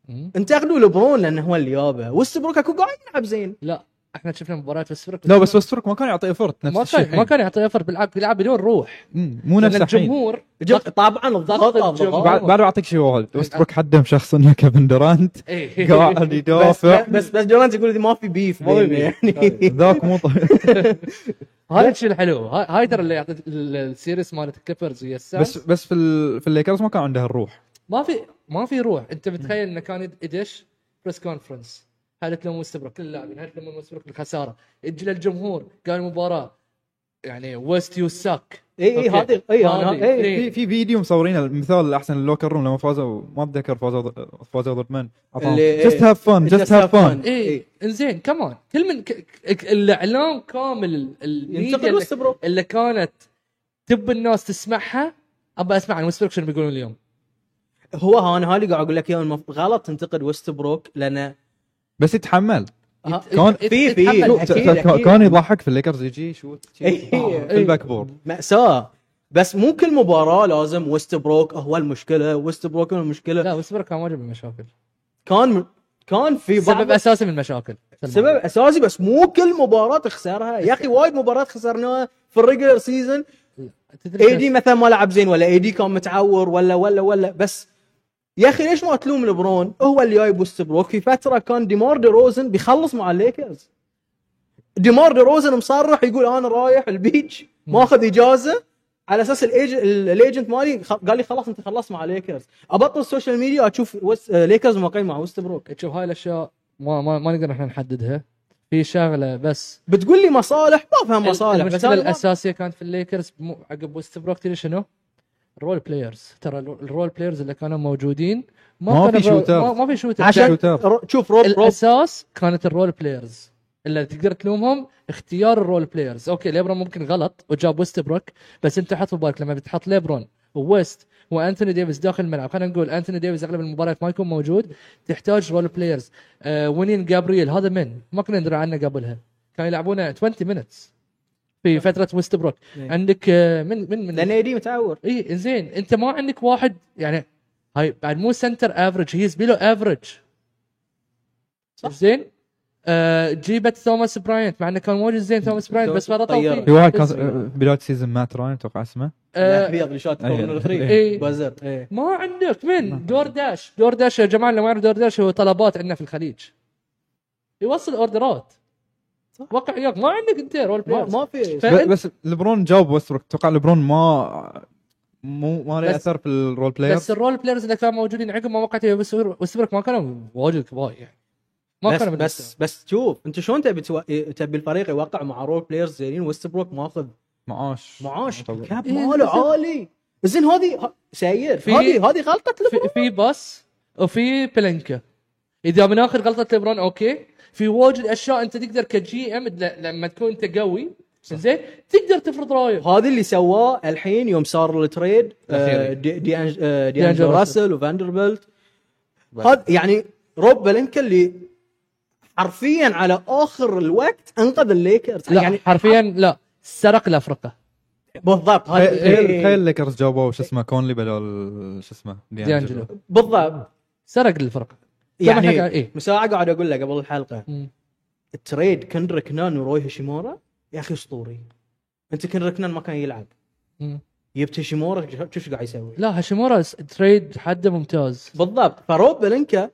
A: مم.
C: انتقدوا لبرون لانه هو اللي يابه وستبروك اكو قاعد يلعب زين
A: لا احنا شفنا مباريات وستبروك
D: لا بس وستروك ما كان يعطي افورت نفس
A: ما كان
D: الشيء
A: ما كان يعطي افر بيلعب بيلعب بدون روح
D: مم، مو
A: لأن
D: نفس الحين
A: الجمهور
C: جب- طبعا الضغط
A: الجمهور.
D: بعد
C: الضغط
D: بعد بعطيك شيء واحد وستبروك حدم شخص انه كيفن دورانت
A: ايه
D: قاعد
C: بس
D: يدافع
C: بس بس جورانت يقول دي ما في بيف
B: ما في طيب.
C: بيننا
B: بيف.
C: يعني
D: ذاك مو طبيعي
A: هاي الشيء الحلو هاي هاي ترى اللي يعطي ال- السيريس مالت الكليبرز ويا السانز
D: بس بس في ال... في الليكرز ما كان عنده الروح
A: ما في ما في روح انت متخيل انه كان يد- يدش بريس كونفرنس هل تلوم وستبروك كل اللاعبين هل تلوم وستبروك الخساره اجل الجمهور قال المباراه يعني ويست يو ساك
C: اي اي
A: أوكي.
C: هذه اي انا
A: هذه.
C: إي.
A: إيه.
D: في في فيديو مصورين المثال الاحسن اللوكر روم لما فازوا ما اتذكر فازوا ضد- فازوا ضد من
C: اللي-
D: جست هاف فن
C: Just
D: جست هاف
C: have fun.
D: فن
A: اي
C: إيه.
A: انزين كمان كل من ك... ك... الاعلام كامل ال- الميديا
C: ينتقد
A: اللي,
C: وستبروك
A: اللي كانت تب الناس تسمعها ابى اسمع عن وستبروك شنو بيقولون اليوم
C: هو ها انا هالي قاعد اقول لك اياه المف- غلط تنتقد وستبروك لانه
D: بس يتحمل
C: ها-
A: يت-
D: كان-
A: يت-
C: في- في-
A: يتحمل.
C: شوف، أكيد، أكيد.
D: كان يضحك في الليكرز يجي شوت
C: إيه.
D: في الباك بورد
C: مأساة بس مو كل مباراة لازم وستبروك هو المشكلة وستبروك هو المشكلة
A: لا وستبروك كان واجد من المشاكل
C: كان كان في بعض
A: سبب اساسي من المشاكل
C: سبب اساسي بس مو كل مباراة تخسرها يا اخي وايد مباريات خسرناها في الريجلر سيزون
A: تدري
C: اي إيه، دي مثلا ما لعب زين ولا اي دي كان متعور ولا ولا ولا بس يا اخي ليش ما تلوم لبرون هو اللي جايب وستبروك في فتره كان ديمار دي روزن بيخلص مع الليكرز ديمار دي روزن مصرح يقول انا رايح البيتش ماخذ اجازه على اساس الايج ال- الايجنت مالي خ- قال لي خلاص انت خلصت مع ليكرز ابطل السوشيال ميديا اشوف وس... آه، ليكرز موقعين مع وستبروك
A: تشوف هاي الاشياء ما ما, ما نقدر احنا نحددها في شغله بس
C: بتقول لي مصالح ما فهم مصالح بس
A: المشكله
C: أنا ما-
A: الاساسيه كانت في الليكرز مو- عقب ويست بروك تدري شنو؟ الرول بلايرز ترى الرو- الرول بلايرز اللي كانوا موجودين
D: ما
A: كانوا
D: في
A: الرو-
D: شوتر.
A: ما, ما في شوتر
C: عشان
D: شوتر.
C: رو- شوف روب روب
A: الاساس كانت الرول بلايرز اللي تقدر تلومهم اختيار الرول بلايرز اوكي ليبرون ممكن غلط وجاب ويست بروك بس انت حط في بالك لما بتحط ليبرون وويست وانتوني ديفيز داخل الملعب خلينا نقول انتوني ديفيز اغلب المباريات ما يكون موجود تحتاج رول بلايرز آه وينين جابرييل هذا من ما كنا ندري عنه قبلها كانوا يلعبونه 20 مينتس في فتره ويست بروك
C: إيه.
A: عندك آه من من من
C: لان اي دي متعور
A: اي زين انت إيه، ما عندك واحد يعني هاي بعد مو سنتر افريج هي بيلو افريج
C: صح.
A: زين آه جيبت توماس براينت مع انه كان واجد زين توماس براينت بس فرطوا
C: طيب، طيارة.
A: فيه
D: في واحد كان بدايه سيزون مات راين اتوقع اسمه
A: آه،
C: بيض لشات
D: أيه.
C: كورنر 3
A: إيه.
C: بازر ايه
A: ما عندك من دور داش دور داش يا جماعه اللي ما يعرف دور داش هو طلبات عندنا في الخليج يوصل اوردرات
C: صح.
A: وقع وياك ما عندك انت رول
C: ما,
A: بلايرز
C: ما في
A: فأنت-
D: ب- بس لبرون جاوب وستروك اتوقع لبرون ما مو ما له
A: بس-
D: اثر في الرول بلاير
A: بس الرول بلايرز اللي كانوا موجودين عقب ما وقعت يا وستبروك وستبروك ما كانوا واجد كبار يعني ما
C: بس
A: كانوا من
C: بس بس شوف انت شلون تبي تو... تبي الفريق يوقع مع رول بلايرز زينين ويستبروك ماخذ
D: معاش
C: معاش
D: طبعاً.
C: الكاب
A: إيه،
C: ماله عالي بس زين هذه ه- سير
A: في-
C: هذه هذه غلطه
A: في,
C: لبرون
A: في باص وفي بلنكا اذا بناخذ غلطه لبرون اوكي في واجد اشياء انت تقدر كجي ام ل- لما تكون انت قوي زين تقدر تفرض رايك
C: هذا اللي سواه الحين يوم صار التريد آه،
B: الأخير.
C: دي دي أنج- آه، دي انجلو
A: راسل.
C: راسل وفاندربلت هذا يعني روب بلينكا اللي حرفيا على اخر الوقت انقذ الليكرز
A: لا
C: يعني
A: يعني حرفيا لا سرق الافرقه
C: بالضبط هذا-
D: تخيل
C: إيه،
D: تخيل الليكرز جابوا شو اسمه كونلي بدل شو اسمه
A: ديانجلو
C: بالضبط
A: سرق الفرقه لما
C: يعني
A: حكى- إيه.
C: مساعة قاعد اقول لك قبل الحلقه
A: مم.
C: التريد كندريك نان وروي هشيمورا يا اخي اسطوري انت كندريك نان ما كان يلعب
A: مم.
C: جبت هشيمورا شوف شو قاعد يسوي
A: لا هاشيمورا س- تريد حده ممتاز
C: بالضبط فروب بلينكا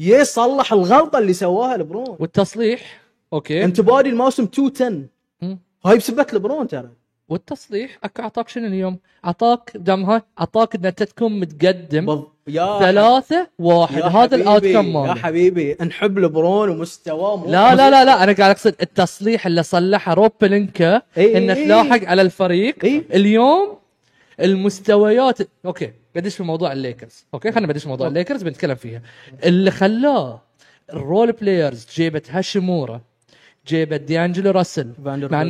C: يصلح الغلطه اللي سواها لبرون
A: والتصليح اوكي
C: انت بادي الموسم 210
A: إيه. مم.
C: هاي بسبه لبرون ترى
A: والتصليح اكو اعطاك شنو اليوم؟ اعطاك دام هاي اعطاك ان انت تكون متقدم
C: بض... يا
A: ثلاثة واحد
C: يا
A: هذا الاوت
C: حبيبي،
A: كم
C: يا
A: ماله
C: حبيبي نحب لبرون ومستواه مو-
A: لا لا لا لا انا قاعد اقصد التصليح اللي صلحه روب بلينكا
C: إي
A: انه
C: إي.
A: تلاحق على الفريق
C: إي.
A: اليوم المستويات اوكي بدش في موضوع الليكرز اوكي خلينا بدش في موضوع الليكرز بنتكلم فيها اللي خلاه الرول بلايرز جيبت هاشيمورا جيبت ديانجلو راسل
C: فاندربيلت.
A: مع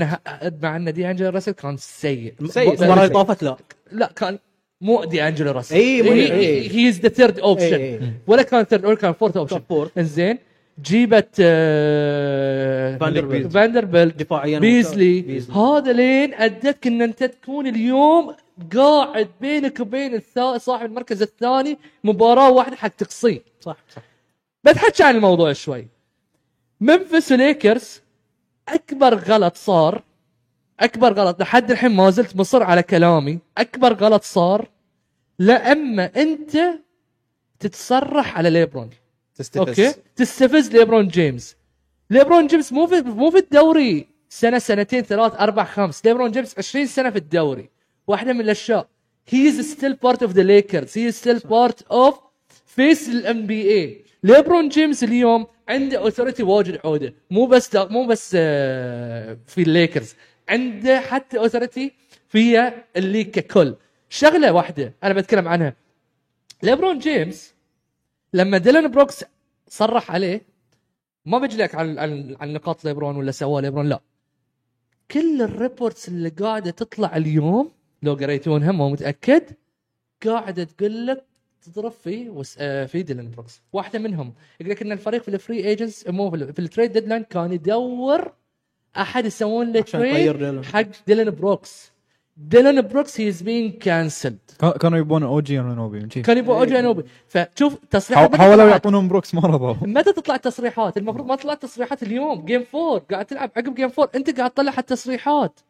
A: ان مع ان ديانجلو راسل كان سيء
B: سيء،
C: ب-
B: سيء،
C: ورا
B: سيء.
C: اضافه لا
A: لا كان مو دي انجلو راسل
C: إي، إيه، مو- إي.
A: هي از ذا ثيرد
C: إي،
A: اوبشن
C: إي.
A: ولا كان ثيرد ولا كان فورث اوبشن
C: إيه. كان fourth.
A: انزين جيبت آه،
C: فاندربيلت.
A: فاندربيلت
C: دفاعيا
A: بيزلي
C: ممتاز.
A: هذا لين ادتك ان انت تكون اليوم قاعد بينك وبين الثا- صاحب المركز الثاني مباراه واحده حق تقصيه
C: صح صح
A: بتحكي عن الموضوع شوي منفس وليكرز اكبر غلط صار اكبر غلط لحد الحين ما زلت مصر على كلامي اكبر غلط صار لما انت تتصرح على ليبرون
B: تستفز
A: اوكي تستفز ليبرون جيمس ليبرون جيمس مو في مو في الدوري سنه سنتين ثلاث اربع خمس ليبرون جيمس 20 سنه في الدوري واحده من الاشياء هي از ستيل بارت اوف ذا ليكرز هي ستيل بارت اوف فيس الام بي اي ليبرون جيمس اليوم عنده اوثوريتي واجد عوده مو بس دا مو بس آه، في الليكرز عنده حتى اوثوريتي في اللي ككل شغله واحده انا بتكلم عنها ليبرون جيمس لما ديلان بروكس صرح عليه ما بجي لك عن عن عن نقاط ليبرون ولا سواه ليبرون لا كل الريبورتس اللي قاعده تطلع اليوم لو قريتونها ما متاكد قاعده تقول لك تضرب في وس... آه، في ديلان بروكس واحده منهم يقول لك ان الفريق في الفري ايجنتس مو في ال- في التريد ديدلاين كان يدور احد يسوون له
C: عشان يطير
A: تريد
C: ديلان.
A: حق ديلان بروكس ديلان بروكس هي از بين كانسلد
D: كا- كانوا يبون او جي انوبي شي.
A: كان يبغى
C: إيه.
A: اوجي انوبي فشوف تصريحات
D: حاو-
A: متى
D: حاولوا
A: طلعت؟
D: يعطونهم بروكس ما رضوا
A: متى تطلع التصريحات؟ المفروض ما طلعت تصريحات اليوم جيم 4 قاعد تلعب عقب جيم 4 انت قاعد تطلع هالتصريحات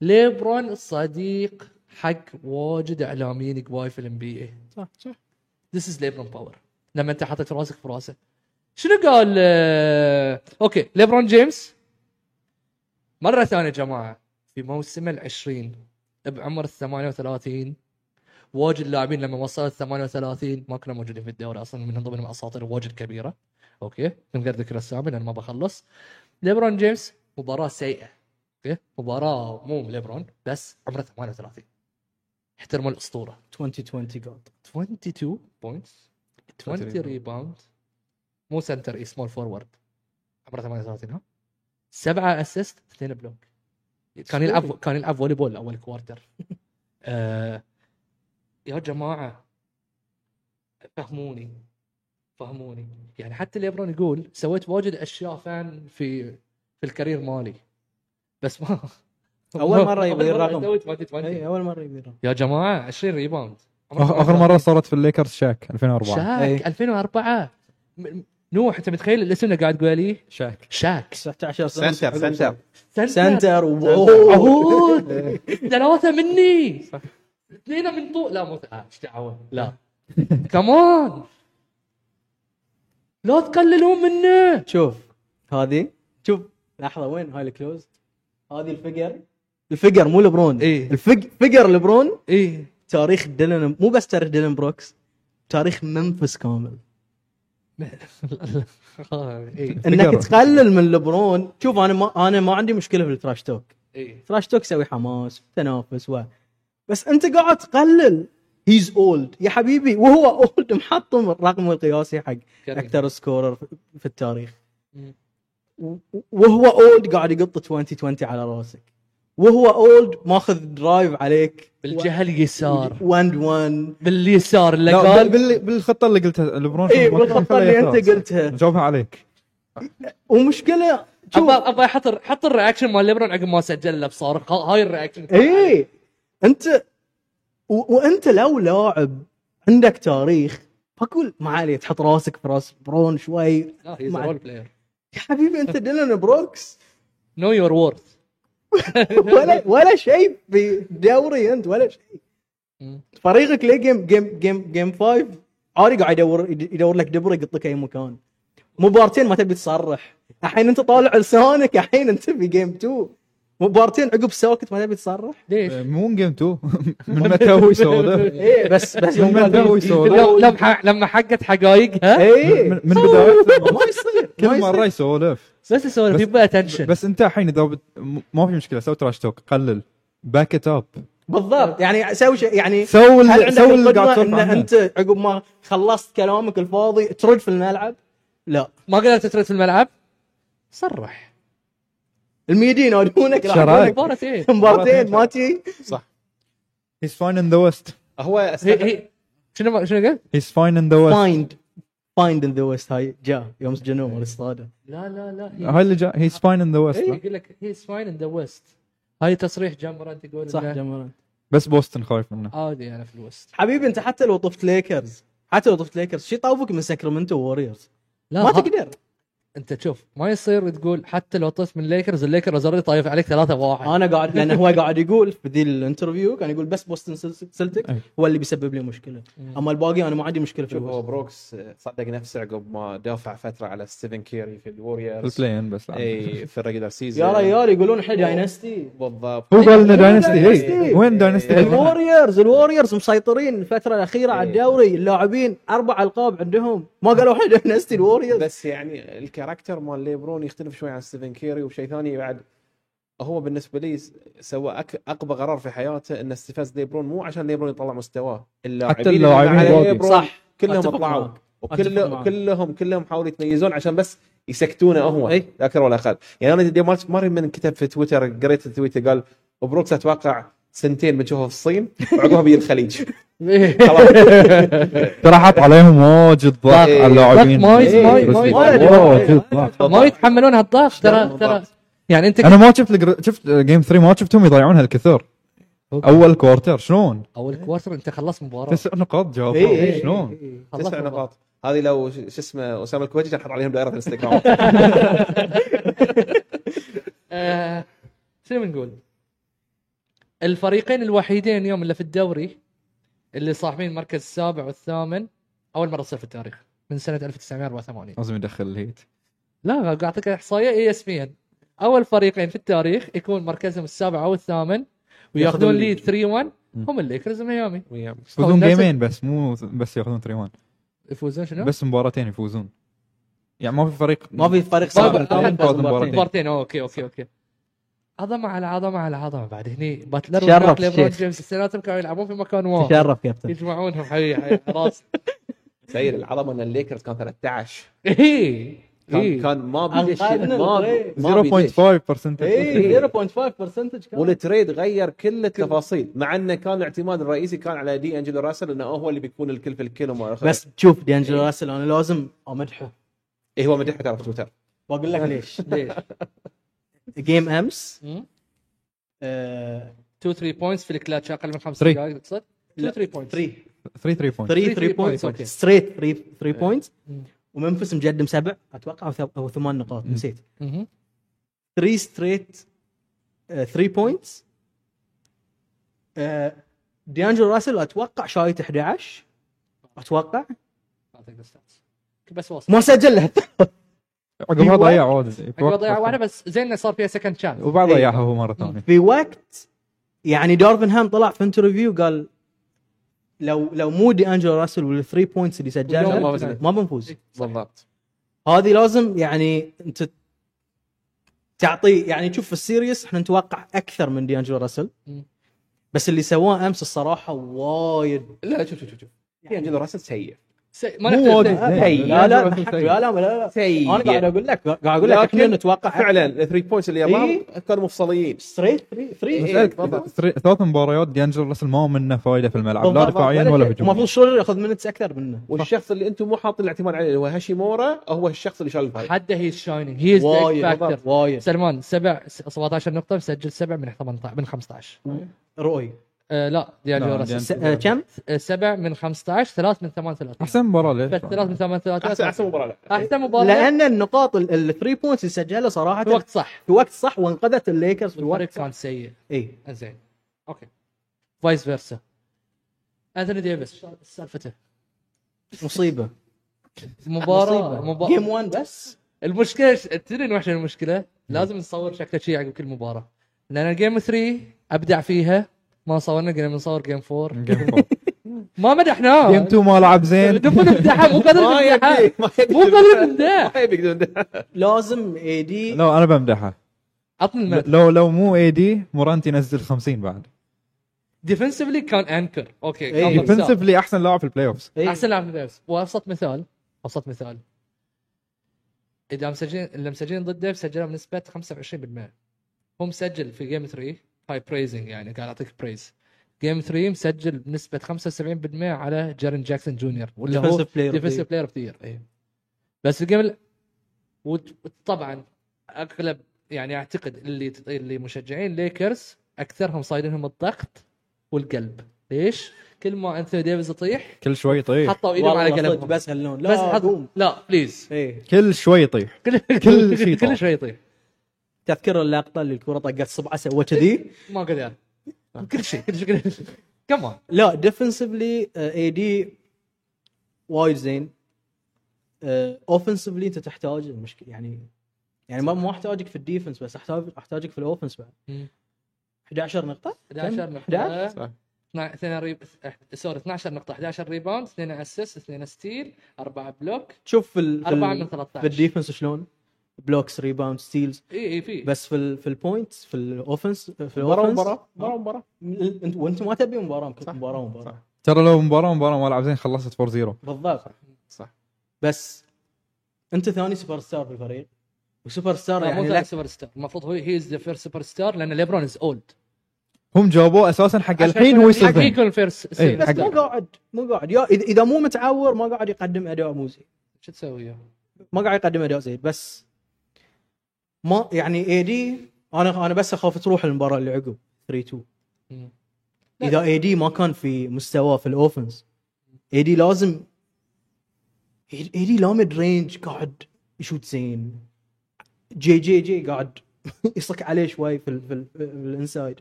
A: ليبرون صديق حق واجد اعلاميين قواي في الام بي اي
C: صح صح
A: ذيس از ليبرون باور لما انت حاطط راسك في راسه شنو قال آه، اوكي ليبرون جيمس مره ثانيه يا جماعه في موسم ال20 بعمر ال 38 واجد لاعبين لما وصلوا ال 38 ما كانوا موجودين في الدوري اصلا من ضمنهم اساطير واجد كبيره اوكي من غير ذكر اسامي لان ما بخلص ليبرون جيمس مباراه سيئه اوكي مباراه مو ليبرون بس عمره 38 احترموا الاسطوره
C: 2020 جولد
A: 22 بوينتس 20
D: rebound.
A: ريباوند مو سنتر اي سمول فورورد عمره 38 ها سبعه اسيست اثنين بلوك كان يلعب كان يلعب فولي بول اول كوارتر آه يا جماعه فهموني فهموني يعني حتى ليبرون يقول سويت واجد اشياء فعلا في في الكارير مالي بس ما
C: أول مرة يبي
A: أول مرة
C: الرقم. إيه، أيوه.
A: سويت 2020.
C: اي اول مره يبيرها
A: يا جماعه 20 ريباوند
D: آخر- اخر مره صارت في الليكرز شاك 2004
A: شاك
C: أي.
A: 2004 م- نوح انت متخيل الاسم اللي قاعد تقول لي
D: شاك
A: شاك
C: 19 سنه
B: سنتر سنتر
C: سنتر ووو.
A: عهود ثلاثة مني اثنين من طول لا مو ث- آه، ايش دعوة لا كمان لا تقللون منه
C: شوف هذه شوف لحظه وين هاي الكلوز هذه الفقر الفقر مو لبرون
A: إيه.
C: الفق فقر لبرون
A: ايه
C: تاريخ ديلن مو بس تاريخ ديلن بروكس تاريخ منفس كامل إيه.
A: ايه
D: فقر.
C: انك تقلل من لبرون شوف انا ما انا ما عندي مشكله في التراش توك
A: ايه
C: تراش توك يسوي حماس تنافس و بس انت قاعد تقلل هيز اولد يا حبيبي وهو اولد محط الرقم القياسي حق اكثر سكورر في التاريخ
A: مم.
C: و- وهو اولد قاعد يقط 2020 على راسك وهو اولد ماخذ درايف عليك
A: بالجهه اليسار
C: 1 1
A: باليسار اللي
D: لا
A: قال
D: بال- بال- بالخطه اللي قلتها لبرون
C: اي
D: شو ما كان
C: بالخطه
D: خلاه
C: اللي انت
D: يخلص.
C: قلتها
D: جاوبها عليك
C: ومشكله شوف
A: ابا ابا حط الر- حط الرياكشن مال ليبرون عقب ما سجل له بصارخ ها- هاي الرياكشن
C: اي انت إيه. و... وانت لو لاعب عندك تاريخ فكل ما عليه تحط راسك في راس برون شوي يا
A: لا هيز
C: مع-
A: رول بلاير
C: حبيبي انت ديلان بروكس
A: نو يور وورث
C: ولا ولا شيء بدوري انت ولا شيء
A: مم.
C: فريقك ليه جيم جيم جيم جيم 5 عاري قاعد يدور يدور لك دبره يقطك اي مكان مبارتين ما تبي تصرح الحين انت طالع لسانك الحين انت في جيم 2 مبارتين عقب ساكت ما تبي تصرح
A: ليش؟
D: مو جيم 2 من متى هو يسوي ذا؟
A: إيه.
C: ايه بس بس
D: من متى هو يسوي ذا؟
A: لو- لما لما حقت حقايقها
C: ايه
D: من من بدايته
C: ما يصير ما
D: كل
C: يصير.
D: مره يسولف
A: بس يسولف
D: بس-
A: يبقى اتنشن
D: بس انت الحين اذا بت... م- ما في مشكله سوي تراش توك قلل باك ات اب
C: بالضبط يعني سوي شيء يعني
D: آه. سوي ال-
C: هل عندك
D: سوي اللي قاعد
C: القدره
D: تسولف
C: ان
D: عنه
C: انت عقب ما خلصت كلامك الفاضي ترد في الملعب؟ لا
A: ما قدرت ترد في الملعب صرح
C: الميدي ينادونك
D: شرايك.
C: يلعبونك
A: مباراة ايه
C: مباراتين ما تي
B: صح
D: هيز فاين ان ذا ويست
B: هو
A: هي
B: استغل-
A: هي شنو شنو قال؟
D: هيز فاين ان ذا ويست
C: فايند فايند ان ذا ويست هاي جاء يوم سجنوه مال الاستاده
A: لا لا لا هي-
D: هاي اللي جا هيز فاين ان ذا
A: إيه،
D: ويست
A: يقول لك هيز فاين ان ذا ويست هاي تصريح جامرانت يقول
C: صح
A: إنه
C: جمال
D: بس بوستن خايف منه
A: عادي انا في الويست
C: حبيبي انت حتى لو طفت ليكرز حتى لو طفت ليكرز شي طوفك من ساكرامنتو ووريرز
A: لا
C: ما
A: ها-
C: تقدر
A: انت تشوف ما يصير تقول حتى لو طفت من ليكرز الليكرز اوريدي طايف عليك ثلاثة واحد
C: انا قاعد لان هو قاعد يقول في ذي الانترفيو كان يقول بس بوستن
D: أي.
C: سلتك هو اللي بيسبب لي مشكله اما الباقي انا ما عندي مشكله في
B: شوف هو
C: الوسط.
B: بروكس آه، صدق نفسه عقب ما دافع فتره على ستيفن كيري في الوريورز
D: البلاين بس لا.
C: إيه.
B: اي في الريجلر سيزون
C: يا ريال يقولون احنا داينستي
B: بالضبط
D: هو قال انه
C: إيه.
D: داينستي
C: داينستي.
D: اي إيه. وين
C: إيه.
D: داينستي؟
C: الوريورز الوريورز مسيطرين الفتره الاخيره على الدوري اللاعبين اربع القاب عندهم ما قالوا احنا داينستي الوريورز
B: بس يعني الكاركتر مال ليبرون يختلف شوي عن ستيفن كيري وشيء ثاني بعد هو بالنسبه لي س- سوى أك... اقبى قرار في حياته انه استفز ليبرون مو عشان ليبرون يطلع مستواه اللاعبين
D: حتى
B: اللي
D: اللاعبين
B: على
D: باقي.
B: ليبرون
C: صح
B: كلهم
C: أتفق
B: طلعوا
C: معك. أتفق
B: وكل
C: معك.
B: كلهم كلهم حاولوا يتميزون عشان بس يسكتونه هو
C: أي.
B: لا اكثر ولا اقل يعني انا دي مارت- مره من كتب في تويتر قريت تويتر قال بروكس اتوقع سنتين بنشوفه في الصين وعقبها بيجي الخليج
A: إيه.
B: خلاص
D: ترى حط عليهم واجد ضغط على اللاعبين إيه.
A: ضغط ما يس-
B: ما-
D: بس-
A: ما-
D: واجد ضغط
A: ما يتحملون هالضغط ترى ترى يعني انت
D: انا ما شفت الجر- شفت جيم 3 ما شفتهم يضيعون هالكثر اول كوارتر شلون؟
A: اول كوارتر انت خلصت مباراة
D: تسع نقاط
C: إيه،
D: جابوا
C: إيه،
D: شلون؟
C: إيه.
A: خلصت
B: تسع
A: مباراة.
B: نقاط هذه لو ش- شو اسمه اسامه الكويتي كان حط عليهم دائره في الانستغرام
A: آه، شنو بنقول؟ الفريقين الوحيدين اليوم اللي في الدوري اللي صاحبين المركز السابع والثامن اول مره تصير في التاريخ من سنه 1984
D: لازم يدخل الهيت
A: لا قاعد اعطيك احصائيه اي اس بي ان اول فريقين في التاريخ يكون مركزهم السابع او الثامن وياخذون
C: ياخذون
A: ليد 3 1
D: مم.
A: هم الليكرز ميامي أو
D: يفوزون
A: الناس-
D: جيمين بس مو بس ياخذون 3 1
A: يفوزون شنو؟
D: بس مباراتين يفوزون يعني ما في فريق
C: ما في فريق
A: طيب،
C: صعب
A: أحد
D: فاز مباراتين.
A: مبارتين اوكي اوكي اوكي عظمه على عظمه على عظمه بعد هني باتلر
C: تشرف
A: وناك، ليبرون
C: الشيخ.
A: جيمس الثلاثه كانوا يلعبون في مكان واحد
C: تشرف كابتن
A: يجمعونهم حبيبي حبيبي، راس
B: سيد العظمه ان الليكرز كان 13
A: ايه
B: كان
A: إيه.
B: كان ما بيدش
C: أنقذنا
B: ما
C: التريد.
B: ما بيدش.
D: 0.5%
C: اي 0.5% كان
B: والتريد غير كل التفاصيل مع انه كان الاعتماد الرئيسي كان على دي انجلو راسل انه هو اللي بيكون الكل في الكل وما آخره.
C: بس تشوف ديانجلو راسل انا لازم امدحه
B: إيه هو مدح ترى في تويتر
C: واقول لك ليش
A: ليش؟
C: جيم امس
A: 2
C: آه،
A: 3 بوينتس في الكلاتش اقل من خمس
D: Three.
A: دقائق تقصد؟ 2
C: لا،
A: 3 بوينتس
C: 3
D: 3 3 بوينت
A: three
C: 3 3
A: points،
C: بوينتس
A: okay. Mm.
C: ستريت 3 3 بوينتس
A: مم.
C: ومنفس مقدم سبع اتوقع أو ث- او ثمان نقاط
A: Mm.
D: مم.
C: نسيت
A: 3
C: 3 ستريت 3 بوينتس Uh, ديانجلو راسل اتوقع شايت 11 اتوقع
A: بس واصل
C: ما سجل له
D: عقبها
C: في
D: ضيع واجد
A: عقب ضيع واحده بس زين إنه صار فيها سكند شانس
D: وبعد ضيعها هو مره ثانيه
C: في وقت يعني دارفنهام طلع في انترفيو قال لو لو مو دي انجلو راسل والثري بوينتس اللي
A: اليوم
B: ما
C: سجلها
B: فزنا.
C: ما
A: إيه،
C: بنفوز
B: بالضبط
C: هذه لازم يعني انت تعطي يعني تشوف في السيريس احنا نتوقع اكثر من دي انجلو راسل
A: مم.
C: بس اللي سواه امس الصراحه وايد
B: لا لا شوف شوف شوف في انجلو راسل سيء
A: سي... ما
D: مو
A: نختلف
D: واجد.
A: معك.
B: سيء.
C: لا لا ما حد- لا لا لا لا
B: سيء
C: انا قاعد اقول لك قاعد اقول لك
B: لكن
C: احنا نتوقع
B: فعلا الثري بوينتس اللي
C: إيه.
B: يبغاهم كانوا مفصليين
C: ستريت 3
B: إيه،
D: بس
C: 3
B: إيه،
D: لك
B: بالضبط.
D: ثري- ثلاث مباريات ديانجلو راسل ما هو منه فائده في الملعب لا دفاعيا ولا هجوميا
C: المفروض شو ياخذ منتس اكثر منه
B: والشخص اللي انتم مو حاطين الاعتماد عليه اللي هو هاشيمورا هو الشخص اللي شال الفريق
A: حده هي الشاينينج هي
C: وايد
A: فاكتور
C: وايد
A: سلمان سبع 17 نقطه مسجل سبع من 18 من 15
C: رؤي
A: آه لا ديانجلو
D: لا،
A: راسل
D: ديانجلو.
C: س- آه، كم؟
A: آه، سبع من 15 ثلاث من 38
D: احسن مباراه ليه؟
A: فالثلاث من 38
B: احسن احسن مباراه له.
A: احسن مباراه
C: لان النقاط الثري بوينتس اللي سجلها صراحه
A: في وقت صح
C: في وقت صح وانقذت الليكرز في
A: الفريق
C: وقت إيه، صح
A: كان سيء
C: اي
A: زين اوكي فايس فيرسا انثوني ديفيس شو سالفته
C: مصيبه
A: مباراه
C: جيم
A: مباراه
C: 1 بس
A: المشكله ش- تدري وش المشكله لازم نصور شكله شي عقب كل مباراه لان جيم 3 ابدع فيها ما صورنا قلنا بنصور جيم 4
D: جيم فور.
A: ما مدحناه
D: جيم 2 ما لعب زين
A: دبل امدحه مو قادر
B: ما
A: امدحه
B: يبي ما يبي
A: مو قادر امدحه
B: ما يبي بدون ده.
C: لازم اي دي
D: لو انا بمدحه
A: عطني الملعب
D: لو لو مو اي دي مورانت ينزل 50 بعد
A: ديفنسفلي كان انكر اوكي
C: إيه.
A: كان مرسال.
D: ديفنسفلي احسن لاعب في البلاي اوفز
C: إيه.
A: احسن لاعب في البيرز وابسط مثال ابسط مثال اذا مسجلين اللي مسجلين ضده مسجلها بنسبه 25% هو مسجل في جيم 3 هاي بريزنج يعني قاعد اعطيك بريز جيم 3 مسجل بنسبه 75% على جيرن جاكسون جونيور ولا هو
C: Defensive player of the إيه.
A: ديفنسيف بلاير اوف ذا بس الجيم ال- وت- وطبعا اغلب يعني اعتقد اللي اللي مشجعين ليكرز اكثرهم صايدينهم الضغط والقلب ليش؟ كل ما انثوني ديفيز يطيح
D: كل شوي يطيح
A: حطوا ايدهم على
C: والله
A: قلبهم
C: صدق بس هاللون
A: بس
C: لا
A: حط
C: قوم
A: لا بليز
C: ايه
D: كل شوي يطيح
A: كل
D: كل
A: كل
D: شيء طار.
A: شيء يطيح
C: تذكر اللقطه اللي الكره طقت صبعه سوى كذي
A: ما قدر كل شيء كل شيء كل شيء كمان
C: لا ديفنسفلي اي دي وايد زين اوفنسفلي انت تحتاج المشكله يعني يعني ما ما احتاجك في الديفنس بس احتاج احتاجك في الاوفنس بعد
A: مم.
C: 11 نقطه
A: 11
C: كم؟
A: نقطة
C: 11
A: 12 ريب... سوري 12 نقطة 11 ريباوند 2 اسيست 2 ستيل 4 بلوك
C: شوف في ال... في
A: 4 من
C: ال... في
A: 13
C: الديفنس شلون بلوكس ريباوند ستيلز
A: اي اي في
C: بس في ال... في البوينتس في الاوفنس في
B: مباراه
C: الاوفنس
B: مباراه مباراه مباراه
C: انت وانت ما تبي مباراه مباراه مباراه
D: ترى لو مباراه مباراه ما لعب زين خلصت 4 0
C: بالضبط
B: صح
C: بس انت ثاني سوبر ستار في الفريق وسوبر ستار
A: يعني
C: يعني
A: مو
C: لك
A: سوبر ستار المفروض هو هي از ذا فيرست سوبر ستار لان ليبرون از اولد
D: هم جابوه اساسا حق الحين هو يصير
A: حق
D: زين
A: يكون فيرست
D: إيه،
A: سوبر
C: بس مو
A: ستار
C: قاعد مو قاعد يا اذا إذا مو متعور ما قاعد يقدم اداء مو زين
A: شو تسوي؟
C: ما قاعد يقدم اداء زين بس ما يعني اي دي انا انا بس اخاف تروح المباراه اللي عقب 3 2
A: مم.
C: اذا اي دي ما كان في مستواه في الاوفنس اي دي لازم اي دي لا ميد رينج قاعد يشوت زين جي جي جي قاعد يصك عليه شوي في ال في, ال في الانسايد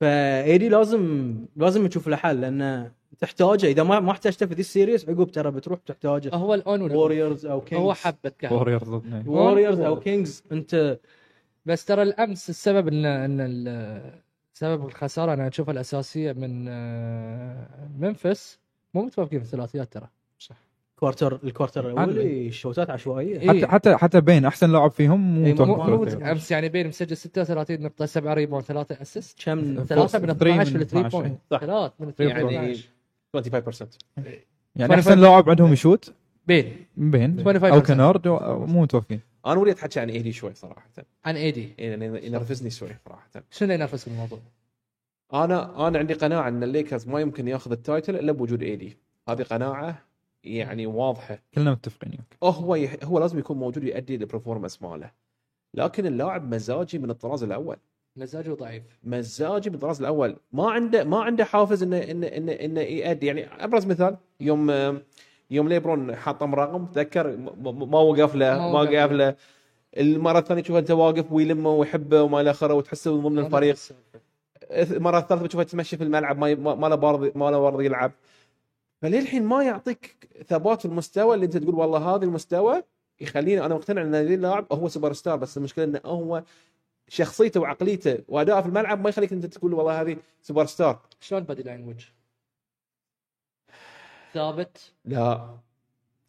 C: فاي دي لازم لازم تشوف له حل لانه تحتاجه اذا ما ما احتاجته في ذي السيريس عقب ترى بتروح تحتاجه
A: هو الاون ولا
C: ووريرز او كينجز
A: هو حبة كهرباء
D: ووريرز
C: ووريرز او كينجز انت
A: بس ترى الامس السبب ان ان ال- سبب الخساره انا اشوفها الاساسيه من آه، منفس مو متوافقين في الثلاثيات ترى
C: كوارتر الكوارتر الاولي
D: عدل.
C: شوتات عشوائيه
A: إيه.
D: حتى حتى حتى بين احسن لاعب فيهم
A: إيه،
D: مو
A: مو-
D: متوقع
A: مو-
D: ثلاثية.
A: امس يعني بين مسجل 36 نقطه 7 ريباوند 3 اسيست
C: كم
A: ثلاثة من
D: 3
A: 12 في
D: من
A: الثري
D: 12.
A: بوينت
B: صح.
A: ثلاث من الثري
D: يعني-
A: بوينت
B: 25%
D: يعني احسن لاعب عندهم يشوت
A: بين
D: من بين
A: 25%
D: او كنارد و- أو مو متوافقين
B: انا ودي اتحكي عن ايدي شوي صراحه
A: عن اي دي
B: يعني ينرفزني شوي صراحه
A: شنو اللي ينافس الموضوع؟
B: انا انا عندي قناعه ان الليكرز ما يمكن ياخذ التايتل الا بوجود ايدي هذه قناعه يعني واضحه
D: كلنا متفقين يعني. وياك
B: هو يح... هو لازم يكون موجود يؤدي البرفورمانس ماله لكن اللاعب مزاجي من الطراز الاول
A: مزاجه ضعيف
B: مزاجي من الطراز الاول ما عنده ما عنده حافز انه انه انه انه يؤدي يعني ابرز مثال يوم يوم ليبرون حطم رقم تذكر ما ما وقف له ما وقف له المره الثانيه تشوفه انت واقف ويلمه ويحبه وما الى اخره وتحسه من ضمن الفريق المره الثالثه بتشوفه يتمشى في الملعب ما ما ما له بارض ما له بارض يلعب فللحين ما يعطيك ثبات في المستوى اللي انت تقول والله هذا المستوى يخليني انا مقتنع ان هذا اللاعب هو سوبر ستار بس المشكله انه هو شخصيته وعقليته واداءه في الملعب ما يخليك انت تقول والله هذه سوبر ستار
A: شلون بادي لانجوج؟ ثابت
B: لا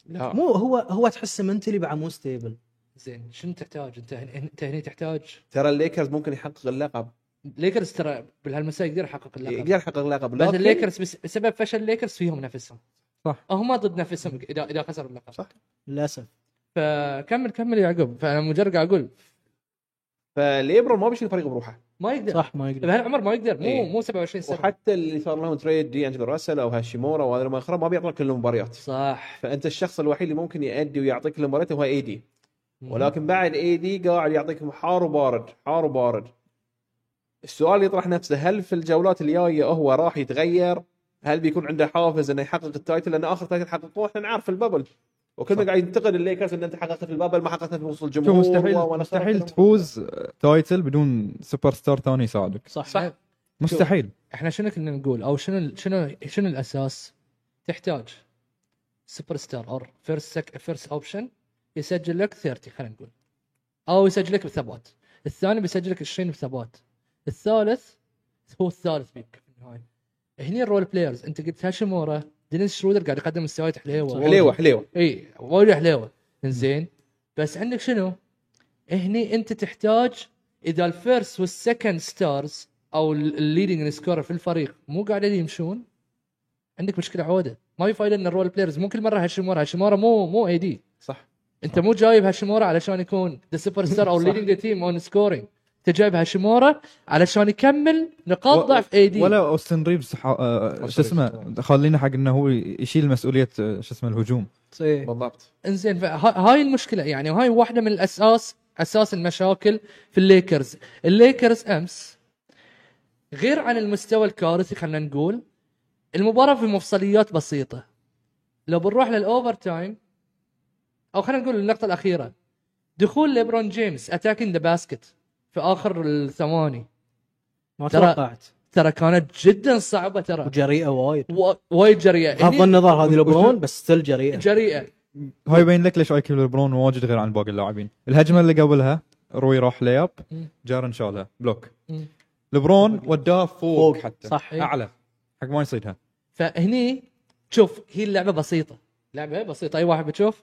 B: لا
C: مو هو هو تحسه منتلي بعد مو ستيبل
A: زين شنو تحتاج انت هن- انت هني تحتاج
B: ترى الليكرز ممكن يحقق اللقب
A: الليكرز ترى بالهالمساء يقدر يحقق اللقب
B: يقدر يحقق اللقب
A: بس
B: لكن-
A: الليكرز بس- بسبب فشل الليكرز فيهم نفسهم
D: صح.
A: هم ضد نفسهم اذا اذا خسروا اللقب
B: صح.
C: للاسف
A: فكمل كمل يا عقب فانا مجرد قاعد اقول
B: فليبرون ما بيشيل الفريق بروحه
A: ما يقدر
C: صح ما يقدر
A: بهالعمر ما يقدر مو
B: إيه.
A: مو 27 سنه
B: وحتى اللي صار لهم تريد دي انجلو راسل او هاشيمورا وهذا ما اخره ما بيعطونك كل المباريات
A: صح
B: فانت الشخص الوحيد اللي ممكن يأدي ويعطيك كل المباريات هو اي دي ولكن بعد اي دي قاعد يعطيكم حار وبارد حار وبارد السؤال يطرح نفسه هل في الجولات الجايه هو راح يتغير؟ هل بيكون عنده حافز انه يحقق التايتل لان اخر تايتل حققوه احنا نعرف في البابل وكلنا قاعد ينتقد الليكرز ان انت حققت في البابل ما حققت في وسط الجمهور
D: شوف مستحيل
B: وأنا
D: مستحيل
B: خسرت.
D: تفوز تايتل بدون سوبر ستار ثاني يساعدك
C: صح إيه.
A: صح
D: مستحيل
A: احنا شنو كنا نقول او شنو شنو شنو الاساس؟ تحتاج سوبر ستار اور فيرست سك فيرست اوبشن يسجل لك 30 خلينا نقول او يسجل لك بثبات الثاني بيسجل لك 20 بثبات الثالث هو الثالث بيك في النهايه هني الرول بلايرز انت قلت هاشيمورا دينيس شرودر قاعد يقدم مستويات حليوه
B: حليوه حليوه
A: اي وايد حليوه زين بس عندك شنو؟ هني انت تحتاج اذا الفيرست والسكند ستارز او الليدنج سكورر في الفريق مو قاعدين يمشون عندك مشكله عوده ما في فايده ان الرول بلايرز مو كل مره هاشيمورا هاشيمورا مو مو اي دي
B: صح
A: انت مو جايب هاشيمورا علشان يكون ذا سوبر ستار او ليدنج تيم اون سكورينج انت جايب هاشيمورا علشان يكمل نقاط
D: و-
A: ضعف اي دي
D: ولا اوستن ريفز ح- آه، شو اسمه خلينا حق انه هو يشيل مسؤوليه آه، شو اسمه الهجوم
A: إيه.
C: صحيح
B: بالضبط
A: انزين فها- هاي المشكله يعني وهاي واحده من الاساس اساس المشاكل في الليكرز الليكرز امس غير عن المستوى الكارثي خلينا نقول المباراه في مفصليات بسيطه لو بنروح للاوفر تايم او خلينا نقول النقطه الاخيره دخول ليبرون جيمس اتاكين ذا باسكت في اخر الثواني
C: ما
A: ترى-
C: توقعت
A: ترى كانت جدا صعبه ترى
C: وجريئه وايد
A: و- وايد يعني جريئه
C: بغض
A: هني
C: النظر هذه لبرون بس ستيل جريئه
A: جريئه
D: هاي يبين لك ليش اي كيو ليبرون واجد غير عن باقي اللاعبين الهجمه اللي قبلها روي راح لياب
A: مم.
D: جارن شالها بلوك
A: مم.
D: ليبرون وداه فوق,
C: فوق،
D: حتى
C: صح.
D: اعلى حق ما يصيدها
A: فهني شوف هي اللعبه بسيطه لعبه بسيطه اي واحد بتشوف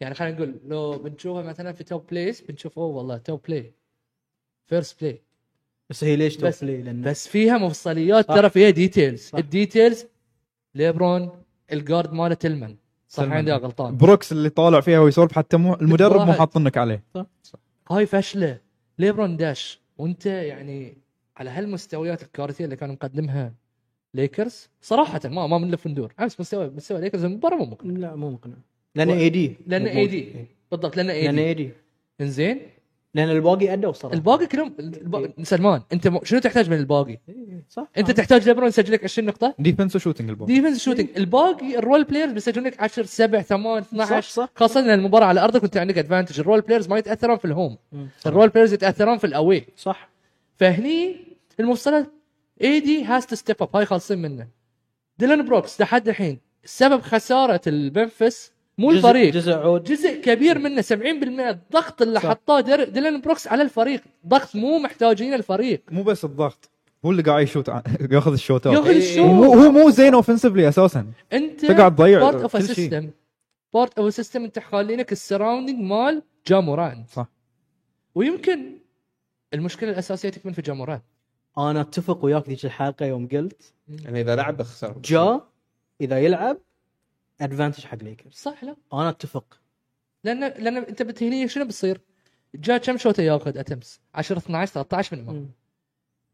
A: يعني خلينا نقول لو بنشوفها مثلا في توب بليس بنشوف اوه والله توب بلاي فيرست بلاي
C: بس هي ليش
A: بس-
C: توفلي لان
A: بس فيها مفصليات
C: صح.
A: ترى فيها ديتيلز
C: صح.
A: الديتيلز ليبرون الجارد ماله تلمن صح
D: تلمن.
A: عندي غلطان
D: بروكس اللي طالع فيها ويسولف حتى مو المدرب مو
A: واحد.
D: حاطنك عليه
A: هاي فشله ليبرون داش وانت يعني على هالمستويات الكارثيه اللي كان مقدمها ليكرس صراحه ما ما من الفندور امس مستوى مستوى ليكرز المباراه مو مقنع
C: لا مو إيه. مقنع لان
A: و-
C: اي دي
A: لان اي دي بالضبط لان اي
C: لان
A: دي
C: اي دي
A: انزين
C: لان الباقي ادوا صراحه
A: الباقي كلهم الب... سلمان انت م... شنو تحتاج من الباقي؟
C: إيه، صح
A: انت تحتاج ليبرون يسجل لك 20 نقطه
D: ديفنس وشوتنج البول
A: ديفنس شوتنج الباقي الرول بلايرز بيسجلون لك 10 7 8
C: صح
A: 12
C: صح
A: خاصه ان المباراه على ارضك وانت عندك ادفانتج الرول بلايرز ما يتاثرون في الهوم
C: مم.
A: الرول بلايرز يتاثرون في الاوي
C: صح
A: فهني المفصلات اي دي هاز تو ستيب اب هاي خالصين منه ديلان بروكس لحد الحين سبب خساره المنفس مو
C: جزء-
A: الفريق
C: جزء عود
A: جزء كبير منه 70% الضغط اللي
C: صح.
A: حطاه دير- ديلان بروكس على الفريق ضغط مو محتاجين الفريق
D: مو بس الضغط هو اللي قاعد يشوت ع- ياخذ الشوتات
A: ياخذ
B: إيه.
A: الشوط
D: هو هو مو زين اوفنسفلي اساسا
A: انت
D: تقعد تضيع
A: بارت اوف
D: كل شيء.
A: سيستم بارت اوف سيستم انت خالينك السراوندينج مال جاموران
D: صح.
A: ويمكن المشكله الاساسيه تكمن في جاموران
C: انا اتفق وياك ذيك الحلقه يوم قلت
B: يعني اذا لعب بخسر
C: جا اذا يلعب ادفانتج حق ليكرز
A: صح لا
C: انا اتفق
A: لان لان انت بتهنيه شنو بتصير؟ جا كم شوطه ياخذ اتمس 10 12 13 مينيمم
C: مم.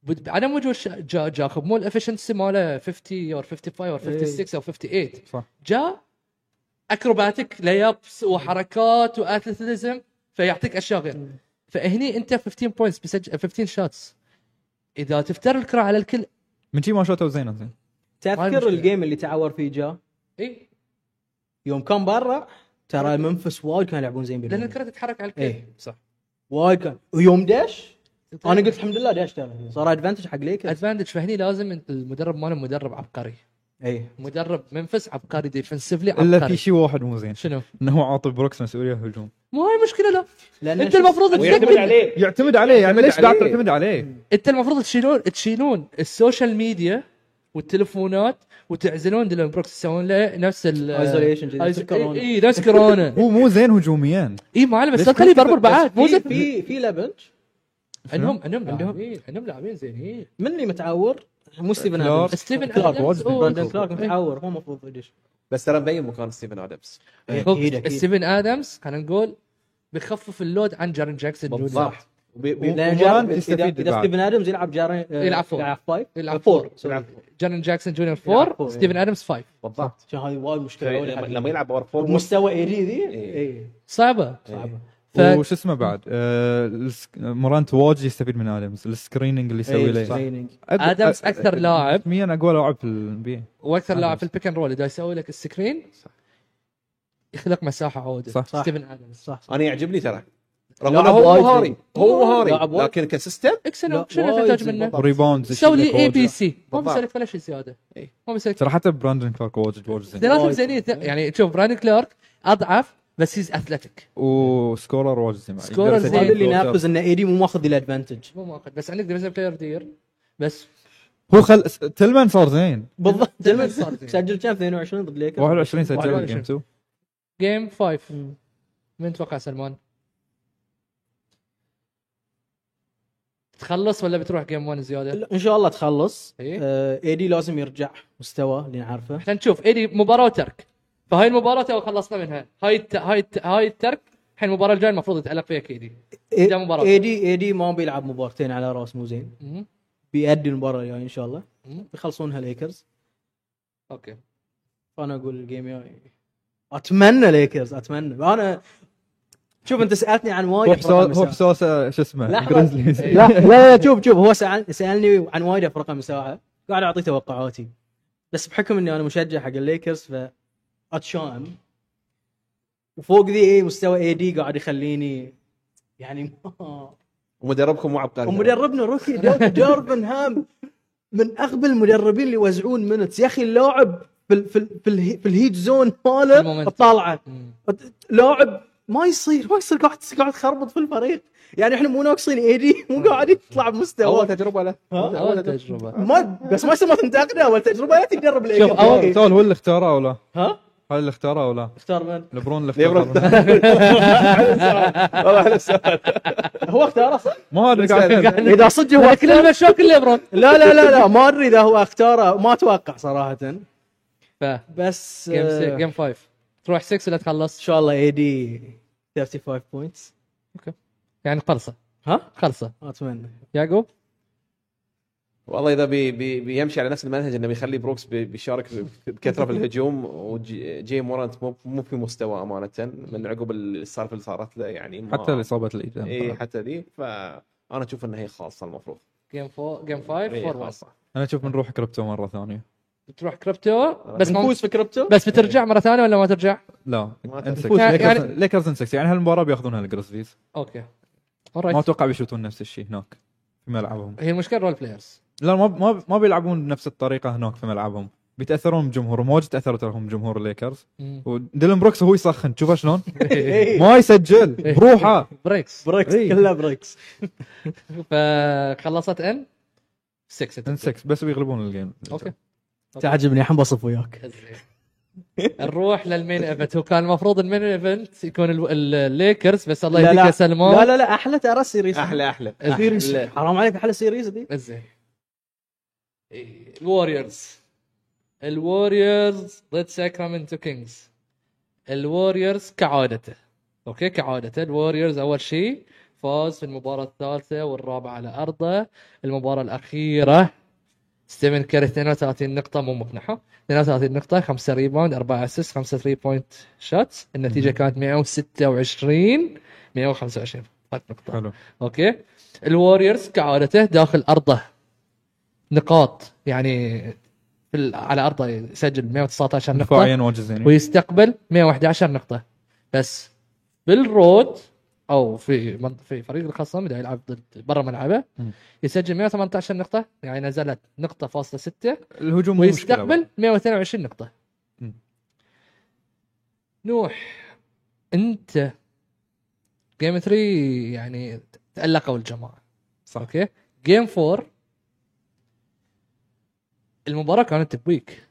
A: بد- عدم وجود شا- جا جاكوب مو الافشنسي ماله 50 او 55 او
C: إيه.
A: 56 او 58
D: صح.
A: جا اكروباتيك ليابس وحركات واثليتيزم فيعطيك اشياء غير
C: مم.
A: فهني انت 15 بوينتس بسجل 15 شاتس اذا تفتر الكره على الكل
D: من شي ما شوتوا زين انزين
A: هاي
C: تذكر
A: المشكلة.
C: الجيم اللي تعور فيه جا
A: اي
C: يوم كان برا ترى منفس وايد كانوا يلعبون زين
A: لان
C: بالهجوم
A: الكره تتحرك على الكل
C: ايه
B: صح
C: وايد كان ويوم داش انا قلت الحمد لله داش ترى صار ادفانتج حق ليكرز
A: ادفانتج فهني لازم أنت- المدرب ماله مدرب عبقري
C: اي
A: مدرب منفس عبقري ديفنسفلي
D: الا في
A: عبقري
D: شيء واحد مو زين
A: شنو؟
D: انه هو عاطي بروكس مسؤوليه هجوم
A: مو هاي المشكله لا
C: لان
A: انت
C: شوف-
A: المفروض
B: ويعتمد عليه
D: يعتمد عليه يعني
B: يعتمد
D: ليش قاعد
B: عليه.
D: تعتمد عليه؟
A: انت المفروض تشيلون تشيلون السوشيال ميديا والتلفونات وتعزلون ديلان بروكس تسوون له نفس ال
C: Isolation جديد، نفس
A: اي
C: الكورونا.
A: إي، نفس كورونا
D: هو مو زين هجوميا
A: اي معلم بس
D: بس
A: لا تخليه
D: ممكن-
A: بربر
D: بس
A: بعد مو
C: في
A: زين
C: في في لا بنش
A: عندهم عندهم
D: آه.
C: عندهم؟
A: لاعبين عندهم لاعبين زينين
C: من اللي متعور مو ستيفن
D: كلارك.
C: ادمز
A: ستيفن
D: كلارك
A: آدمز
D: واجد
A: هو-
C: براندن
D: بيكون.
C: كلارك متعور هو المفروض يدش إيه،
B: بس ترى مبين مكان ستيفن ادمز
A: إيه.
D: آه،
C: اكيد اكيد
A: ستيفن ادمز خلينا نقول بيخفف اللود عن جارين جاكسون جونيور
B: بالضبط وبي- بي-
C: لأن
D: ومورانت
C: جارن-
D: يستفيد
C: اذا إذا
D: بعد.
C: ستيفن ادمز يلعب جارن آه،
A: يلعب فور.
C: يلعب فايف
A: يلعب
C: فور.
A: فور.
C: سوري.
A: جارين جاكسون جونيور
C: يلعب فور،
A: 4 ستيفن ادمس 5
B: بالضبط
C: عشان هذه وايد مشكله
B: لما لما يلعب باور فور
C: مستوى ايري ذي
B: إيه.
C: إيه.
A: صعبه
C: صعبة.
A: ف-
D: وش اسمه بعد آه، السك- مورانت واجد يستفيد من ادمز السكريننج اللي
C: إيه،
D: يسوي له
C: training.
A: آدمز أكثر لاعب.
D: مين اقوى لاعب في البي
A: واكثر لاعب
D: آدمز.
A: في البيك اند رول اذا يسوي لك السكرين يخلق مساحه عوده
D: صح. صح.
A: ستيفن ادمز
C: صح صح
B: انا يعجبني ترى رغم
C: لاعب
B: انه هو
C: وايد
B: مهاري هو
C: لاعب
B: مهاري
C: وايد.
B: لكن كسيستم
A: اكسل
C: لا،
A: شنو
C: وايد
A: تحتاج
C: زين،
A: منه؟
C: بالضبط.
D: وريباوندز
A: سوي لي
D: يشيلك
A: اي
D: واجد.
A: بي سي ما
B: بالضبط.
A: بيسالك ولا شيء زياده
B: إي.
A: ما بيسالك
D: ترى حتى براندن كلارك واجد واجد زين
A: ثلاثة
C: وايد.
A: ميزانية يعني شوف براين كلارك اضعف بس هيز اثلتيك
D: وسكورر واجد زين بعد.
A: سكورر
D: يقدر
A: زين.
D: يسجل
C: هذا اللي
D: جول جاب.
C: ينافس ان ايري مو ماخذ الادفانتج
A: مو مؤقت بس عندك ديفيزيف بلاير دير بس
D: هو خل س- تلمان صار زين
C: بالضبط
A: تلمس صار زين.
C: سجل كم 22 ضد ليكرز
D: 21 سجل
A: 21.
D: بالجيم 2
A: جيم 5
C: مم.
A: من تتوقع سلمان؟ تخلص ولا بتروح جيم 1 زياده؟
C: لا، ان شاء الله تخلص
A: إيه.
C: ايدي لازم يرجع مستوى اللي نعرفه
A: احنا نشوف ايدي مباراه وترك فهاي المباراه تو خلصنا منها هاي الت... هاي الت... هاي الترك الحين المباراه الجايه المفروض يتالق فيها كيدي
C: إيه،
A: إذا مباراة.
C: ايدي ايدي ما بيلعب مبارتين على راس مو زين
A: مهم.
C: بيأدي المباراه الجايه ان شاء الله
A: مهم.
C: بيخلصونها ليكرز
A: اوكي
C: فانا اقول الجيم يعني اتمنى ليكرز اتمنى انا شوف انت سالتني عن وايد
D: هو
C: أفرق
D: حسو- هو
C: المساحة.
D: حسوس آه، شو اسمه
C: لحظة.
D: جريزليز.
C: طيب، لا لا لا، شوف شوف هو سأل سالني عن وايد افرق المساحه قاعد اعطيه توقعاتي بس بحكم اني انا مشجع حق الليكرز فاتشائم وفوق ذي ايه مستوى اي دي قاعد يخليني يعني ما-
B: ومدربكم مو عبقري
C: ومدربنا روكي دور- دوربن هام من اغبى المدربين اللي يوزعون منتس يا اخي اللاعب في ال في ال في, الهي في الهيت زون ماله
A: المومنت.
C: الطالعه
A: مم.
C: لاعب ما يصير ما يصير قاعد قاعد تخربط في الفريق يعني احنا مو ناقصين اي دي مو قاعد يطلع
B: اول
C: بمستوى
B: تجربه له
C: ها؟
A: اول تجربه
C: ما بس ما سمعت تنتقده اول تجربه لا تجرب لي
A: شوف،
C: إيه.
D: اول سؤال هو اللي اختاره ولا
C: ها
D: هذا اللي اختاره ولا
C: اختار من
D: لبرون اللي
B: ليبرون.
D: اختاره
B: والله حلو السؤال
C: هو اختاره صح؟
D: ما ادري قاعد
C: اذا صدق هو
A: لا، كل المشاكل اللي برون
C: لا لا لا لا ما ادري اذا هو اختاره ما اتوقع صراحه
A: ف
C: بس
A: جيم
C: آه،
A: 6 جيم 5 تروح 6 ولا
C: ان
A: تخلص؟
C: شاء الله اي دي 35 بوينتس
A: يعني خلصه
C: ها؟
A: خلصه
C: اتمنى
A: يعقوب
B: والله اذا بي بي بيمشي على نفس المنهج انه بيخلي بروكس بي- بيشارك بكثره في الهجوم وجي مورانت مو مو في مستوى امانه من عقب السالفه اللي صارت له يعني ما
D: حتى الاصابه اللي
C: إيه.
B: اي حتى ذي فانا اشوف انها هي خالصه المفروض
A: جيم 4 جيم 5
B: هي
A: 4
B: خالصه
D: انا اشوف بنروح كريبتو مره ثانيه
A: بتروح كريبتو بس ما
C: نفوز في كريبتو
A: بس بترجع مره ثانيه ولا ما ترجع؟
D: لا
B: ما
D: امسك
A: تفوز. يعني-
D: ليكرز- ليكرز امسك يعني هالمباراه بياخذونها الجريزليز
A: اوكي
D: ما
A: Alright.
D: اتوقع بيشوتون نفس الشيء هناك في ملعبهم
A: هي المشكله رول بلايرز
D: لا ما ما ما بيلعبون بنفس الطريقه هناك في ملعبهم بيتاثرون بجمهورهم واجد تاثروا تراهم جمهور الليكرز وديلن بروكس هو يسخن تشوفه شلون ما يسجل بروحه
A: بريكس
C: بريكس
D: إيه.
C: كلها بريكس
A: فخلصت ان 6
D: انسكس بس بيغلبون الجيم
A: اوكي
C: تعجبني حنبسط وياك
A: زين. نروح للمين ايفنت هو كان المفروض المين ايفنت يكون ال- ال- الليكرز بس الله يهديك يا سلمان
C: لا لا لا احلى ترى سيريس
B: احلى احلى
D: آه.
A: سيريس.
B: أحلى.
C: حرام عليك احلى سيريس دي
A: زين الوريورز الوريورز ضد ساكرامنتو كينجز الوريورز كعادته اوكي كعادته الوريورز اول شيء فاز في المباراة الثالثة والرابعة على أرضه المباراة الأخيرة ستيفن كاري 32 نقطة مو مقنعة 32 نقطة 5 ريباوند 4 اسيست 5 3 بوينت شوتس النتيجة كانت 126 125 فرق نقطة
D: حلو
A: اوكي الوريورز كعادته داخل ارضه نقاط يعني في ال- على ارضه يسجل 119 نقطه
D: دفاعيا واجد زين
A: ويستقبل 111 نقطه بس بالرود او في من- في فريق الخصم اذا يلعب ضد برا ملعبه
D: مم.
A: يسجل 118 نقطه يعني نزلت نقطه فاصله 6
D: الهجوم مو مشكلة
A: ويستقبل 122 نقطة.
D: مم.
A: نوح انت جيم 3 يعني تألقوا الجماعة
D: صح.
A: اوكي؟ جيم 4 المباراة كانت تبويك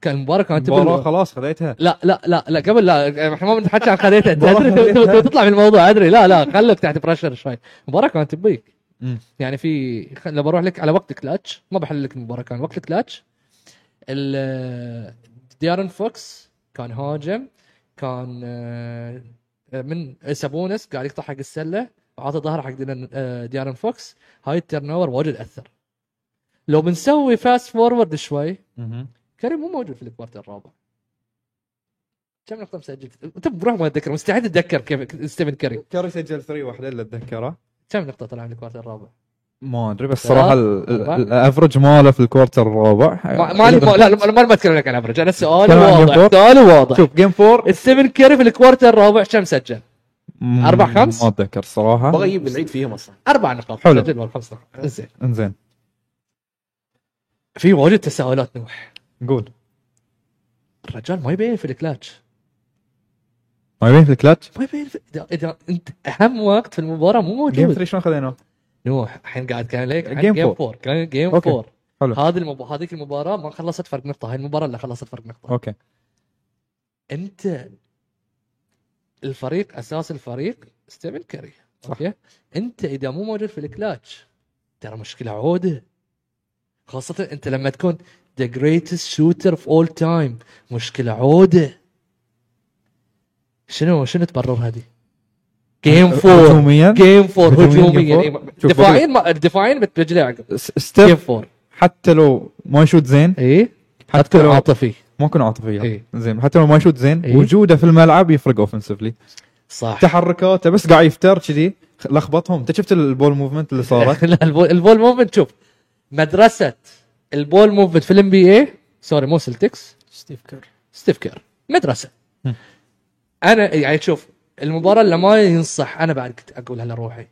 A: كان- المباراة كانت
D: المباراة
A: تبويك
D: خلاص خذيتها
A: لا لا لا لا قبل لا احنا ما بنتحكي عن خليته انت
D: المباراة
A: أدري تو- تو- تو تطلع من الموضوع ادري لا لا خلك تحت بريشر شوي المباراة كانت تبويك
D: مم.
A: يعني في خ- لو بروح لك على وقت كلاتش ما بحل لك المباراه كان وقت كلاتش ال- ديارن فوكس كان هاجم كان آه، من سابونس قاعد يقطع حق السله وعطى ظهره حق ديلان- آه، ديارن فوكس هاي التيرن اوفر واجد اثر لو بنسوي فاست فورورد شوي
D: مهم.
A: كريم مو موجود في الكوارتر الرابع كم نقطة طيب، مسجل؟ انت بروح ما اتذكر مستحيل اتذكر كيف ستيفن كريم
D: كاري سجل 3 واحده اللي اتذكره
A: كم نقطة طلع من الكوارتر الرابع؟
D: ما ادري بس
A: ثلاث،
D: صراحه ال- ال-
A: أربع.
D: الافرج ماله في الكوارتر الرابع
A: ما ما لي ما- لا لا، ما ما اتكلم لك عن افرج انا سؤالي
D: كم عن
A: واضح
D: جيم فور؟
A: سؤالي واضح
D: شوف جيم 4
A: ستيفن كيري في الكوارتر الرابع كم سجل؟ أربع، خمس؟
D: ما اتذكر صراحه
B: ابغى اجيب العيد فيهم اصلا
A: اربع نقاط
D: حلو.
A: سجل ولا خمس نقاط زين
D: انزين
A: في واجد تساؤلات نوح
D: قول
A: الرجال ما يبين في الكلاتش
D: ما يبين في الكلاتش
A: ما يبين في... اذا اذا انت اهم وقت في المباراة مو
D: جيم
A: موجود
D: 3 شلون خذيناه؟
A: نوح الحين قاعد كان لك عن
D: Game
A: جيم
D: four.
A: 4 كان جيم
D: أوكي.
A: 4
D: حلو.
A: هذه المب... هذيك المباراة ما خلصت فرق نقطة هاي المباراة اللي خلصت فرق نقطة
D: اوكي
A: انت الفريق اساس الفريق ستيفن كاري اوكي انت اذا مو موجود في الكلاتش ترى مشكله عوده خاصه انت لما تكون ذا جريتست شوتر اوف اول تايم مشكله عوده شنو شنو تبرر هذه؟ جيم فور
D: هجوميا
A: جيم فور
D: هجومياً
A: هجوميا
D: game
A: إيه،
D: four. شوف
A: دفاعيا ما دفاعيا بترجع عقب
D: س-
A: جيم
D: ستيف
A: فور
D: حتى لو ما يشوت زين
A: اي
D: إيه؟ حتى
A: تكون
D: لو
A: عاطفي
D: ما يكون عاطفيه
A: إيه.
D: زين حتى لو ما يشوت زين
A: إيه.
D: وجوده في الملعب يفرق اوفنسفلي
A: صح
D: تحركاته بس قاعد يفتر كذي خ- لخبطهم انت شفت البول موفمنت اللي صارت
A: لا البول, البول موفمنت شوف مدرسه البول موفمنت في الام بي اي سوري مو سلتكس
C: ستيف كير
A: ستيف كير مدرسه
D: م.
A: انا يعني شوف المباراه اللي ما ينصح انا بعد كنت اقولها لروحي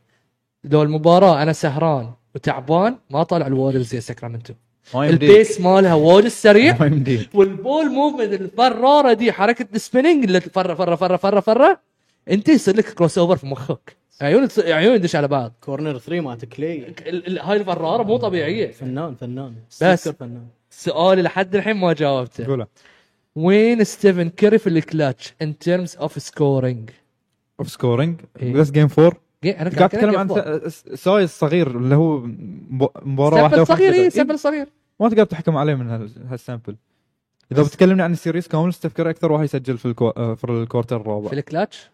A: لو المباراه انا سهران وتعبان ما طالع الواريرز زي ساكرامنتو
D: ما يمديك
A: البيس مالها وايد سريع
D: ما يمديك
A: والبول موفمنت الفراره دي حركه السبيننج اللي فره فره فره فره فره انت يصير لك كروس اوفر في مخك عيون عيون تدش على بعض
C: كورنر 3 مالت كلي
A: ال- ال- هاي الفراره مو طبيعيه
C: فنان فنان
A: بس.
C: ستيف كير فنان
A: سؤالي لحد الحين ما جاوبته
D: قولها
A: وين ستيفن كيري في الكلاتش ان ترمز اوف سكورينج
D: اوف سكورينج
A: إيه.
D: بس جيم 4
A: انا
D: قاعد اتكلم عن س- سايز صغير اللي هو مب- مباراه واحده
A: سامبل
D: وخمسة إيه.
A: صغير اي
D: دقائق.
A: سامبل صغير
D: ما تقدر تحكم عليه من هال- هالسامبل اذا بتكلمني عن السيريس كامل ستيف كيري اكثر واحد يسجل في الكو... آه، في الكوارتر الرابع
A: في الكلاتش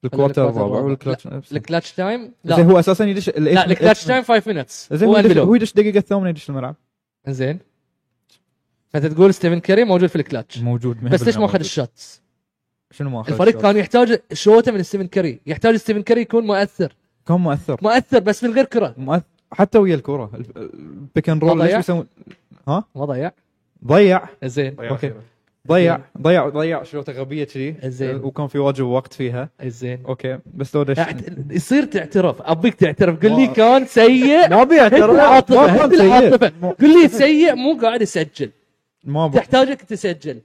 D: في الكوارتر الرابع
A: الرابع.
D: والكلاتش
A: الكلاتش تايم لا
D: زين إيه. هو اساسا يدش
A: لا الكلاتش تايم 5 مينتس
D: زين هو يدش- هو
A: زين
D: يدش دقيقه الثامنه يدش الملعب
A: زين فانت تقول ستيفن كيري موجود في الكلاتش
D: موجود
A: بس ليش ما اخذ الشوتس؟
D: شنو ما اخذ
A: الفريق
D: الشوت؟
A: كان يحتاج شوته من ستيفن كيري يحتاج ستيفن كيري يكون مؤثر
D: كان مؤثر
A: مؤثر بس من غير كره
D: مؤثر حتى ويا الكره ال- البيك اند رول
A: ما ضيع؟
D: ليش يسوون
A: ما ضيع
D: ضيع
A: زين
D: اوكي ضيع ضيع ضيع شوطه غبيه كذي
A: زين.
D: وكان في واجب وقت فيها
A: زين
D: اوكي بس لو دش
A: اعت- يصير تعترف ابيك تعترف قل لي
D: ما-
A: كان سيء
D: ما ابي
A: هد العاطفه
D: ما
A: هد
D: كان سيء.
A: العاطفه قل لي سيء مو قاعد يسجل
D: ما ابغى
A: تحتاجك تسجل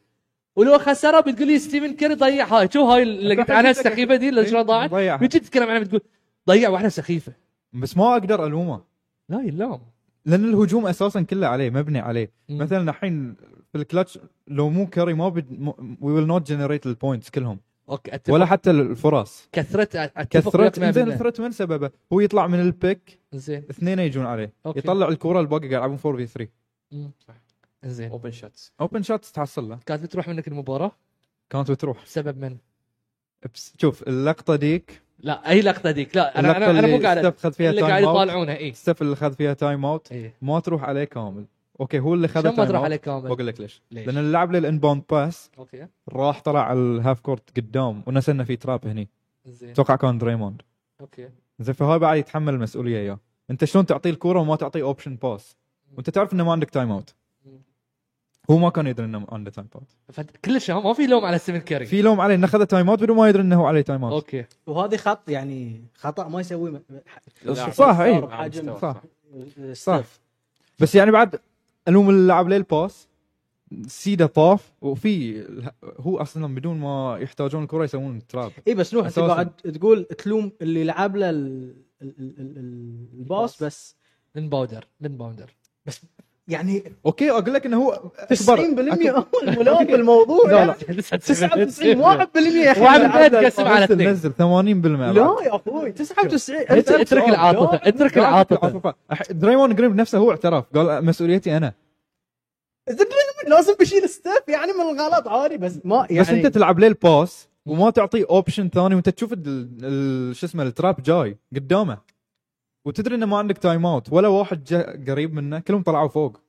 A: ولو خسره بتقول لي ستيفن كيري ضيع هاي شو هاي اللي قلت عنها السخيفه دي اللي شلون ضاعت
D: إيه، ضيعها.
A: بتجي تتكلم عنها بتقول ضيع واحده سخيفه
D: بس ما اقدر الومه
A: لا يلام
D: لان الهجوم اساسا كله عليه مبني عليه
A: مم.
D: مثلا الحين في الكلتش لو مو كاري ما بد وي ويل نوت جنريت البوينتس كلهم
A: اوكي اتفق
D: ولا حتى الفرص
A: كثرت اتفق وياك
D: كثرت
A: مية
D: زين
A: بالمية.
D: الثريت من سببه هو يطلع من البيك
A: زين
D: اثنين يجون عليه
A: أوكي.
D: أوكي. يطلع الكره الباقي قاعد يلعبون 4 في 3
A: مم. زين
B: اوبن شوتس
D: اوبن شوتس تحصل له
A: كانت بتروح منك المباراه
D: كانت بتروح
A: بسبب من؟
D: بس شوف اللقطه ديك
A: لا اي لقطه ذيك لا انا
D: اللقطه
A: انا, أنا مو قاعد
D: ستيف خذ فيها
A: اللي قاعد
D: تايم اوت
A: يطالعونها اي
D: ستيف اللي خذ فيها تايم اوت
A: اي
D: ما تروح عليه كامل اوكي هو اللي خذ
A: شلون ما
D: تايم
A: تروح
D: أوت.
A: عليه كامل؟
D: بقول لك ليش
A: ليش؟
D: لان اللي لعب له الانباوند باس
A: اوكي
D: راح طلع على الهاف كورت قدام ونسى انه في تراب هني
A: زين
D: اتوقع كان دريموند
A: اوكي
D: زين فهو بعد يتحمل المسؤوليه اياه انت شلون تعطيه الكوره وما تعطيه اوبشن باس وانت تعرف انه ما عندك تايم اوت هو ما كان يدري انه عنده تايم اوت
A: فكلش ما في لوم على ستيفن كاري
D: في لوم عليه انه اخذ تايم اوت بدون ما يدري انه هو عليه تايم اوت
A: اوكي
C: وهذه خط يعني خطا ما يسويه م-
D: صح
C: صار
D: اي
C: بحجم
D: صح
C: صح
D: بس يعني بعد الوم اللي لعب ليه الباس سيدا طاف وفي هو اصلا بدون ما يحتاجون الكره يسوون تراب
C: اي إيه، بس نوح انت
D: أساساً.
C: قاعد تقول تلوم اللي لعب له ال- ال- ال- ال- الباص بس
A: لين باودر لين باودر
C: يعني
D: اوكي اقول لك انه هو
C: 90% اول ملام بالموضوع يعني.
D: لا،
C: لا
D: لا.
C: لا 99 1% يا اخي
A: واحد بعد
C: لا،
A: قسم على اثنين.
D: نزل 80%
C: لا يا اخوي 99
D: إيه،
A: اترك اترك العاطفه اترك العاطفه
D: أح- دريمون جرين بنفسه هو اعترف قال مسؤوليتي انا
C: لازم بشيل ستيب يعني من الغلط عادي بس ما يعني
D: بس انت تلعب ليه الباس وما تعطيه اوبشن ثاني وانت تشوف ال- ال- شو اسمه التراب جاي قدامه وتدري انه ما عندك تايم اوت ولا واحد جا قريب منه كلهم طلعوا فوق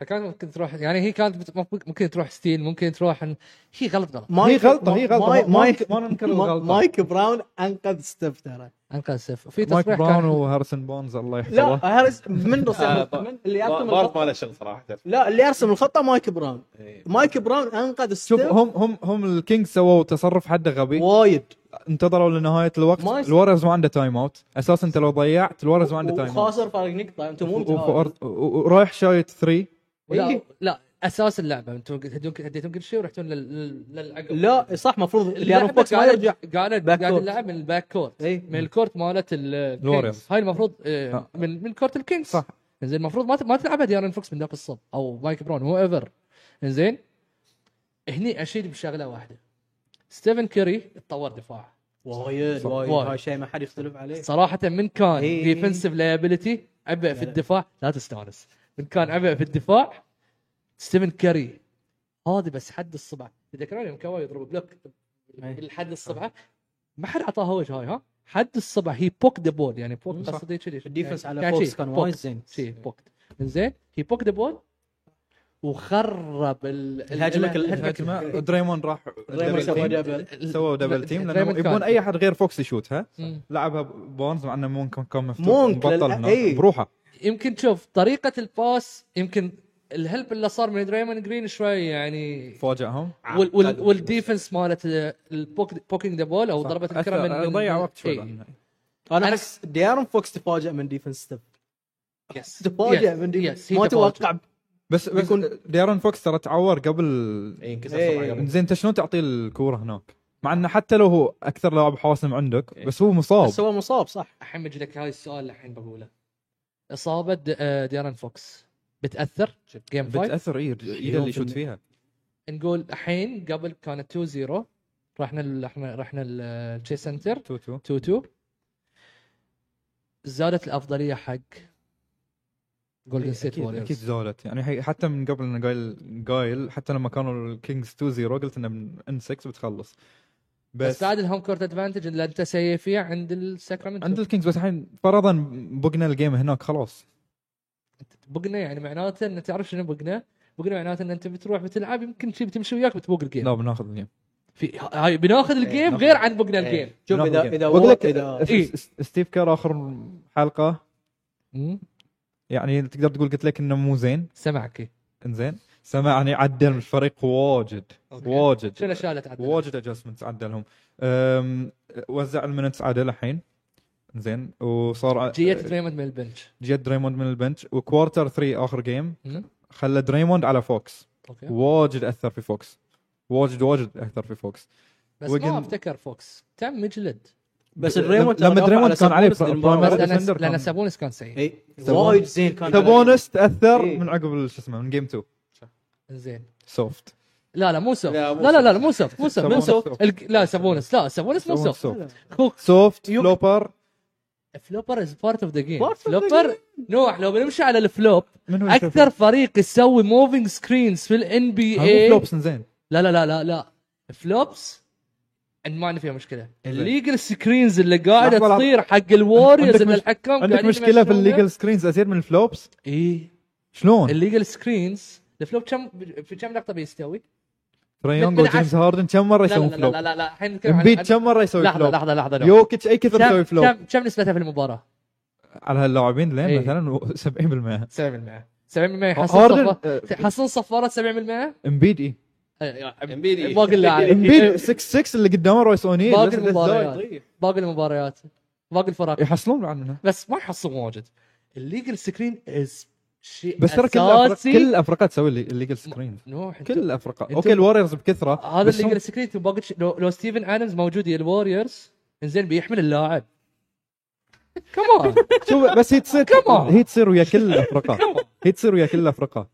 A: فكانت ممكن تروح يعني هي كانت بت- ممكن تروح ستيل ممكن تروح إن- هي غلط غلط
D: هي غلطه هي غلطه ما- ما
C: مايك
D: نك- ما ننكر
C: ما-
D: الغلطه
C: مايك براون انقذ ستيب ترى
A: انقذ سيف في
D: مايك
A: تصريح
D: براون
A: كان
D: وهارسون بونز الله
C: لا
D: يحفظه
C: هارس من
B: آه،
C: رسم من اللي يرسم
B: بارت ما
C: الخطه
B: له شغل صراحه
C: لا اللي يرسم الخطه مايك براون
B: إيه.
C: مايك براون انقذ
D: شوف
C: ستيب
D: هم هم هم الكينجز سووا تصرف حده غبي
C: وايد
D: انتظروا لنهايه الوقت
C: ما يصير.
D: الورز ما عنده تايم اوت اساسا انت لو ضيعت الورز ما عنده تايم اوت
C: وخاسر فارق نقطه انتم مو
D: و-
C: متعاونين.
D: وفور- و- ورايح شايت 3
A: لا
C: إيه.
A: لا اساس اللعبه انتم هديتم هديتم كل شيء ورحتون لل- لل- للعقب
C: لا صح المفروض اللي يعرف
A: اللعبة
C: بوكس ما
A: قاعدة-
C: يرجع
A: قاعدة
C: باك
A: قاعد
C: كورت.
A: نلعب من الباك كورت
C: إيه.
A: من الكورت مالت ال- الكينجز
D: الوريورز.
A: هاي المفروض آه،
D: آه.
A: من من كورت الكينجز
D: صح.
A: زين المفروض ما ت- ما تلعبها ديارن فوكس من ذاك الصب او مايك براون هو ايفر زين هني اشيد بشغله واحده ستيفن كيري تطور دفاعه
C: وايد وايد
A: وايد.
C: هاي شيء ما حد يختلف عليه
A: صراحه من كان
C: إيه.
A: ديفنسيف لايبيلتي عبء في الدفاع لا تستانس من كان عبء في الدفاع ستيفن كاري هذا بس حد الصبع تذكرون يوم كواي يضرب بلوك
C: أي.
A: لحد الصبعه ما حد اعطاها وجه هاي ها حد الصبع هي بوك ذا بول يعني بوك
C: صح.
A: قصدي كذي
C: الديفنس على
A: يعني
C: فوكس
A: شي،
C: كان
A: بوك،
C: وايد زين.
A: شي بوك زين هي بوك ذا بول وخرب ال-
C: الهجمة كل-
D: الهجمه دريمون راح
C: دريمون سوى
D: دبل
C: دبل
D: تيم. سووا دبل تيم لانه
A: دريمون كان-
D: يبون اي احد غير فوكس يشوتها
A: مم.
D: لعبها بونز مع انه مونك كان مفتوح
C: مونك
D: مبطل
C: للأ-
D: هناك.
C: إيه.
D: بروحه
A: يمكن تشوف طريقه الباس يمكن الهلب اللي صار من دريمون جرين شوي يعني
D: فاجئهم
A: وال وال والديفنس مالت البوك بوكينج ذا بول او
D: صح.
A: ضربه
D: أثر-
A: الكره من من-
D: ضيع وقت شوي
A: إيه.
D: لأنه-
C: انا
A: أنا-
C: احس ديارن فوكس تفاجئ من ديفنس ستيب
A: يس
C: تفاجئ
A: يس.
C: من
A: يس.
C: ديفنس
A: هي
C: ما
A: تفاجأ.
C: توقع
D: بس بس
C: بيكون-
D: ديرن فوكس ترى تعور قبل
B: اي انكسر
C: إيه.
B: صبعه قبل.
D: زين انت شلون تعطيه الكوره هناك؟ مع انه حتى لو هو اكثر لاعب حواسم عندك بس هو مصاب
C: بس هو مصاب صح
A: الحين بجي لك هاي السؤال الحين بقوله اصابه د- آه، ديارن فوكس بتاثر جيم فايت
D: بتاثر ايه ايده اللي يشوت فيها
A: نقول الحين قبل كانت 2 0 رحنا ال- رحنا رحنا التشي سنتر
D: تو تو
A: 2 2 زادت الافضليه حق جولدن ستيت
D: اكيد اكيد
A: ووريرز
D: إيه، زولت يعني هي- حتى من قبل انا قايل قايل حتى لما كانوا الكينجز 2 0 قلت انه من ان 6 بتخلص
A: بس
D: بس,
A: بعد الهوم كورت ادفانتج اللي انت سيء فيه عند الساكرامنتو
D: عند الكينجز بس الحين فرضا بقنا الجيم هناك خلاص
A: بقنا يعني معناته ان تعرف شنو بقنا؟ بقنا معناته ان انت بتروح بتلعب يمكن شي بتمشي وياك بتبوق الجيم
D: لا بناخذ الجيم
A: في هاي بناخذ
B: إيه،
A: الجيم
D: ناخذ.
A: غير عن بقنا الجيم
C: شوف
D: بناخذ
C: اذا
D: الجيم.
C: اذا
D: بقول لك
C: اذا
A: إيه.
D: س- س- ستيف كير اخر حلقه
A: مم.
D: يعني تقدر تقول قلت لك انه مو زين
A: سمعك
D: انزين سمعني عدل الفريق واجد
A: أوكي.
D: واجد
A: شنو الاشياء اللي تعدل؟
D: واجد ادجستمنتس عدلهم أم، وزع المنتس عدل الحين زين وصار
A: جيت دريموند من البنش
D: جيت دريموند من البنش وكوارتر 3 اخر جيم
A: مم.
D: خلى دريموند على فوكس
A: اوكي
D: واجد اثر في فوكس واجد واجد اثر في فوكس
A: بس
D: وقن-
A: ما افتكر فوكس تم يجلد
C: بس الريموت
D: لما دريموند كان عليه
A: بس
D: بريمر-
C: برايمر
D: Oh, Defender
A: لان
D: كان- إيه.
A: لان سابونس كان سيء
C: إيه، وايد زين كان
D: تابونس تاثر
C: إيه.
D: من عقب ال- شو اسمه من جيم 2
A: زين
D: سوفت
A: لا لا مو سوفت
B: لا،
A: لا
B: مو
A: لا لا, لا مو سوفت مو سوفت
D: سابونس
A: مو سوفت
D: سوفت.
A: الج- لا سابونس لا سابونس مو
D: سابونس
A: سوفت
D: سوفت
A: كوك
D: سوفت
C: يو-
D: فلوبر
A: فلوبر از بارت اوف ذا جيم
C: Part of the
A: فلوبر نوح لو بنمشي على الفلوب
D: من هو اللي
A: اكثر فريق يسوي موفينج سكرينز في الان بي
D: شايفه؟ هم
A: اي
D: فلوبس زين
A: لا لا لا لا لا فلوبس ان ما عندي فيها مشكله الليجل سكرينز اللي قاعده
D: إيه. لحظة، لحظة.
A: تصير حق الوريوز
D: عندك
A: ان
D: مش-
A: الحكام
D: عندك
A: قاعدين
D: مشكله في
A: يمشونها.
D: الليجل آه. سكرينز ازيد من الفلوبس
A: اي
D: شلون؟
A: الليجل سكرينز الفلوب كم في كم لقطه بيستوي؟
D: تريونج
A: بالعكس.
D: وجيمس هاردن كم
A: لا
D: مره
A: لا
D: يسوون
A: لا
D: فلوب؟
A: لا لا لا الحين نتكلم عن-
D: امبيد
A: عن-
D: كم مره يسوي
A: لحظه
D: فلوب؟
A: لحظه لحظه نوح.
D: يوكيتش اي كثر يسوي
A: كم
D: فلوب
A: كم كم نسبتها في المباراه؟
D: على هاللاعبين لين
A: إيه.
D: مثلا 70%
A: 70% 70% يحصل
D: هاردن آه.
A: صفا- يحصل صفارات 70%
D: امبيد اي
B: امبيدي
A: باقي اللاعبين
D: امبيد 6 6 اللي قدامه رويس اونيل
A: إيه، باقي
D: بس- بس
A: المباريات.
D: زايد. إيه.
A: باقي المباريات باقي الفرق
D: يحصلون بعد منها
A: بس ما يحصل واجد الليجل سكرين از شيء
D: بس ترى كل الأفرق- كل الافرقاء تسوي الليجل سكرين
A: نوح
D: كل
A: كل
D: الافرقاء
A: أنت-
D: اوكي الوريرز بكثره
A: هذا
D: بس هم-
A: الليجل سكرين باقي شيء. لو, لو ستيفن ادمز موجود يا الوريورز انزين بيحمل اللاعب كمان
D: شوف بس هي تصير
A: Come on.
D: هي تصير ويا كل الافرقاء هي تصير ويا كل الافرقاء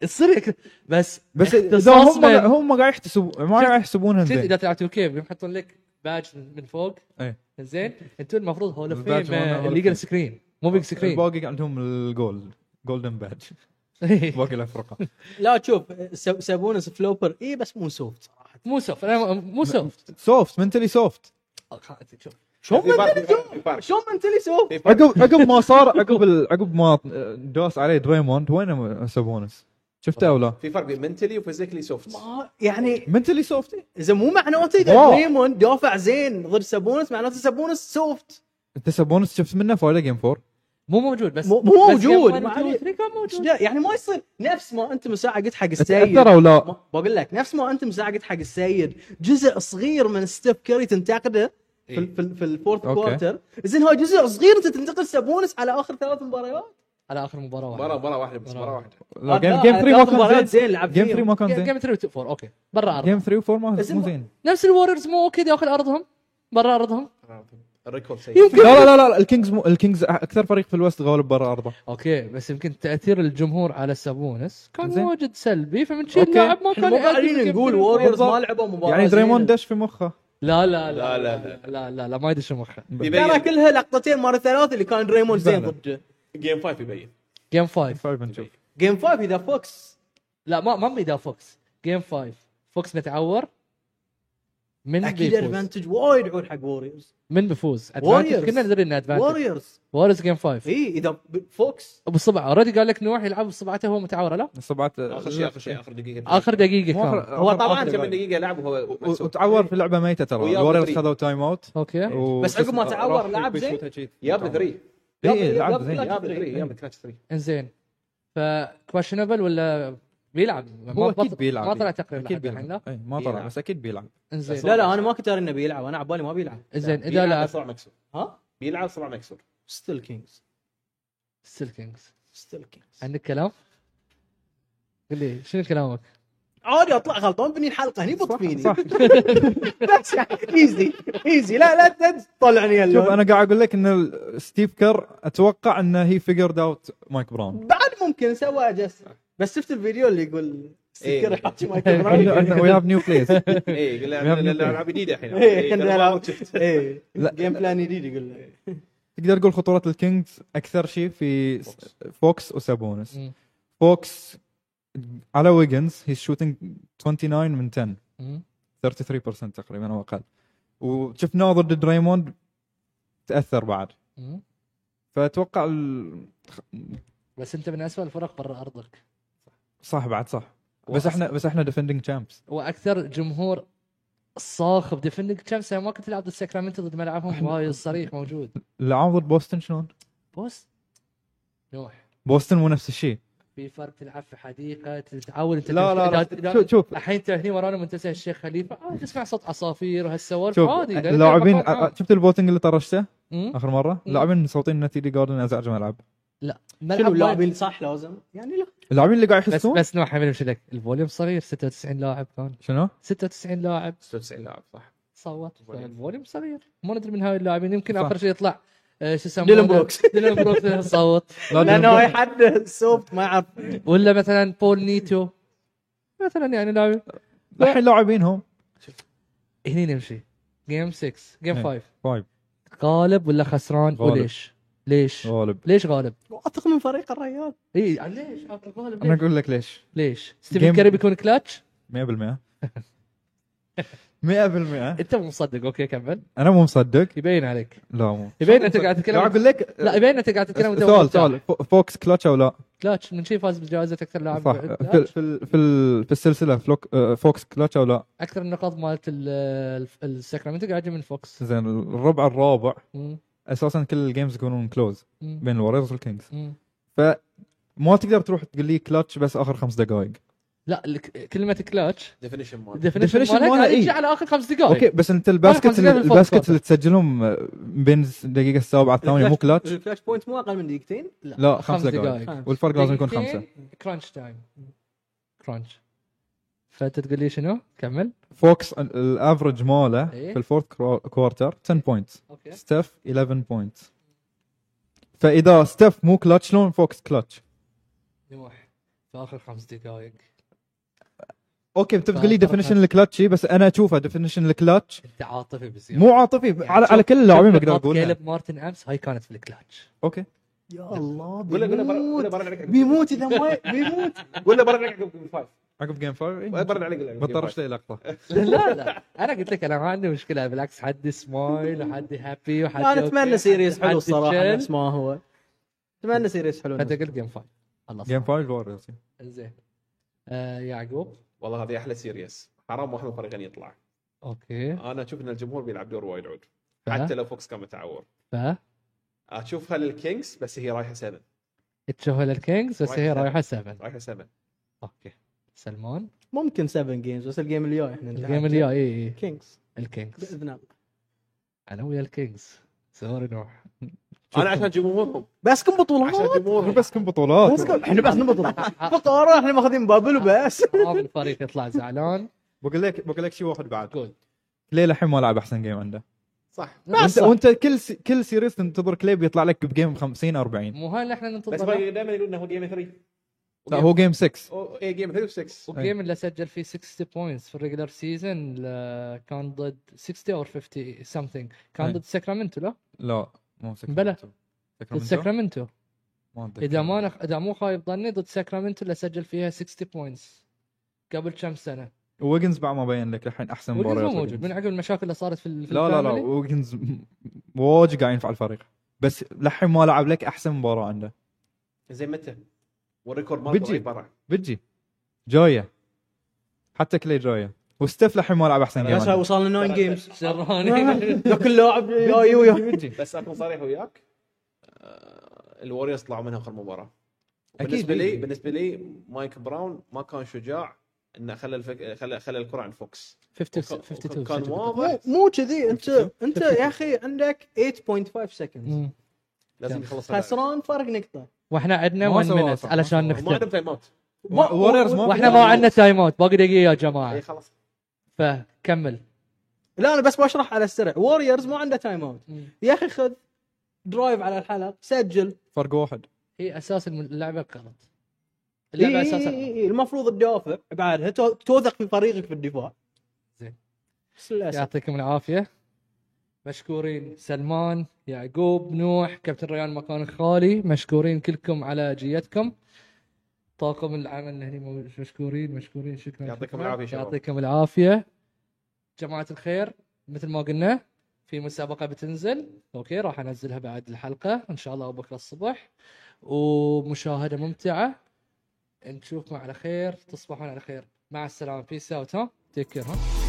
A: تصير يك- بس
D: بس اذا
A: اختصاص
D: هم
A: من-
D: هم قاعد يحتسبون ما قاعد يحسبونها
A: تدري
D: زين
A: اذا تلعب 2 كي يحطون لك باج من فوق
D: إيه.
A: زين انتم المفروض هول اوف
D: الباج
A: فيم
D: مالنا Hall of
A: اللي
D: Fame. Uh,
A: سكرين مو بيج سكرين
D: الباقي عندهم الجولد جولدن بادج باقي الافرقاء
C: لا شوف س- سابونا فلوبر اي بس مو سوفت صراحه
A: مو سوفت أنا مو سوفت
D: سوفت منتلي سوفت
A: شوف
C: شلون
B: في فرق-
C: منتلي
B: في فرق- في فرق.
C: شلون منتلي سوفت
B: في فرق.
D: عقب عقب ما صار عقب ال- عقب ما دوس عليه دريموند وين سابونس؟ شفته او لا؟
B: في فرق بين منتلي وفيزيكلي سوفت
C: ما- يعني
D: منتلي سوفت
C: اذا مو معناته اذا
D: واو.
C: دريمون دافع زين ضد سابونس معناته سابونس سوفت
D: انت سابونس شفت منه فايده جيم 4
A: مو موجود بس
C: مو- مو
A: بس Game
C: موجود،
A: 1 و
C: ما
A: 2 و
C: عليه.
A: 3 كان موجود
C: لا، يعني ما يصير نفس ما انت من ساعه قلت حق السيد
D: تاثر او لا؟
C: ما- بقول لك نفس ما انت من ساعه قلت حق السيد جزء صغير من ستيف كاري تنتقده في
B: إيه.
C: ال- في ال- في الفورث
D: أوكي.
C: كوارتر زين هو جزء صغير انت تنتقد سابونس على اخر ثلاث مباريات
A: على اخر مباراه واحده
B: مباراه مباراه واحده بس
A: مباراة
B: مباراه
A: واحدة.
B: واحده
D: لا، جيم
C: لا،
D: جيم 3 ما
C: ثلاث مباريات
D: كان زين
C: زين لعب
D: جيم
C: فيهم.
D: 3 ما كان
A: جيم
D: زين
A: 3 و 4 اوكي برا ارض
D: جيم 3 و 4 ما
C: بس
D: مو
C: ما-
D: زين
A: نفس الوريرز مو اوكي داخل ارضهم برا ارضهم
B: الريكورد سيء
A: يمكن
D: لا لا لا لا الكينجز مو الكينجز اكثر فريق في الوست غالب برا ارضه
A: اوكي بس يمكن تاثير الجمهور على سابونس كان
D: زين.
A: واجد سلبي فمن شي
D: أوكي.
A: اللاعب ما كان
C: مو
A: يأدي
C: قاعدين
A: بالجيم
C: نقول
A: 3 و 4.
C: ووريرز ما لعبوا مباراه
D: يعني دريموند
C: زينة.
D: دش في مخه
A: لا لا
B: لا-
A: لا
B: لا-
A: لا لا لا ما يدش مخه
C: ترى
B: يبين
C: كلها لقطتين مره ثلاث اللي كان دريموند زين
D: بلى.
C: ضده
B: جيم 5 يبين
A: جيم 5
D: 5 نشوف
C: جيم 5 اذا فوكس
A: لا ما ما بيدا فوكس جيم 5 فوكس متعور من
C: اكيد
A: بيفوز
C: ادفانتج وايد عود حق ووريرز
A: من بيفوز
C: Warriors. إيه.
A: ادفانتج كنا ندري انه ادفانتج
C: ووريرز
A: ووريرز جيم 5
C: اي اذا ب- فوكس
A: ابو الصبع اوريدي قال لك نوح يلعب بصبعته وهو متعور لا
D: صبعت
B: اخر شيء اخر شيء اخر دقيقه
A: اخر دقيقه
D: مو
A: كان
D: آخر-
C: هو
D: آخر-
C: طبعاً
D: آخر
B: كم
D: دقيقة.
B: دقيقه لعب وهو
D: و- وتعور في لعبه ميته ترى
B: ويابا
D: الوريرز
B: three.
D: خذوا تايم اوت
A: اوكي
D: و-
C: بس عقب
D: شو
C: ما
D: اسمه،
C: تعور
D: راح
C: لعب زين.
D: يشوتها شي.
B: ياب 3
D: اي
C: ياب-
D: لعب
C: ياب-
D: زين
C: ياب-
B: ياب 3 ياب كراتش 3
A: انزين فكواشنبل ولا بيلعب
D: هو
A: ما-
D: اكيد بيلعب
A: ما طلع تقرير
D: اكيد
A: لحد الحين لا
D: بيلعب إي، ما طلع
B: بيلعب.
D: بس اكيد بيلعب
A: انزين
C: لا لا انا ما كنت ارى انه بيلعب انا على بالي ما بيلعب
A: انزين اذا
B: بيلعب
A: لعب
B: صراع مكسور
C: ها
B: بيلعب صراع مكسور
C: ستيل كينجز
A: ستيل كينجز
C: ستيل كينجز
A: عندك كلام؟ قل لي شنو كلامك؟
C: عادي اطلع غلطان بني الحلقه هني بط فيني
D: صح
C: بس ايزي ايزي لا لا لا تطلعني يا
D: شوف
C: اللون.
D: انا قاعد اقول لك ان ال- ستيف كر اتوقع انه هي فيجرد اوت مايك براون
C: بعد ممكن سوى ادجست بس شفت الفيديو اللي يقول
B: إيه.
C: سكر حاجي ما
D: انه
C: يكبر
D: انه وي هاف نيو بلايز
B: اي يقول
D: We have new
B: الالعاب جديده الحين
C: ايه
B: إيه،
C: كان
B: قال
C: بيلعب.
B: ما شفت.
C: ايه
D: لا.
C: جيم بلان جديد يقول له
D: تقدر تقول خطوره الكينجز اكثر شيء في س- فوكس وسابونس
A: مم.
D: فوكس على ويجنز هي شوتنج 29 من 10
A: مم.
D: 33% تقريبا او اقل وشفناه ضد دريموند تاثر بعد
A: مم.
D: فاتوقع ال...
A: بس انت من اسوء الفرق برا ارضك
D: صح بعد صح بس احنا بس احنا ديفندنج تشامبس
A: واكثر جمهور صاخب ديفندنج تشامس ما كنت تلعب ضد ساكرامنتو ضد ملعبهم وهاي الصريح موجود
D: لعبوا ضد بوسطن شلون؟
A: بوست نوح
D: بوسطن مو نفس الشيء
A: في فرق تلعب في حديقه تحاول انت
D: لا لا
A: إذا-
D: لا
A: إذا-
D: شوف شوف
A: الحين انت هني ورانا منتزه الشيخ خليفه آه تسمع صوت عصافير وهالسوالف
D: شوف آه،
A: عادي لأن
D: اللاعبين أه.
A: المكان عام.
D: شفت البوتنج اللي طرشته
A: مم.
D: اخر مره؟
A: مم.
D: اللاعبين مصوتين نتيجه جاردن ازعج ملعب
A: ملعب
C: شنو
A: واحد.
C: اللاعبين صح لازم يعني لا
D: اللاعبين اللي قاعد
A: بس
D: يحسون
A: بس نوح حبيبي امشي لك الفوليوم صغير 96 لاعب كان
D: شنو؟
A: 96 لاعب
B: 96 لاعب صح
A: صوت
B: فوليوم.
A: الفوليوم صغير ما ندري من هاي اللاعبين يمكن
D: صح.
A: اخر شيء يطلع آه، شو يسمونه
C: ديلن بروكس.
A: ديلن بروكس اللي صوت
C: لانه اي حد سوفت ما يعرف
A: ولا مثلا بول نيتو مثلا يعني لاعب
D: الحين لاعبينهم
A: هني نمشي جيم 6 جيم
D: إيه.
A: 5
D: فايب
A: غالب ولا خسران
D: غالب.
A: وليش؟ ليش؟
D: غالب
A: ليش غالب؟
C: واثق من فريق الريال
A: اي
D: آه،
A: ليش؟ عطل غالب
D: انا
A: ليش؟
D: اقول لك ليش
A: ليش؟ ستيفن
D: Game-
A: كاري بيكون كلاتش؟
D: 100% 100%
A: انت مو مصدق اوكي كمل
D: انا مو مصدق
A: يبين عليك
D: لا مو
A: يبين انت قاعد تتكلم
D: قاعد اقول لك
A: لا يبين انت قاعد تتكلم وأنت
D: سؤال
A: مرتاح.
D: سؤال فو- فوكس كلتش او لا؟
A: كلاتش من شي فاز بجائزه اكثر لاعب
D: صح في ال-
A: كلاتش.
D: في ال- في, ال- في السلسله فلوك آه، فوكس كلتش او لا؟
A: اكثر النقاط مالت ال- ال- الساكرامنتو قاعده من فوكس
D: زين الربع الرابع
A: مم.
D: اساسا كل الجيمز يكونون كلوز
A: مم.
D: بين الوريرز والكينجز
A: مم.
D: ما تقدر تروح تقول لي كلتش بس اخر خمس دقائق
A: لا الك- كلمه كلاتش
B: ديفينيشن مال
A: الديفينيشن
D: Definition
A: مالها
D: مالها
A: قاعد
D: إيه.
A: يجي على اخر خمس دقائق
D: اوكي بس انت
A: خمس
D: الباسكت
A: دقايق بالفوكس
D: الباسكت
A: فقط.
D: اللي تسجلهم آه، بين الدقيقه السابعه الثامنه مو كلتش
C: الكلاش بوينت مو اقل من دقيقتين
D: لا خمس دقائق
C: دقايق.
D: والفرق لازم يكون خمسه
A: كرانش تايم كرانش فانت تقول لي شنو؟ كمل
D: فوكس ال- الافرج ماله
A: إيه.
D: في الفورث كوارتر 10 بوينتس
A: اوكي
D: ستيف 11 بوينتس فاذا ستيف مو كلتش شلون فوكس كلتش
A: نموح في اخر خمس دقائق
D: اوكي انت بتقول لي
A: فأعتقد-
D: ديفينيشن الكلتش بس انا اشوفه ديفينيشن الكلتش
A: انت عاطفي بزياده
D: مو عاطفي
A: يعني
D: على, على كل اللاعبين يعني. اقدر اقول
A: كيلب مارتن امس هاي كانت في الكلاتش
D: اوكي
C: يا الله
B: قول له قول له برا- قول له برد عليك
C: بيموت اذا ما بيموت
B: قول له برد عليك عقب فايف
D: عقب جيم
A: إيه،
D: 5
B: برد عليك قول له عقب
D: بضطر
B: Game Five.
D: اشتري لقطه
A: لا لا انا قلت لك انا ما عندي مشكله بالعكس حد سمايل وحد هابي وحد
C: انا
A: أوكي،
C: اتمنى سيريز
A: حد
C: حلو الصراحه
A: chill.
C: نفس ما هو اتمنى سيريز حلو
A: فانت قلت جيم فايف خلاص
D: جيم 5 ووريرز
A: زين آه يعقوب
B: والله هذه احلى سيريس حرام واحد من الفريقين يطلع
A: اوكي
B: انا اشوف ان الجمهور بيلعب دور وايد عود
A: ف-
B: حتى لو فوكس كان متعور
A: ف
B: اشوفها للكينجز بس هي رايحه 7
A: تشوفها للكينجز بس هي
B: رايحة
A: رايحه 7
B: رايحه 7
A: اوكي سلمان
C: ممكن 7 جيمز بس الجيم الجاي احنا نتعب.
A: الجيم الجاي اي اي
C: كينجز
A: إيه، الكينجز
C: باذن الله
A: انا ويا الكينجز سوري نوح
B: انا عشان جمهورهم
C: بس كم
B: عشان
C: بطولات
B: جمهورهم
D: بس كم بطولات
C: بس كم- احنا بس نبي بطولات فقاره احنا ماخذين بابل وبس
A: عام الفريق يطلع زعلان
D: بقول لك بقول لك شيء واحد بعد
A: قول
D: كلي للحين ما لعب احسن جيم عنده
B: صح
D: وانت,
C: صح.
D: وانت كل سي... كل سيريس تنتظر كلي بيطلع لك بجيم 50 40
A: مو هاي اللي احنا
B: بس
A: ننتظرها
B: دائما يقولون انه هو جيم 3
D: لا هو جيم 6
B: اي جيم 3 و6
A: والجيم اللي سجل فيه 60 بوينتس في الريجلر سيزون كان ضد 60 او 50 سمثينج كان
D: أي.
A: ضد ساكرامنتو لا
D: لا مو سكرامنتو
A: بلى. ضد
D: سكرامنتو؟
A: ساكرامنتو
D: ما أتذكر.
A: اذا ما نخ... اذا مو خايب ظني ضد ساكرامنتو اللي سجل فيها 60 بوينتس قبل كم سنه
D: ويجنز بعد ما بين لك الحين احسن
A: ويجنز
D: مباراه
A: مو موجود من عقب المشاكل اللي صارت في ال- في
D: لا لا لا
A: الفاميلي.
D: ويجنز واجد قاعد ينفع الفريق بس للحين ما لعب لك احسن مباراه عنده
B: زين متى؟ والريكورد مالته
D: بتجي.
B: وايد برا
D: بتجي جايه حتى كلي جايه وستيف للحين ما لعب احسن جيم
C: بس هاي
D: عنده.
C: وصلنا 9 جيمز
A: سراني
C: كل لاعب يا يو يا
D: بتجي
B: بس اكون صريح وياك آه، الوريوز طلعوا منها اخر مباراه
D: أكيد
B: بالنسبه لي
D: بيجي.
B: بالنسبه لي مايك براون ما كان شجاع انه خلى الفك... خلى خلى الكره عند فوكس
A: 52
B: وكان- كان
A: 52
B: واضح
C: مو كذي انت انت يا اخي عندك 8.5 سكند
A: مم.
B: لازم يخلص اللعب.
C: خسران فرق نقطه
A: واحنا عندنا
D: ما
A: 1
D: سوى
A: مينت
D: أصلاً، ما
A: علشان
D: سوى.
B: ما عندهم
A: نختم
B: تايم اوت
D: Warriors ما-
A: واحنا ما عندنا تايم اوت باقي دقيقه يا
B: اي
A: جماعه
B: إيه، خلاص
A: فكمل
C: لا انا بس بشرح على السريع ووريرز ما عنده تايم اوت
A: مم.
C: يا اخي خذ درايف على الحلق سجل
D: فرق واحد
A: هي اساس الم- اللعبه غلط
C: إي
A: اللعبه
C: إي
A: اساسا
C: إي
A: غلط.
C: إي إي، إيه، المفروض تدافع بعدها تو- توثق في فريقك في الدفاع
A: زين.
C: بس للاسف
A: يعطيكم العافيه مشكورين سلمان يعقوب نوح كابتن ريان مكانك خالي مشكورين كلكم على جيتكم طاقم العمل هنا مو- مشكورين مشكورين شكرا
B: يعطيكم
A: شكراً.
B: العافية شباب.
A: يعطيكم العافيه جماعه الخير مثل ما قلنا في مسابقه بتنزل اوكي راح انزلها بعد الحلقه ان شاء الله أو بكره الصبح ومشاهده ممتعه نشوفكم على خير تصبحون على خير مع السلامه بيس اوت ها تيك كير ها